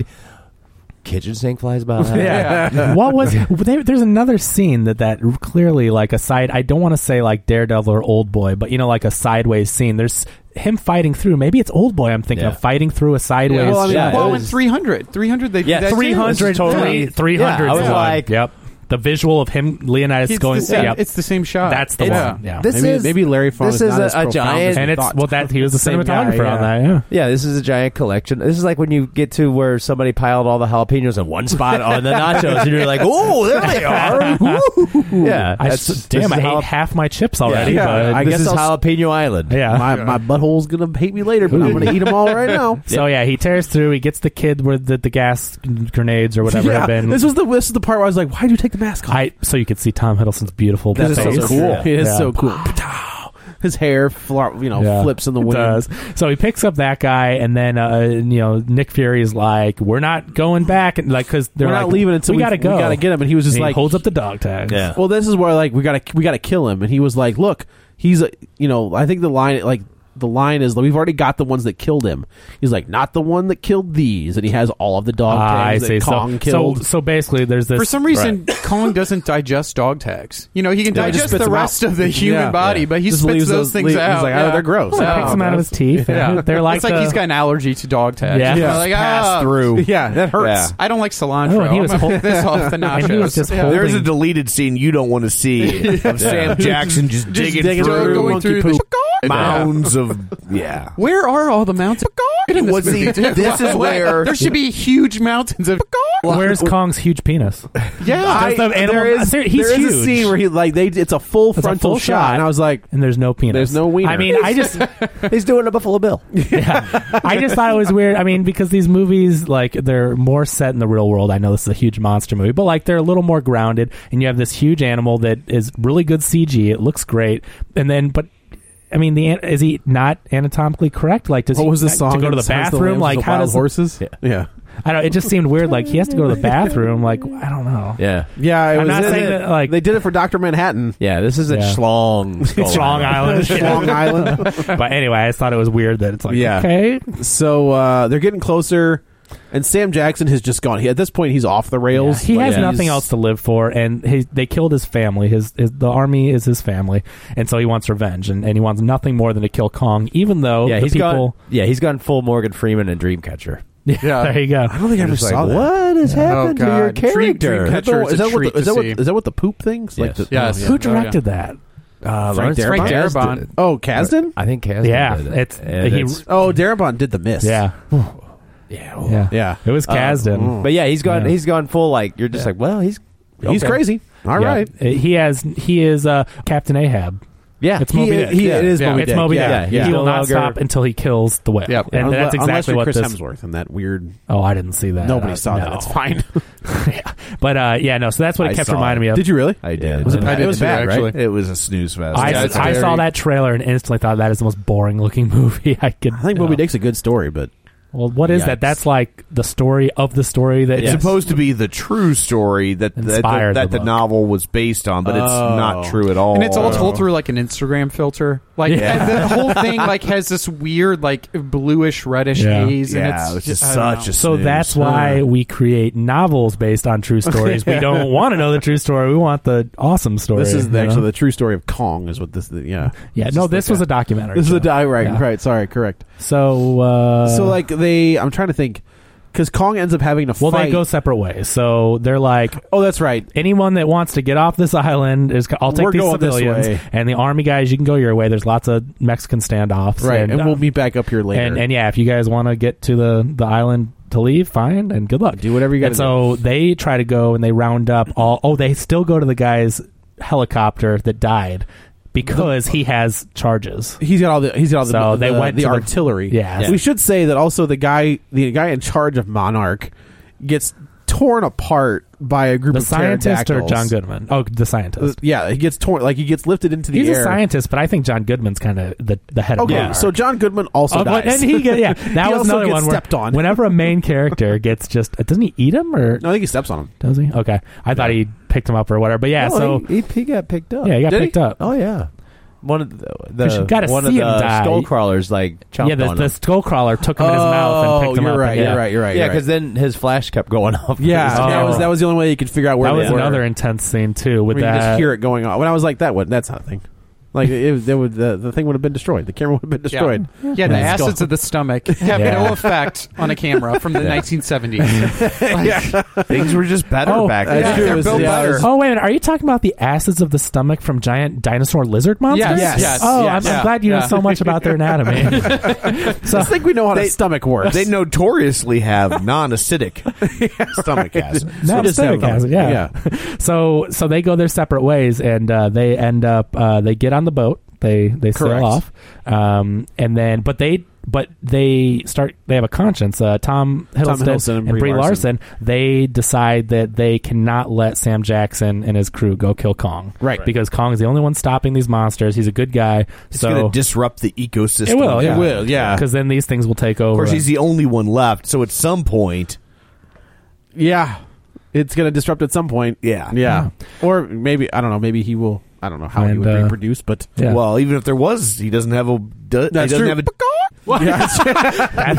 Speaker 1: Kitchen sink flies by.
Speaker 4: Yeah.
Speaker 2: what was there, there's another scene that that clearly like a side I don't want to say like Daredevil or Old Boy but you know like a sideways scene there's him fighting through maybe it's Old Boy I'm thinking
Speaker 1: Yeah.
Speaker 2: of fighting through a sideways
Speaker 4: Well, I mean,
Speaker 1: Yeah,
Speaker 4: well,
Speaker 1: it
Speaker 4: in
Speaker 1: was-
Speaker 4: 300, 300, they
Speaker 1: Yeah,
Speaker 4: they-
Speaker 2: 300
Speaker 1: totally-
Speaker 2: totally 300
Speaker 1: Yeah, I was
Speaker 2: is one.
Speaker 1: like-
Speaker 2: yep the visual of him Leonidas
Speaker 4: It's,
Speaker 2: going
Speaker 4: the same,
Speaker 2: yep.
Speaker 4: it's the same shot.
Speaker 2: That's the
Speaker 1: It's-
Speaker 2: one. Yeah.
Speaker 1: This
Speaker 3: maybe,
Speaker 1: is
Speaker 3: maybe Larry Fong
Speaker 1: this
Speaker 3: is,
Speaker 1: is
Speaker 3: not
Speaker 1: a-
Speaker 3: as
Speaker 1: a
Speaker 3: profound
Speaker 1: giant-
Speaker 3: as
Speaker 2: and it's
Speaker 3: thought.
Speaker 2: well that he was the
Speaker 3: Same guy,
Speaker 2: cinematographer on
Speaker 3: yeah.
Speaker 2: that. Yeah.
Speaker 1: Yeah, this is a giant collection. This is like when you get to where somebody piled all the jalapenos in one spot on the nachos, and you're like, "Oh, there they are!" Woo. yeah,
Speaker 2: I
Speaker 1: that's-
Speaker 2: s-
Speaker 1: this
Speaker 2: damn,
Speaker 1: is
Speaker 2: I ate
Speaker 1: jala-
Speaker 2: half my chips already.
Speaker 1: Yeah.
Speaker 2: but
Speaker 1: I
Speaker 2: this
Speaker 1: guess
Speaker 2: is
Speaker 1: is
Speaker 2: how-
Speaker 1: jalapeno island.
Speaker 2: yeah.
Speaker 3: my my butthole's gonna hate me later, but I'm gonna eat them all right now.
Speaker 2: so yeah, he tears through. He gets the kid with the, the gas grenades or whatever
Speaker 3: yeah,
Speaker 2: have been.
Speaker 3: this was the this is the part where I was like, why do you take the mask off?
Speaker 2: I so you could see Tom Hiddleston's beautiful.
Speaker 3: This is
Speaker 2: face.
Speaker 3: so cool. It is
Speaker 2: Yeah.
Speaker 3: so cool. his hair flop, you know, yeah, flips in the wind. Does.
Speaker 2: So he picks up that guy, and then uh, you know Nick Fury is like, "We're not going back," and like because they're
Speaker 3: We're not
Speaker 2: like,
Speaker 3: leaving until
Speaker 2: we, gotta go,
Speaker 3: we gotta get him. And he was just
Speaker 2: And he
Speaker 3: like,
Speaker 2: holds up the dog tag.
Speaker 3: Yeah. Well, this is where like we gotta we gotta kill him, and he was like, look, he's a, you know, I think the line like the line is we've already got the ones that killed him. He's like, not the one that killed these, and he has all of the dog
Speaker 2: Ah, I
Speaker 3: tags
Speaker 2: see.
Speaker 3: that Kong
Speaker 2: So,
Speaker 3: killed.
Speaker 2: so, so basically, there's this
Speaker 4: For some reason, Kong doesn't digest dog tags. You know, he can
Speaker 3: Yeah, he just
Speaker 4: digest the
Speaker 3: spits them out.
Speaker 4: rest of the human
Speaker 3: Yeah.
Speaker 4: body,
Speaker 3: Yeah.
Speaker 4: but he
Speaker 3: Just
Speaker 4: spits
Speaker 3: leaves
Speaker 4: those,
Speaker 3: those-
Speaker 4: things
Speaker 3: leaves-
Speaker 4: out.
Speaker 3: he's like, oh, they're gross.
Speaker 2: Oh, it picks them out of his teeth.
Speaker 4: Yeah.
Speaker 2: They're like
Speaker 4: it's like
Speaker 2: the-
Speaker 4: he's got an allergy to dog tags.
Speaker 2: Yeah.
Speaker 4: You know,
Speaker 2: Just
Speaker 4: like,
Speaker 6: pass
Speaker 4: ah,
Speaker 6: through.
Speaker 3: yeah, that hurts.
Speaker 6: Yeah.
Speaker 4: I don't like cilantro.
Speaker 2: Oh, and he was
Speaker 4: I'm gonna
Speaker 2: hol-
Speaker 4: pick this off the nachos.
Speaker 2: And he was just
Speaker 4: Yeah.
Speaker 2: holding-
Speaker 6: There's a deleted scene you don't want to see of Sam Jackson just, digging,
Speaker 3: digging
Speaker 6: through,
Speaker 3: through
Speaker 4: going
Speaker 3: monkey
Speaker 4: through
Speaker 3: poop.
Speaker 4: the
Speaker 6: mounds of yeah.
Speaker 4: Where are all the mountains? in
Speaker 6: Well, see,
Speaker 4: movie, dude?
Speaker 6: this is where-
Speaker 4: there should be huge mountains of.
Speaker 2: Where's Kong's huge penis?
Speaker 4: Yeah,
Speaker 2: I- Does the animal-
Speaker 3: there is,
Speaker 2: Ser- he's
Speaker 3: there is a
Speaker 2: huge.
Speaker 3: scene where he like they it's a full
Speaker 2: It's a
Speaker 3: frontal
Speaker 2: full
Speaker 3: shot,
Speaker 2: shot.
Speaker 3: and I was like,
Speaker 2: And there's no penis.
Speaker 3: There's no wiener.
Speaker 2: I mean, I just
Speaker 1: He's doing a Buffalo Bill.
Speaker 2: yeah. I just thought it was weird. I mean, because these movies, like, they're more set in the real world. I know this is a huge monster movie, but, like, they're a little more grounded, and you have this huge animal that is really good CG. It looks great. And then, but. I mean, the an- is he not anatomically correct? Like, does
Speaker 3: what
Speaker 2: he
Speaker 3: was the
Speaker 2: not-
Speaker 3: song
Speaker 2: to go to the
Speaker 3: Silence of
Speaker 2: bathroom?
Speaker 3: Lambs
Speaker 2: like,
Speaker 3: with the
Speaker 2: how
Speaker 3: wild
Speaker 2: does
Speaker 3: horses? Yeah. yeah.
Speaker 2: I don't. It just seemed weird. Like, he has to go to the bathroom. Like, I don't know.
Speaker 1: Yeah.
Speaker 3: Yeah, it
Speaker 2: I'm
Speaker 3: was
Speaker 2: not
Speaker 3: it.
Speaker 2: saying that, like-
Speaker 3: they did it for Doctor Manhattan.
Speaker 1: Yeah, this is a
Speaker 2: Yeah.
Speaker 1: schlong.
Speaker 2: It's Long Island.
Speaker 3: Long Island.
Speaker 2: but anyway, I just thought it was weird that it's like,
Speaker 3: Yeah.
Speaker 2: okay,
Speaker 3: So uh, they're getting closer, and Sam Jackson has just gone. He, at this point, he's off the rails.
Speaker 2: He
Speaker 3: Like,
Speaker 2: has
Speaker 3: he's-
Speaker 2: nothing else to live for, and his, they killed his family. His, his the army is his family, and so he wants revenge, and, and he wants nothing more than to kill Kong. Even though
Speaker 1: Yeah,
Speaker 2: the
Speaker 1: he's gone.
Speaker 2: people,
Speaker 1: Yeah, he's gone full Morgan Freeman and Dreamcatcher.
Speaker 2: yeah, there you
Speaker 3: I
Speaker 2: go.
Speaker 3: don't think I ever
Speaker 1: It's like,
Speaker 3: saw that.
Speaker 1: What has happened to your
Speaker 4: God. Dream-
Speaker 1: character?
Speaker 4: Dreamcatcher.
Speaker 3: Is that
Speaker 4: It's a
Speaker 3: what
Speaker 4: treat
Speaker 3: the, is
Speaker 4: to
Speaker 3: that what
Speaker 4: see.
Speaker 3: is that what the poop things? Like
Speaker 1: Yes.
Speaker 3: the,
Speaker 4: Yes.
Speaker 2: Who directed that?
Speaker 1: Uh,
Speaker 3: Frank
Speaker 1: Lawrence
Speaker 3: Darabont.
Speaker 4: Frank Darabont.
Speaker 1: did it.
Speaker 3: Oh, Kasdan.
Speaker 1: I think Kasdan
Speaker 2: Yeah,
Speaker 1: did it.
Speaker 2: it's-
Speaker 1: And
Speaker 2: he-
Speaker 1: it's-
Speaker 3: Oh, Darabont did the mist.
Speaker 2: Yeah,
Speaker 1: yeah,
Speaker 2: yeah,
Speaker 3: Yeah. Uh, mm. Oh.
Speaker 2: It was Kasdan.
Speaker 1: But yeah, he's gone.
Speaker 2: Yeah.
Speaker 1: He's gone full. Like you're just like, well, he's
Speaker 3: He's
Speaker 1: okay.
Speaker 3: crazy. All
Speaker 2: Yeah.
Speaker 3: right.
Speaker 2: Uh, he has he is uh, Captain Ahab.
Speaker 1: Yeah,
Speaker 2: It's Moby
Speaker 3: He-
Speaker 2: Dick.
Speaker 3: he-
Speaker 2: yeah.
Speaker 3: it is
Speaker 2: yeah.
Speaker 3: Moby
Speaker 2: it's
Speaker 3: Dick.
Speaker 2: Moby
Speaker 3: Yeah,
Speaker 2: Dick.
Speaker 3: yeah.
Speaker 2: He
Speaker 3: He's
Speaker 2: will
Speaker 1: no
Speaker 2: not
Speaker 1: longer-
Speaker 2: stop until he kills the whale.
Speaker 4: Yep.
Speaker 2: And
Speaker 3: Unle-
Speaker 2: that's
Speaker 3: unless
Speaker 2: exactly
Speaker 3: you're
Speaker 2: what
Speaker 3: Chris
Speaker 2: this.
Speaker 3: Hemsworth and that weird.
Speaker 2: Oh, I didn't see that.
Speaker 3: Nobody
Speaker 2: Uh,
Speaker 3: saw that.
Speaker 2: no.
Speaker 3: It's fine.
Speaker 2: yeah. But uh, yeah, no. So that's what it
Speaker 1: I
Speaker 2: kept
Speaker 1: saw
Speaker 2: reminding me of.
Speaker 3: Did you really?
Speaker 1: I did.
Speaker 3: Was it
Speaker 4: I
Speaker 3: bad?
Speaker 4: did
Speaker 3: It was
Speaker 4: too,
Speaker 3: bad,
Speaker 4: actually.
Speaker 3: right?
Speaker 7: It was a snooze fest.
Speaker 2: I,
Speaker 4: Yeah, it's
Speaker 2: I
Speaker 4: very-
Speaker 2: saw that trailer and instantly thought that is the most boring looking movie I could.
Speaker 3: I think Moby Dick's a good story, but
Speaker 2: Well, what is that?
Speaker 1: Yikes.
Speaker 2: That's like the story of the story that
Speaker 1: Yes.
Speaker 2: is
Speaker 7: supposed to be the true story that that, that,
Speaker 2: Inspired
Speaker 7: that
Speaker 2: the
Speaker 7: the,
Speaker 2: book.
Speaker 7: novel was based on, but it's not
Speaker 3: Oh.
Speaker 7: true at all.
Speaker 4: And it's all told through like an Instagram filter. Like the whole thing like has this weird like bluish reddish
Speaker 2: Yeah.
Speaker 4: haze, and
Speaker 7: Yeah,
Speaker 4: it's
Speaker 7: it was just
Speaker 4: I don't
Speaker 7: such
Speaker 4: know.
Speaker 7: a
Speaker 2: So
Speaker 7: snooze.
Speaker 2: that's
Speaker 3: Uh.
Speaker 2: why we create novels based on true stories. We don't want to know the true story. We want the awesome story.
Speaker 3: this is
Speaker 2: you
Speaker 3: the, actually
Speaker 2: know?
Speaker 3: the true story of Kong. Is what this? Yeah.
Speaker 2: yeah.
Speaker 3: It's
Speaker 2: No,
Speaker 3: just
Speaker 2: this
Speaker 3: like
Speaker 2: was a documentary.
Speaker 3: This is a
Speaker 2: so-
Speaker 3: die right,
Speaker 2: yeah.
Speaker 3: right? Sorry, correct.
Speaker 2: So uh,
Speaker 3: so like they, I'm trying to think, because Kong ends up having to
Speaker 2: well,
Speaker 3: fight.
Speaker 2: they go separate ways. So they're like,
Speaker 3: oh, that's right.
Speaker 2: anyone that wants to get off this island is I'll take
Speaker 3: We're
Speaker 2: these
Speaker 3: going this way.
Speaker 2: civilians and the army guys. You can go your way. There's lots of Mexican standoffs,
Speaker 3: Right, and,
Speaker 2: uh,
Speaker 3: we'll meet back up here later.
Speaker 2: And, and yeah, if you guys want to get to the, the island to leave, fine, and good luck.
Speaker 3: Do whatever you gotta
Speaker 2: And so they try to go and they round up all. Oh, they still go to the guy's helicopter that died because he has charges.
Speaker 3: he's got all the he's got all the,
Speaker 2: So
Speaker 3: the-
Speaker 2: they went
Speaker 3: the
Speaker 2: to the-
Speaker 3: artillery.
Speaker 2: Yeah. Yeah.
Speaker 3: we should say that also the guy the guy in charge of Monarch gets torn apart by a group
Speaker 2: The
Speaker 3: of
Speaker 2: scientist or
Speaker 3: pterodactyls.
Speaker 2: John Goodman? Oh, the
Speaker 3: Uh,
Speaker 2: scientist.
Speaker 3: Yeah, he gets torn like he gets lifted into the
Speaker 2: He's
Speaker 3: air.
Speaker 2: a scientist, but I think John Goodman's kind of the, the head
Speaker 3: Okay,
Speaker 2: of Monarch.
Speaker 3: so John Goodman also
Speaker 2: Oh, but-
Speaker 3: dies.
Speaker 2: and he get, yeah, that
Speaker 3: He
Speaker 2: was
Speaker 3: also
Speaker 2: another
Speaker 3: gets
Speaker 2: one where
Speaker 3: stepped on.
Speaker 2: whenever a main character gets just uh, doesn't he eat him or
Speaker 3: no, I think he steps on him.
Speaker 2: does he? Okay, I thought he picked him up or whatever. But yeah,
Speaker 1: No,
Speaker 2: so
Speaker 1: he, he, he got picked up.
Speaker 2: yeah, he got
Speaker 3: Did he?
Speaker 2: picked up.
Speaker 1: Oh yeah, one of the, the
Speaker 2: 'Cause you gotta
Speaker 1: one of
Speaker 2: see
Speaker 1: the
Speaker 2: him die.
Speaker 1: skull crawlers like chomped
Speaker 2: yeah, the,
Speaker 1: on
Speaker 2: the
Speaker 1: him.
Speaker 2: skull crawler took him in his mouth and picked him
Speaker 3: Oh, you're
Speaker 2: up.
Speaker 3: right,
Speaker 2: yeah.
Speaker 3: you're right, you're right.
Speaker 1: yeah,
Speaker 3: you're right.
Speaker 1: because then his flash kept going off.
Speaker 3: yeah,
Speaker 2: Oh.
Speaker 3: that was that was the only way you could figure out where
Speaker 2: That
Speaker 3: they
Speaker 2: was
Speaker 3: were.
Speaker 2: another intense scene too. With
Speaker 3: Where you
Speaker 2: that,
Speaker 3: could just hear it going on. When I was like, that would that's not a thing. Like it, it would the, the thing would have been destroyed. The camera would have been destroyed.
Speaker 4: Yeah, the
Speaker 3: Let's go.
Speaker 4: acids of the stomach have
Speaker 2: Yeah.
Speaker 4: no effect on a camera from the 1970s.
Speaker 7: Things were just better
Speaker 2: Oh,
Speaker 7: back
Speaker 3: that's
Speaker 7: then.
Speaker 3: true.
Speaker 7: They're
Speaker 3: It was-
Speaker 7: built
Speaker 3: yeah, it
Speaker 7: better.
Speaker 3: was-
Speaker 2: Oh wait, a minute, are you talking about the acids of the stomach from giant dinosaur lizard monsters?
Speaker 4: Yes, yes,
Speaker 2: oh,
Speaker 4: yes,
Speaker 2: I'm, I'm
Speaker 4: yeah,
Speaker 2: glad you know
Speaker 4: yeah.
Speaker 2: so much about their anatomy. so
Speaker 3: I think we know how the
Speaker 7: They-
Speaker 3: stomach works.
Speaker 7: They notoriously have non-acidic stomach acid.
Speaker 2: No,
Speaker 3: just
Speaker 2: stomach
Speaker 3: have them.
Speaker 2: acid, yeah. so so they go their separate ways, and uh, they end up uh, they get on the boat. They they
Speaker 3: Correct.
Speaker 2: sail off, um, and then but they but they start they have a conscience. Uh, Tom Hiddleston,
Speaker 3: Hiddleston
Speaker 2: and, Brie Larson. they decide that they cannot let Sam Jackson and his crew go kill Kong,
Speaker 3: Right.
Speaker 2: Because Kong is the only one stopping these monsters. He's a good guy,
Speaker 6: It's
Speaker 2: so
Speaker 6: going to disrupt the ecosystem.
Speaker 2: it will, yeah.
Speaker 3: It will, yeah.
Speaker 2: Because then these things will take
Speaker 6: Of
Speaker 2: over.
Speaker 6: course, he's the only one left. So at some point,
Speaker 3: Yeah, it's going to disrupt at some point.
Speaker 6: Yeah.
Speaker 3: yeah, or maybe I don't know. Maybe he will. I don't know how he
Speaker 2: And,
Speaker 3: would
Speaker 2: uh,
Speaker 3: reproduce, but
Speaker 2: Yeah.
Speaker 6: well, even if there was, he doesn't have a. do- he doesn't have a.
Speaker 2: that's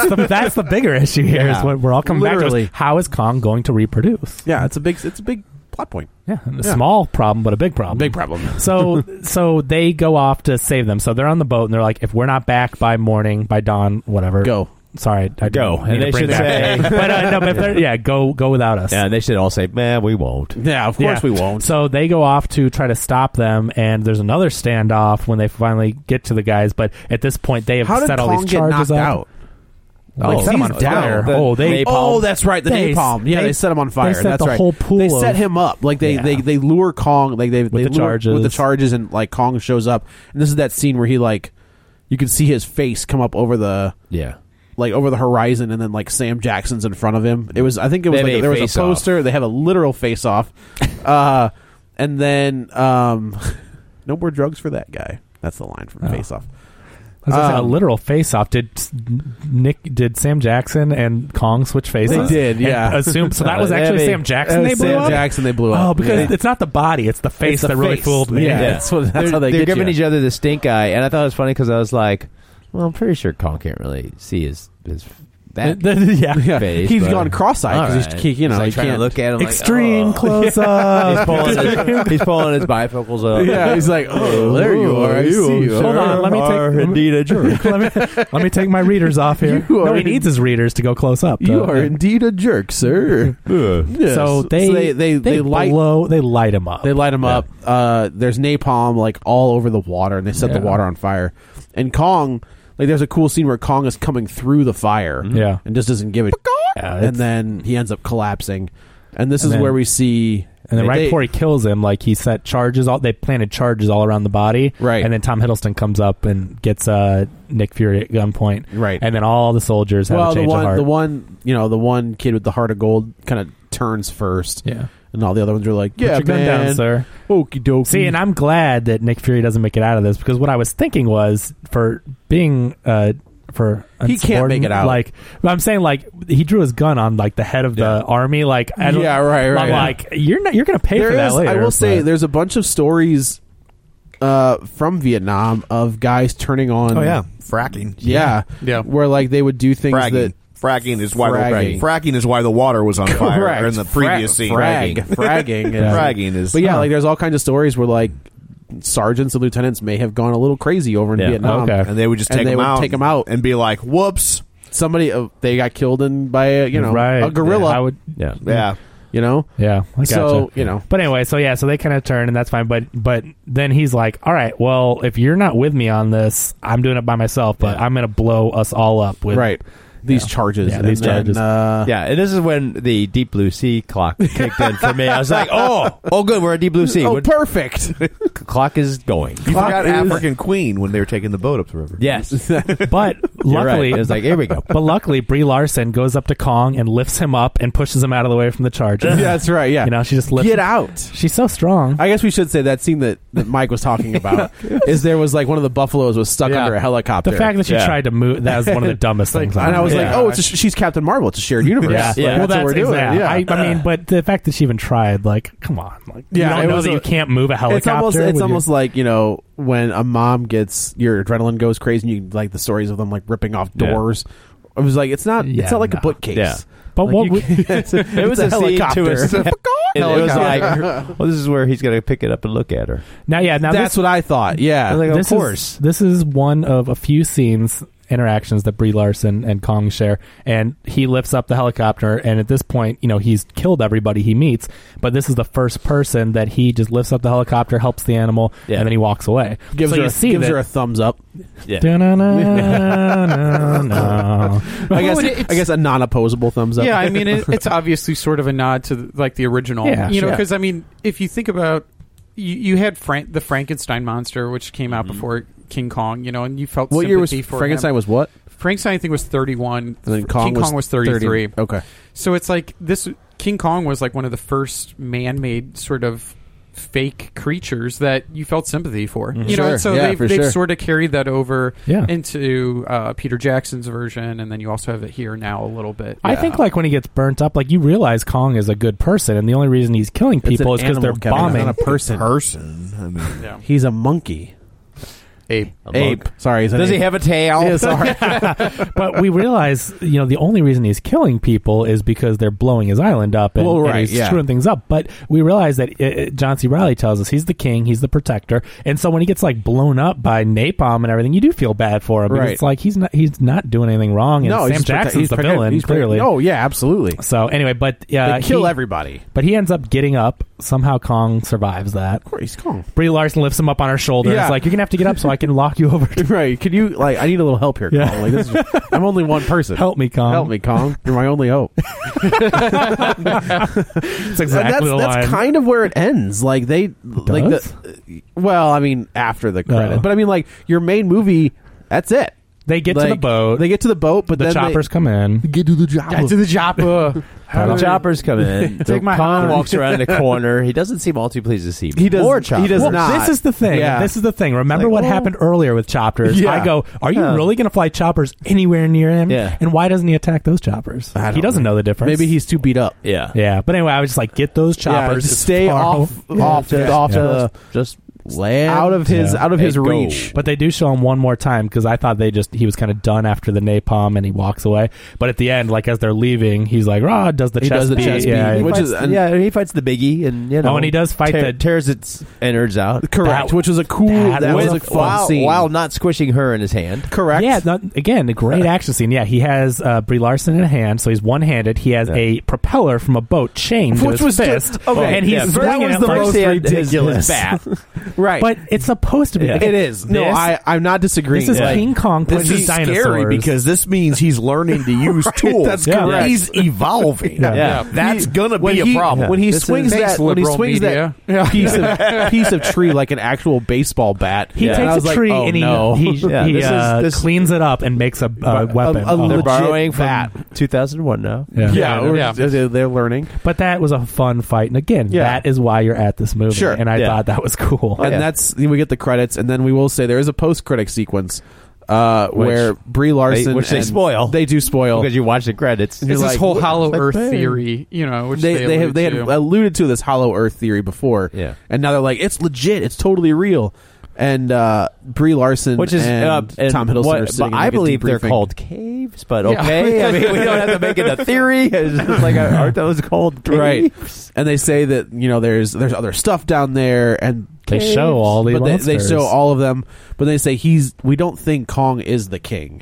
Speaker 2: the that's the bigger issue here. Is
Speaker 3: Yeah.
Speaker 2: what we're all coming back to.
Speaker 3: Literally.
Speaker 2: Is how is Kong going to reproduce?
Speaker 3: yeah, it's a big it's a big plot point.
Speaker 2: Yeah, a small problem, but a big problem.
Speaker 3: Big problem.
Speaker 2: so so they go off to save them. So they're on the boat and they're like, if we're not back by morning, by dawn, whatever,
Speaker 3: Go.
Speaker 2: Sorry, I
Speaker 1: Go.
Speaker 2: didn't mean
Speaker 1: And
Speaker 2: to
Speaker 1: they
Speaker 2: bring
Speaker 1: should
Speaker 2: that.
Speaker 1: say-
Speaker 2: but uh, no, but if they're, yeah, go go without us.
Speaker 1: Yeah, and they should all say, "Man, we won't."
Speaker 3: Yeah, of course
Speaker 2: Yeah.
Speaker 3: we won't.
Speaker 2: So they go off to try to stop them, and there's another standoff when they finally get to the guys. But at this point, they have
Speaker 3: How did
Speaker 2: set all
Speaker 3: Kong
Speaker 2: these
Speaker 3: get
Speaker 2: charges
Speaker 3: knocked
Speaker 2: up.
Speaker 3: out? Oh,
Speaker 2: Like, set him on
Speaker 3: he's
Speaker 2: fire.
Speaker 3: down.
Speaker 2: oh, they
Speaker 1: Napalm.
Speaker 3: Oh, that's right. The
Speaker 2: They-
Speaker 3: napalm. Yeah,
Speaker 2: they-
Speaker 3: they, set him on fire.
Speaker 2: they set
Speaker 3: that's
Speaker 2: the
Speaker 3: right.
Speaker 2: whole pool
Speaker 3: They
Speaker 2: of-
Speaker 3: set him up. Like they,
Speaker 2: Yeah.
Speaker 3: they, they lure Kong. Like they they
Speaker 2: the
Speaker 3: lure, with the
Speaker 2: charges.
Speaker 3: charges and like Kong shows up. And this is that scene where he like you can see his face come up over the
Speaker 1: Yeah,
Speaker 3: like over the horizon, and then like Sam Jackson's in front of him. It was I think it was
Speaker 1: They made
Speaker 3: like,
Speaker 1: a
Speaker 3: there was a
Speaker 1: face-off.
Speaker 3: poster. They have a literal face off, uh, and then um, no more drugs for that guy. That's the line from
Speaker 2: Oh.
Speaker 3: Face Off.
Speaker 2: I was gonna say,
Speaker 3: Um,
Speaker 2: a literal face-off. Did s- Nick? Did Sam Jackson and Kong switch faces?
Speaker 3: They did,
Speaker 2: And
Speaker 3: yeah.
Speaker 2: assume so. That was
Speaker 1: Uh,
Speaker 2: actually
Speaker 1: they-
Speaker 2: Sam Jackson.
Speaker 3: that
Speaker 2: They
Speaker 3: was
Speaker 2: blew
Speaker 3: Sam
Speaker 2: up?
Speaker 3: Jackson they blew up.
Speaker 2: Oh, because
Speaker 3: Yeah.
Speaker 2: it's not the body; it's the face
Speaker 3: the
Speaker 2: that really
Speaker 3: face.
Speaker 2: fooled me.
Speaker 3: Yeah. That's what- that's
Speaker 1: they're,
Speaker 3: how they
Speaker 1: they're
Speaker 3: get
Speaker 1: giving
Speaker 3: you.
Speaker 1: each other the stink eye, and I thought it was funny because I was like, "Well, I'm pretty sure Kong can't really see his his that
Speaker 2: yeah.
Speaker 3: Yeah.
Speaker 1: face."
Speaker 3: He's
Speaker 1: but-
Speaker 3: gone cross-eyed 'cause
Speaker 1: All
Speaker 3: he's- he- you know,
Speaker 1: He's, like,
Speaker 3: he
Speaker 1: trying
Speaker 3: can't-
Speaker 1: to look at him.
Speaker 2: Extreme
Speaker 1: like, oh.
Speaker 2: close up.
Speaker 1: He's pulling, his, he's pulling his bifocals up.
Speaker 3: yeah, he's like, oh, there you are. I see you.
Speaker 2: Hold on, let me
Speaker 1: Are
Speaker 2: take
Speaker 1: indeed a jerk.
Speaker 2: let me let me take my readers off here.
Speaker 3: You
Speaker 2: no,
Speaker 3: are
Speaker 2: he
Speaker 3: in-
Speaker 2: needs his readers to go close up.
Speaker 3: You
Speaker 2: though.
Speaker 3: are indeed a jerk, sir. Yes.
Speaker 2: So they,
Speaker 3: they, they, they light
Speaker 2: blow, they light him up.
Speaker 3: they light him up. Uh, there's napalm like all over the water, and they set
Speaker 2: Yeah.
Speaker 3: the water on fire. And Kong, like, there's a cool scene where Kong is coming through the fire,
Speaker 2: Yeah.
Speaker 3: and just doesn't give it.
Speaker 2: Yeah,
Speaker 3: and
Speaker 2: it's-
Speaker 3: then he ends up collapsing. And this
Speaker 2: And
Speaker 3: is
Speaker 2: then-
Speaker 3: where we see.
Speaker 2: and then right
Speaker 3: they-
Speaker 2: before he kills him, like he set charges, all they planted charges all around the body.
Speaker 3: Right.
Speaker 2: And then Tom Hiddleston comes up and gets uh, Nick Fury at gunpoint.
Speaker 3: Right.
Speaker 2: And then all the soldiers have
Speaker 3: well,
Speaker 2: a
Speaker 3: the
Speaker 2: change of
Speaker 3: one,
Speaker 2: heart.
Speaker 3: the one, you know, the one kid with the heart of gold kind of turns first,
Speaker 2: yeah.
Speaker 3: and all the other ones are like, "Yeah,
Speaker 2: Put your gun
Speaker 3: man,
Speaker 2: down, sir.
Speaker 3: Okie dokie.
Speaker 2: See, and I'm glad that Nick Fury doesn't make it out of this because what I was thinking was for being uh for
Speaker 3: He can't make it
Speaker 2: insubordinate,
Speaker 3: out.
Speaker 2: Like but I'm saying, like he drew his gun on like the head of the army. Like I don't,
Speaker 3: Yeah, right, right,
Speaker 2: I'm
Speaker 3: yeah.
Speaker 2: like you're not you're gonna pay
Speaker 3: There
Speaker 2: for that
Speaker 3: is-
Speaker 2: later.
Speaker 3: I will say
Speaker 2: but-
Speaker 3: there's a bunch of stories uh, from Vietnam of guys turning on.
Speaker 6: oh yeah, fracking.
Speaker 3: yeah,
Speaker 4: Yeah.
Speaker 3: Where like they would do things
Speaker 6: fracking.
Speaker 3: that
Speaker 6: fracking is why
Speaker 3: Fragging.
Speaker 6: fracking. fracking is why the water was on fire in the previous
Speaker 3: Fra-
Speaker 6: scene.
Speaker 3: Frag, fragging, yeah.
Speaker 6: Fragging is-
Speaker 3: But yeah,
Speaker 6: Huh.
Speaker 3: like there's all kinds of stories where like sergeants and lieutenants may have gone a little crazy over in
Speaker 1: Yeah.
Speaker 3: Vietnam.
Speaker 2: Okay.
Speaker 6: And they would just
Speaker 3: And
Speaker 6: take
Speaker 3: they
Speaker 6: him
Speaker 3: would
Speaker 6: out,
Speaker 3: take 'em out.
Speaker 6: and be like, "Whoops,
Speaker 3: Somebody uh, they got killed in by a, you know
Speaker 2: right,
Speaker 3: a gorilla.
Speaker 2: Yeah, I would,
Speaker 1: Yeah,
Speaker 6: yeah."
Speaker 3: you know,
Speaker 2: yeah. I gotcha.
Speaker 3: so you know
Speaker 2: But anyway, so yeah, so they kind of turn, and that's fine. But but then he's like, "All right, well, if you're not with me on this, I'm doing it by myself. But I'm gonna blow us all up with
Speaker 3: right these charges.
Speaker 2: Yeah,
Speaker 3: and
Speaker 2: these
Speaker 3: then,
Speaker 2: charges.
Speaker 3: uh,
Speaker 1: yeah. And this is when the deep blue sea clock kicked in for me. I was like, "Oh, oh, good, we're at deep blue sea.
Speaker 3: Oh,
Speaker 1: What-
Speaker 3: perfect.
Speaker 1: clock is going."
Speaker 6: You forgot African Queen when they were taking the boat up the river.
Speaker 1: Yes,
Speaker 2: But
Speaker 1: You're right.
Speaker 2: luckily,
Speaker 1: it was like, "Here we go."
Speaker 2: But luckily, Brie Larson goes up to Kong and lifts him up and pushes him out of the way from the charges.
Speaker 3: Yeah, that's right. Yeah,
Speaker 2: You know, she just lifts.
Speaker 3: get
Speaker 2: him-
Speaker 3: out.
Speaker 2: She's so strong.
Speaker 3: I guess we should say that scene that, that Mike was talking about is there was like one of the buffaloes was stuck
Speaker 1: Yeah.
Speaker 3: under a helicopter.
Speaker 2: the fact that she
Speaker 1: Yeah.
Speaker 2: tried to move that was one of the dumbest things.
Speaker 3: and I was like,
Speaker 2: Yeah.
Speaker 3: oh, it's a, she's Captain Marvel. It's a shared universe.
Speaker 2: Yeah,
Speaker 3: Like,
Speaker 2: well,
Speaker 3: that's,
Speaker 2: that's
Speaker 3: what we're doing.
Speaker 2: exactly-
Speaker 3: Yeah,
Speaker 2: I, I mean, but the fact that she even tried, like, come on, like,
Speaker 3: Yeah,
Speaker 2: you
Speaker 3: it
Speaker 2: don't know
Speaker 3: was
Speaker 2: that
Speaker 3: a-
Speaker 2: you can't move a helicopter.
Speaker 3: it's almost
Speaker 2: with
Speaker 3: it's
Speaker 2: your-
Speaker 3: almost like you know when a mom gets your adrenaline goes crazy and you like the stories of them like ripping off
Speaker 1: Yeah.
Speaker 3: doors. It was like it's not
Speaker 2: Yeah,
Speaker 3: it's not like
Speaker 2: no.
Speaker 3: a bookcase.
Speaker 1: Yeah.
Speaker 2: But
Speaker 3: Like,
Speaker 2: what
Speaker 3: you
Speaker 2: would-
Speaker 3: can't- it's a-
Speaker 1: It was
Speaker 3: it's
Speaker 1: a, scene to a step. And it was like,
Speaker 3: Helicopter.
Speaker 1: well, this is where he's going to pick it up and look at her.
Speaker 2: now, yeah, now
Speaker 3: That's
Speaker 2: this,
Speaker 3: what I thought.
Speaker 1: I
Speaker 3: Yeah,
Speaker 1: was like, of
Speaker 2: this
Speaker 1: course.
Speaker 2: Is, this is one of a few scenes interactions that Brie Larson and Kong share and he lifts up the helicopter and at this point, you know, he's killed everybody he meets, but this is the first person that he just lifts up the helicopter, helps the animal,
Speaker 1: Yeah.
Speaker 2: and then he walks away.
Speaker 3: gives
Speaker 2: so
Speaker 3: her
Speaker 2: you
Speaker 3: a,
Speaker 2: see
Speaker 3: gives
Speaker 2: that-
Speaker 3: her a thumbs up.
Speaker 1: Yeah.
Speaker 2: Da-na-na-na-na.
Speaker 3: I guess
Speaker 4: Well, it's-
Speaker 3: I guess a non-opposable thumbs up.
Speaker 4: yeah, I mean, it, it's obviously sort of a nod to the, like the original,
Speaker 2: Yeah,
Speaker 4: you know,
Speaker 2: sure.
Speaker 4: because I mean, if you think about, you, you had Frank, the Frankenstein monster, which came out before King Kong, you know, and you felt
Speaker 3: Mm-hmm. what year was
Speaker 4: sympathy for
Speaker 3: Frankenstein
Speaker 4: him.
Speaker 3: was what?
Speaker 4: Frankenstein I think was 31.
Speaker 3: And then Kong
Speaker 4: King
Speaker 3: was Oh.
Speaker 4: Kong was 33.
Speaker 3: 30. Okay.
Speaker 4: So it's like this King Kong was like one of the first man-made sort of fake creatures that you felt sympathy for.
Speaker 3: Mhm.
Speaker 4: You know,
Speaker 3: Sure.
Speaker 4: and so
Speaker 3: Yeah,
Speaker 4: they've,
Speaker 3: for
Speaker 4: they've
Speaker 3: sure.
Speaker 4: sort of carried that over
Speaker 2: Yeah.
Speaker 4: into uh, Peter Jackson's version, and then you also have it here now a little bit.
Speaker 2: I think like when he gets burnt up, like you realize Kong is a good person, and the only reason he's killing people
Speaker 3: an
Speaker 2: is because
Speaker 3: animal,
Speaker 2: they're
Speaker 3: Kevin. It's
Speaker 2: bombing.
Speaker 3: not a person.
Speaker 6: person. I mean,
Speaker 4: yeah.
Speaker 3: He's a monkey.
Speaker 4: Ape.
Speaker 3: Ape. Sorry. He's an
Speaker 1: Does he
Speaker 3: ape.
Speaker 1: have a tail?
Speaker 3: Yeah, sorry.
Speaker 2: but we realize, you know, the only reason he's killing people is because they're blowing his island up and,
Speaker 3: Well,
Speaker 2: and
Speaker 3: right,
Speaker 2: he's
Speaker 3: yeah.
Speaker 2: screwing things up. But we realize that uh, uh, John C. Riley tells us he's the king, he's the protector, and so when he gets like blown up by napalm and everything, you do feel bad for him. because
Speaker 3: Right.
Speaker 2: It's like he's not he's not doing anything wrong, and Sam
Speaker 3: he's protect-
Speaker 2: Jackson's
Speaker 3: he's
Speaker 2: the
Speaker 3: protect-
Speaker 2: villain
Speaker 3: he's protect-
Speaker 2: clearly.
Speaker 3: Oh yeah, absolutely.
Speaker 2: So anyway, but uh,
Speaker 3: they kill
Speaker 2: he-
Speaker 3: everybody.
Speaker 2: But he ends up getting up. Somehow Kong survives that.
Speaker 3: Of course, he's Kong.
Speaker 2: Brie Larson lifts him up on her shoulder. and
Speaker 3: Yeah.
Speaker 2: It's like you're gonna have to get up so I can lock you over.
Speaker 3: right? Can you like? I need a little help here,
Speaker 2: Yeah.
Speaker 3: Kong. Like this is, I'm only one person.
Speaker 2: Help me, Kong.
Speaker 3: Help me, Kong. You're my only hope.
Speaker 2: That's exactly
Speaker 3: that's
Speaker 2: the line.
Speaker 3: that's kind of where it ends. Like they, like the. uh, Well, I mean, after the credit, but I mean, like your main movie. That's it.
Speaker 2: Oh. They get to the
Speaker 3: Like,
Speaker 2: boat.
Speaker 3: They get to the boat, but
Speaker 2: the
Speaker 3: then
Speaker 2: choppers
Speaker 3: They,
Speaker 2: come in.
Speaker 3: get to the chopper.
Speaker 4: Get to the chopper.
Speaker 1: The choppers come in.
Speaker 4: Take
Speaker 1: Take
Speaker 4: my
Speaker 1: Kong
Speaker 4: hand.
Speaker 1: walks around the corner. He doesn't seem all too pleased to see.
Speaker 3: He does-
Speaker 1: More
Speaker 3: he
Speaker 1: choppers.
Speaker 3: does
Speaker 2: Well,
Speaker 3: not.
Speaker 2: This is the thing.
Speaker 3: Yeah. oh.
Speaker 2: This is the thing. Remember
Speaker 1: Like,
Speaker 2: what
Speaker 1: well-
Speaker 2: happened earlier with choppers?
Speaker 3: Yeah.
Speaker 2: I go, are you
Speaker 1: Yeah.
Speaker 2: really going to fly choppers anywhere near him?
Speaker 1: Yeah.
Speaker 2: And why doesn't he attack those choppers?
Speaker 3: I don't
Speaker 2: He doesn't
Speaker 3: know.
Speaker 2: know the difference.
Speaker 3: Maybe he's too beat up.
Speaker 1: Yeah.
Speaker 2: Yeah. But anyway, I was just like, get those choppers.
Speaker 3: Yeah,
Speaker 2: as
Speaker 3: stay
Speaker 2: far
Speaker 3: off,
Speaker 2: away-
Speaker 3: off,
Speaker 1: Yeah.
Speaker 3: off
Speaker 1: Yeah.
Speaker 3: the
Speaker 1: Just
Speaker 3: land out of his
Speaker 2: Yeah.
Speaker 3: out of
Speaker 1: Hey,
Speaker 3: his
Speaker 1: go.
Speaker 3: reach.
Speaker 2: But they do show him one more time because I thought they just he was kind of done after the napalm and he walks away. But at the end, like as they're leaving, he's like, "Rod does the
Speaker 1: he
Speaker 2: chest
Speaker 1: does the
Speaker 2: beat."
Speaker 1: chest beat,
Speaker 2: yeah,
Speaker 1: which
Speaker 3: fights
Speaker 1: is
Speaker 3: the-
Speaker 1: yeah. He fights the biggie, and you know,
Speaker 2: Oh, and he does fight
Speaker 1: tear-
Speaker 2: the-
Speaker 1: tears its innards out.
Speaker 3: Correct,
Speaker 2: That-
Speaker 3: which was a cool. That,
Speaker 2: that
Speaker 3: was,
Speaker 2: was
Speaker 3: a
Speaker 2: a
Speaker 3: fun
Speaker 1: while,
Speaker 3: scene.
Speaker 1: while not squishing her in his hand.
Speaker 3: Correct.
Speaker 2: Yeah, no, again, a great action scene. Yeah, he has uh, Brie Larson in a hand, so he's one handed. He has a propeller from a boat chained to
Speaker 3: Which
Speaker 2: his
Speaker 3: was good.
Speaker 2: fist,
Speaker 3: Okay,
Speaker 2: and he's
Speaker 3: Oh, yeah, that
Speaker 2: swinging
Speaker 3: was
Speaker 2: it
Speaker 3: the
Speaker 2: like-
Speaker 3: most
Speaker 1: First he had his- his
Speaker 3: ridiculous.
Speaker 1: bat.
Speaker 3: right.
Speaker 2: But it's supposed to be.
Speaker 1: Yeah.
Speaker 2: Again,
Speaker 3: it is. No,
Speaker 2: this-
Speaker 3: I I'm not disagreeing.
Speaker 2: This is
Speaker 3: Like,
Speaker 2: King Kong
Speaker 6: this
Speaker 2: punching
Speaker 6: is scary
Speaker 2: dinosaurs.
Speaker 6: because this means he's learning to use tools.
Speaker 3: that's
Speaker 2: Yeah. correct.
Speaker 6: He's evolving.
Speaker 2: Yeah.
Speaker 1: Yeah.
Speaker 6: that's gonna
Speaker 3: when
Speaker 6: be
Speaker 3: he-
Speaker 6: a problem.
Speaker 3: When he
Speaker 1: This
Speaker 3: swings
Speaker 4: is-
Speaker 3: that,
Speaker 4: Thanks,
Speaker 3: when he
Speaker 4: liberal
Speaker 3: swings
Speaker 4: media.
Speaker 3: that piece of piece of tree like an actual baseball bat,
Speaker 2: he
Speaker 3: and I
Speaker 2: takes
Speaker 3: was
Speaker 2: a
Speaker 3: like,
Speaker 2: tree
Speaker 3: oh,
Speaker 2: and he,
Speaker 3: no.
Speaker 2: he,
Speaker 1: Yeah,
Speaker 2: he
Speaker 1: this is-
Speaker 2: uh,
Speaker 1: this-
Speaker 2: cleans it up and makes a uh,
Speaker 3: a-
Speaker 2: weapon.
Speaker 3: a
Speaker 2: of
Speaker 1: They're
Speaker 2: it.
Speaker 3: legit
Speaker 1: borrowing from
Speaker 3: bat.
Speaker 1: 2001 now.
Speaker 2: Yeah.
Speaker 3: yeah, or-
Speaker 4: Yeah.
Speaker 3: they're learning,
Speaker 2: But that was a fun fight, and again,
Speaker 3: Yeah.
Speaker 2: that is why you're at this movie.
Speaker 3: Sure.
Speaker 2: and I
Speaker 1: Yeah.
Speaker 2: thought that was cool.
Speaker 3: and
Speaker 1: yeah.
Speaker 3: that's we get the credits, and then we will say there is a post credit sequence uh,
Speaker 1: Which
Speaker 3: where Brie Larson,
Speaker 1: they- which they
Speaker 3: and-
Speaker 1: spoil.
Speaker 3: they do spoil
Speaker 1: Because you watch the credits.
Speaker 3: You're
Speaker 4: It's this
Speaker 3: like,
Speaker 4: whole
Speaker 3: what-
Speaker 4: Hollow
Speaker 3: it's like,
Speaker 4: Earth
Speaker 3: bang.
Speaker 4: theory, you know, which
Speaker 3: they,
Speaker 4: they,
Speaker 3: they, have they had
Speaker 4: allude to.
Speaker 3: alluded to this hollow earth theory before
Speaker 1: Yeah.
Speaker 3: and now they're like it's legit it's totally real and uh brie larson
Speaker 1: which is
Speaker 3: and
Speaker 1: uh, and
Speaker 3: tom hiddleston
Speaker 1: what-
Speaker 3: are sitting
Speaker 1: but
Speaker 3: in, like,
Speaker 1: I
Speaker 3: a
Speaker 1: believe they're
Speaker 3: debriefing.
Speaker 1: called caves, but
Speaker 4: Yeah.
Speaker 1: okay. I mean, we don't have to make it a theory. It's just like, aren't those called caves?
Speaker 3: right and they say that you know there's there's other stuff down there and
Speaker 2: They
Speaker 3: caves,
Speaker 2: show all the
Speaker 3: but they, they
Speaker 2: monsters.
Speaker 3: show all of them but they say he's we don't think kong is the king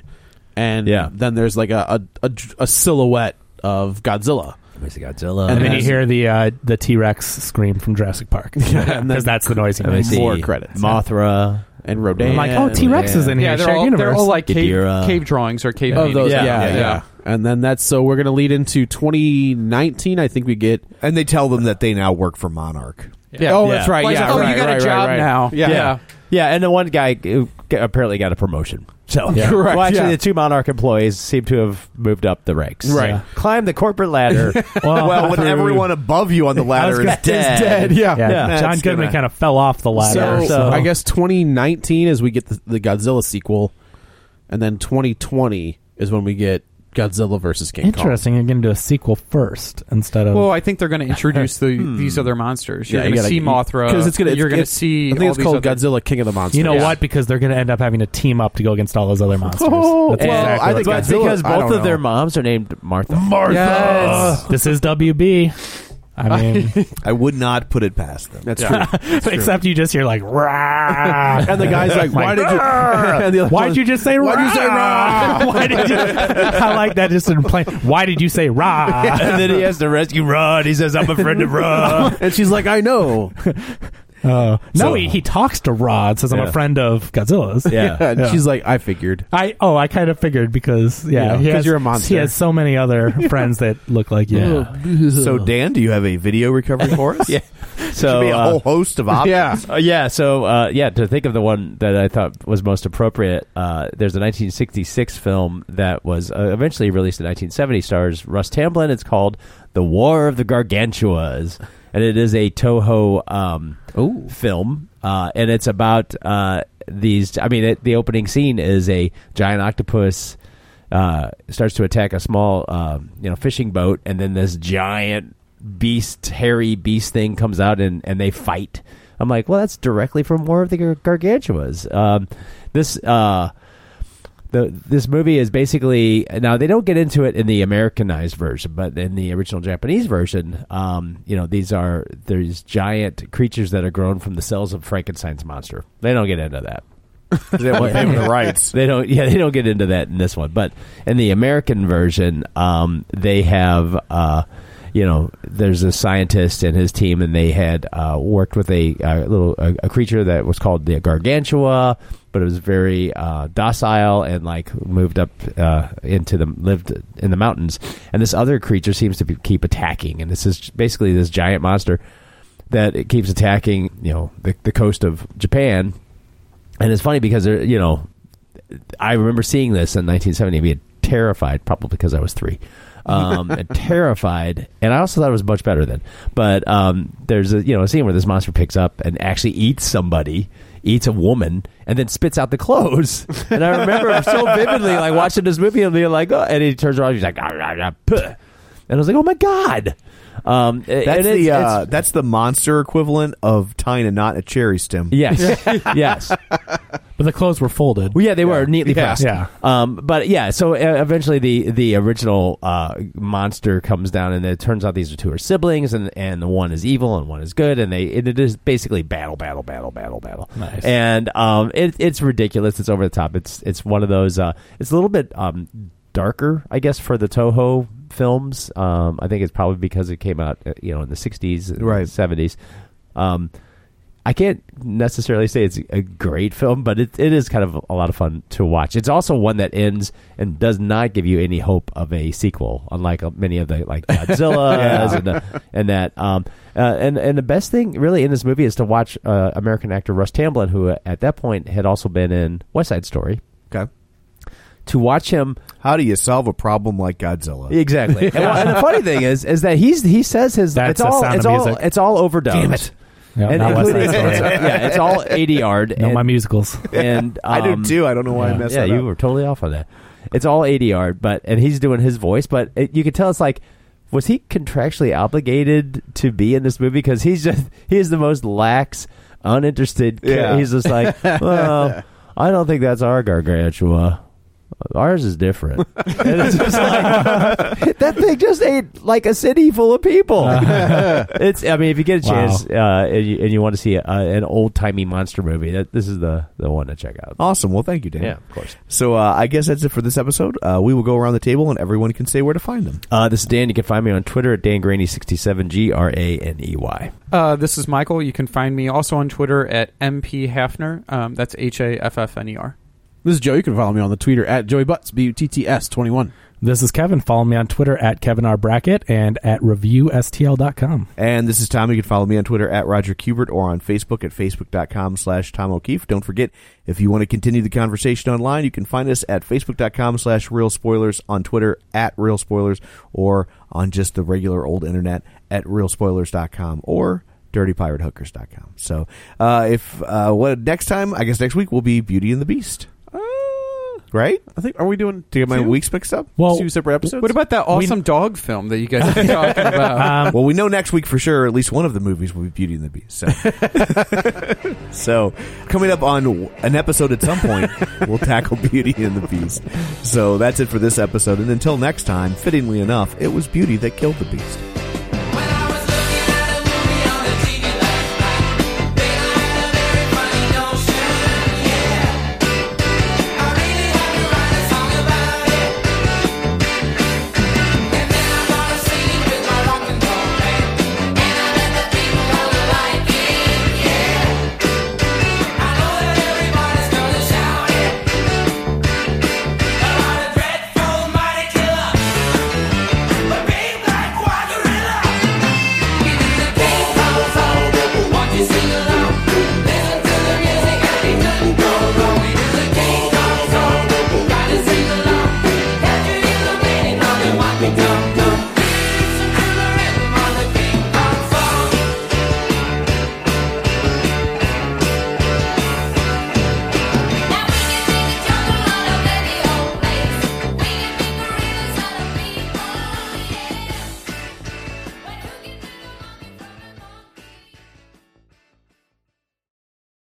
Speaker 3: and
Speaker 1: Yeah.
Speaker 3: then there's like a a, a, a silhouette of godzilla
Speaker 1: Obviously Godzilla.
Speaker 2: And then
Speaker 3: And
Speaker 2: you
Speaker 3: as-
Speaker 2: hear the uh, the T Rex scream from Jurassic Park
Speaker 3: and then-
Speaker 2: because that's the noise he
Speaker 1: And we
Speaker 2: makes.
Speaker 1: see
Speaker 3: more credits.
Speaker 1: Mothra.
Speaker 3: and rodan
Speaker 2: I'm like, oh, T Rex is in here.
Speaker 4: yeah, they're
Speaker 2: shared
Speaker 4: all,
Speaker 2: universe.
Speaker 4: they're all like cave,
Speaker 1: Ghidorah.
Speaker 4: cave drawings or cave
Speaker 3: of those.
Speaker 4: paintings.
Speaker 3: Yeah yeah,
Speaker 1: yeah, yeah.
Speaker 3: And then that's so we're going to lead into 2019. I think we get.
Speaker 6: and they tell them that they now work for Monarch.
Speaker 4: Yeah.
Speaker 3: Oh,
Speaker 1: Yeah.
Speaker 3: that's right.
Speaker 4: Like,
Speaker 3: yeah,
Speaker 4: oh,
Speaker 3: right,
Speaker 4: you got
Speaker 3: right,
Speaker 4: a job
Speaker 3: right, right.
Speaker 4: now.
Speaker 3: Yeah.
Speaker 4: yeah.
Speaker 1: Yeah, and the one guy who g- apparently got a promotion. So,
Speaker 3: Correct,
Speaker 1: well, actually,
Speaker 3: yeah.
Speaker 1: the two Monarch employees seem to have moved up the ranks.
Speaker 3: Right.
Speaker 1: Yeah. Climb the corporate ladder.
Speaker 2: Well,
Speaker 6: Well, when
Speaker 2: through-
Speaker 6: everyone above you on the ladder is
Speaker 2: gonna-
Speaker 6: dead,
Speaker 2: is
Speaker 3: dead, yeah.
Speaker 2: yeah,
Speaker 1: Yeah.
Speaker 2: John
Speaker 6: That's
Speaker 2: Goodman
Speaker 6: gonna-
Speaker 2: kind of fell off the ladder.
Speaker 3: So,
Speaker 2: So,
Speaker 3: I guess 2019 is we get the, the Godzilla sequel, and then 2020 is when we get Godzilla versus King Kong.
Speaker 2: interesting. You're going to do a sequel first instead of
Speaker 4: Well, I think they're going to introduce the, these other monsters. You're
Speaker 3: Hmm. you
Speaker 4: going to
Speaker 3: gotta-
Speaker 4: see Mothra.
Speaker 3: because it's gonna.
Speaker 4: You're going to
Speaker 3: it's-
Speaker 4: see.
Speaker 3: I think
Speaker 4: all
Speaker 3: it's
Speaker 4: these
Speaker 3: called
Speaker 4: other-
Speaker 3: Godzilla King of the Monsters.
Speaker 2: you know
Speaker 3: Yeah.
Speaker 2: what because they're going to end up having to team up to go against all those other monsters.
Speaker 3: Oh,
Speaker 2: That's
Speaker 3: well,
Speaker 2: exactly
Speaker 3: I
Speaker 2: what's
Speaker 3: think
Speaker 1: but
Speaker 2: going on.
Speaker 3: Godzilla-
Speaker 1: because
Speaker 3: I don't
Speaker 1: both of their
Speaker 3: know.
Speaker 1: moms are named Martha.
Speaker 4: Yes.
Speaker 2: this is WB. I mean,
Speaker 6: I would not put it past them.
Speaker 3: That's true.
Speaker 2: except you just hear like rah,
Speaker 3: And the guy's like, "Why did you?" and the other
Speaker 2: Why
Speaker 3: one's-
Speaker 2: did you just say
Speaker 3: Why'd you say
Speaker 2: rah?
Speaker 3: rah?
Speaker 2: Why did you? I like that just in plain. Why did you say rah?
Speaker 1: and then he has to rescue Rod. He says, I'm a friend of Rod.
Speaker 3: And she's like, "I know."
Speaker 2: Uh, no, he, he talks to Rod. Says I'm
Speaker 1: Yeah.
Speaker 2: a friend of Godzilla's.
Speaker 1: Yeah.
Speaker 8: And she's like, I figured.
Speaker 2: I oh I kind of figured because yeah,
Speaker 8: Yeah,
Speaker 2: he
Speaker 8: 'cause
Speaker 2: has-
Speaker 8: you're a monster.
Speaker 2: He has so many other friends that look like you.
Speaker 1: Yeah.
Speaker 3: So, Dan, do you have a video recovery for us?
Speaker 1: Yeah.
Speaker 3: Should
Speaker 1: So
Speaker 3: be a
Speaker 1: uh,
Speaker 3: whole host of options.
Speaker 8: Yeah.
Speaker 1: Uh, yeah, so uh, yeah, to think of the one that I thought was most appropriate, uh, there's a 1966 film that was uh, eventually released in 1970, stars Russ Tamblyn. It's called The War of the Gargantuas, and it is a Toho um, film, uh, and it's about uh, these. I mean, it, the opening scene is a giant octopus. Uh, starts to attack a small, um, you know, fishing boat, and then this giant beast, hairy beast thing comes out and, and they fight. I'm like, well, that's directly from War of the Gar- Gargantuas. Um, this uh, the this movie is basically now they don't get into it in the Americanized version, but in the original Japanese version, um, you know, these are these giant creatures that are grown from the cells of Frankenstein's monster. They don't get into that.
Speaker 3: They want to pay for the rights.
Speaker 1: They don't. Yeah, they don't get into that in this one. But in the American version, um, they have. Uh, you know, there's a scientist and his team, and they had uh, worked with a, uh little a, a creature that was called the gargantua, but it was very uh, docile and like moved up uh, into the lived in the mountains. And this other creature seems to be, keep attacking, and this is basically this giant monster that it keeps attacking. You know, the, the coast of Japan, and it's funny because they're you know I remember seeing this in 1970 and being terrified, probably because I was three. Um, and terrified, and I also thought it was much better then. But um, there's a you know a scene where this monster picks up and actually eats somebody, eats a woman, and then spits out the clothes. And I remember so vividly, like watching this movie and being like, oh, and he turns around, and he's like, "Ah, ah, ah, puh." and I was like, oh my god. Um,
Speaker 3: That's the uh, that's the monster equivalent of tying a knot a cherry stem.
Speaker 1: yes, yes.
Speaker 2: But the clothes were folded.
Speaker 1: Well, yeah, they were neatly
Speaker 2: Yeah.
Speaker 1: pressed.
Speaker 2: Yeah.
Speaker 1: Um, but yeah, so uh, eventually the the original uh, monster comes down, and it turns out these are two are siblings, and and the one is evil and one is good, and they and it is basically battle, battle, battle, battle, battle.
Speaker 2: Nice.
Speaker 1: And um, it, it's ridiculous. It's over the top. It's it's one of those. Uh, it's a little bit um darker, I guess, for the Toho films. Um, I think it's probably because it came out, uh, you know, in the '60s, and
Speaker 3: Right.
Speaker 1: '70s. Um, I can't necessarily say it's a great film, but it, it is kind of a lot of fun to watch. It's also one that ends and does not give you any hope of a sequel, unlike uh, many of the like Godzilla and, uh, and that. Um, uh, and and the best thing really in this movie is to watch uh, American actor Russ Tamblyn, who uh, at that point had also been in West Side Story,
Speaker 3: Okay.
Speaker 1: to watch him
Speaker 3: How do you solve a problem like Godzilla?
Speaker 1: Exactly. and, well, and the funny thing is, is that he's he says his
Speaker 2: That's
Speaker 1: it's
Speaker 2: the
Speaker 1: all
Speaker 2: sound
Speaker 1: it's
Speaker 2: of
Speaker 1: all
Speaker 2: music.
Speaker 1: it's all overdone.
Speaker 2: Damn it. Yeah,
Speaker 1: And
Speaker 2: not West Side
Speaker 1: including,
Speaker 2: Story.
Speaker 1: it's, yeah, it's all eighty yard.
Speaker 2: No,
Speaker 1: and,
Speaker 2: my musicals.
Speaker 1: and
Speaker 3: I do
Speaker 1: um,
Speaker 3: too. I don't know why I
Speaker 1: Yeah,
Speaker 3: messed
Speaker 1: yeah,
Speaker 3: that
Speaker 1: you
Speaker 3: up.
Speaker 1: were totally off on that. It's all ADR, but and he's doing his voice, but it, you can tell it's like, was he contractually obligated to be in this movie? Because he's just he is the most lax, uninterested. kid.
Speaker 3: Yeah.
Speaker 1: He's just like, well, I don't think that's our gargantua. Ours is different. And it's just like, that thing just ate like a city full of people. it's I mean, if you get a
Speaker 2: Wow.
Speaker 1: chance uh, and, you, and you want to see a, an old timey monster movie, that this is the the one to check out.
Speaker 3: Awesome. Well, thank you, Dan.
Speaker 1: Yeah, of course.
Speaker 3: So uh, I guess that's it for this episode. Uh, we will go around the table and everyone can say where to find them.
Speaker 1: Uh, this is Dan. You can find me on Twitter at dangraney67, G R A N E Y.
Speaker 4: Uh, this is Michael. You can find me also on Twitter at MP Hafner. Um, that's H A F F N E R.
Speaker 8: This is Joe. You can follow me on the Twitter at Joey Butts, B U T T S 21.
Speaker 2: This is Kevin. Follow me on Twitter at Kevin R. Brackett and at reviewstl.com.
Speaker 3: And this is Tom. You can follow me on Twitter at Roger Kubert or on Facebook at facebook.com slash Tom O'Keefe. Don't forget, if you want to continue the conversation online, you can find us at facebook.com slash real spoilers, on Twitter at real spoilers, or on just the regular old internet at realspoilers.com or dirtypiratehookers.com. So uh, if uh, what next time, I guess next week will be Beauty and the Beast. Right?
Speaker 8: I think, are we doing
Speaker 3: Do you get my
Speaker 8: two?
Speaker 3: weeks mixed up?
Speaker 2: Well,
Speaker 8: two separate episodes?
Speaker 4: What about that awesome dog film that you guys are talking about?
Speaker 3: well, we know next week for sure. At least one of the movies will be Beauty and the Beast. So, so coming up on w- an episode at some point, we'll tackle Beauty and the Beast. So that's it for this episode. And until next time, fittingly enough, it was Beauty that killed the Beast.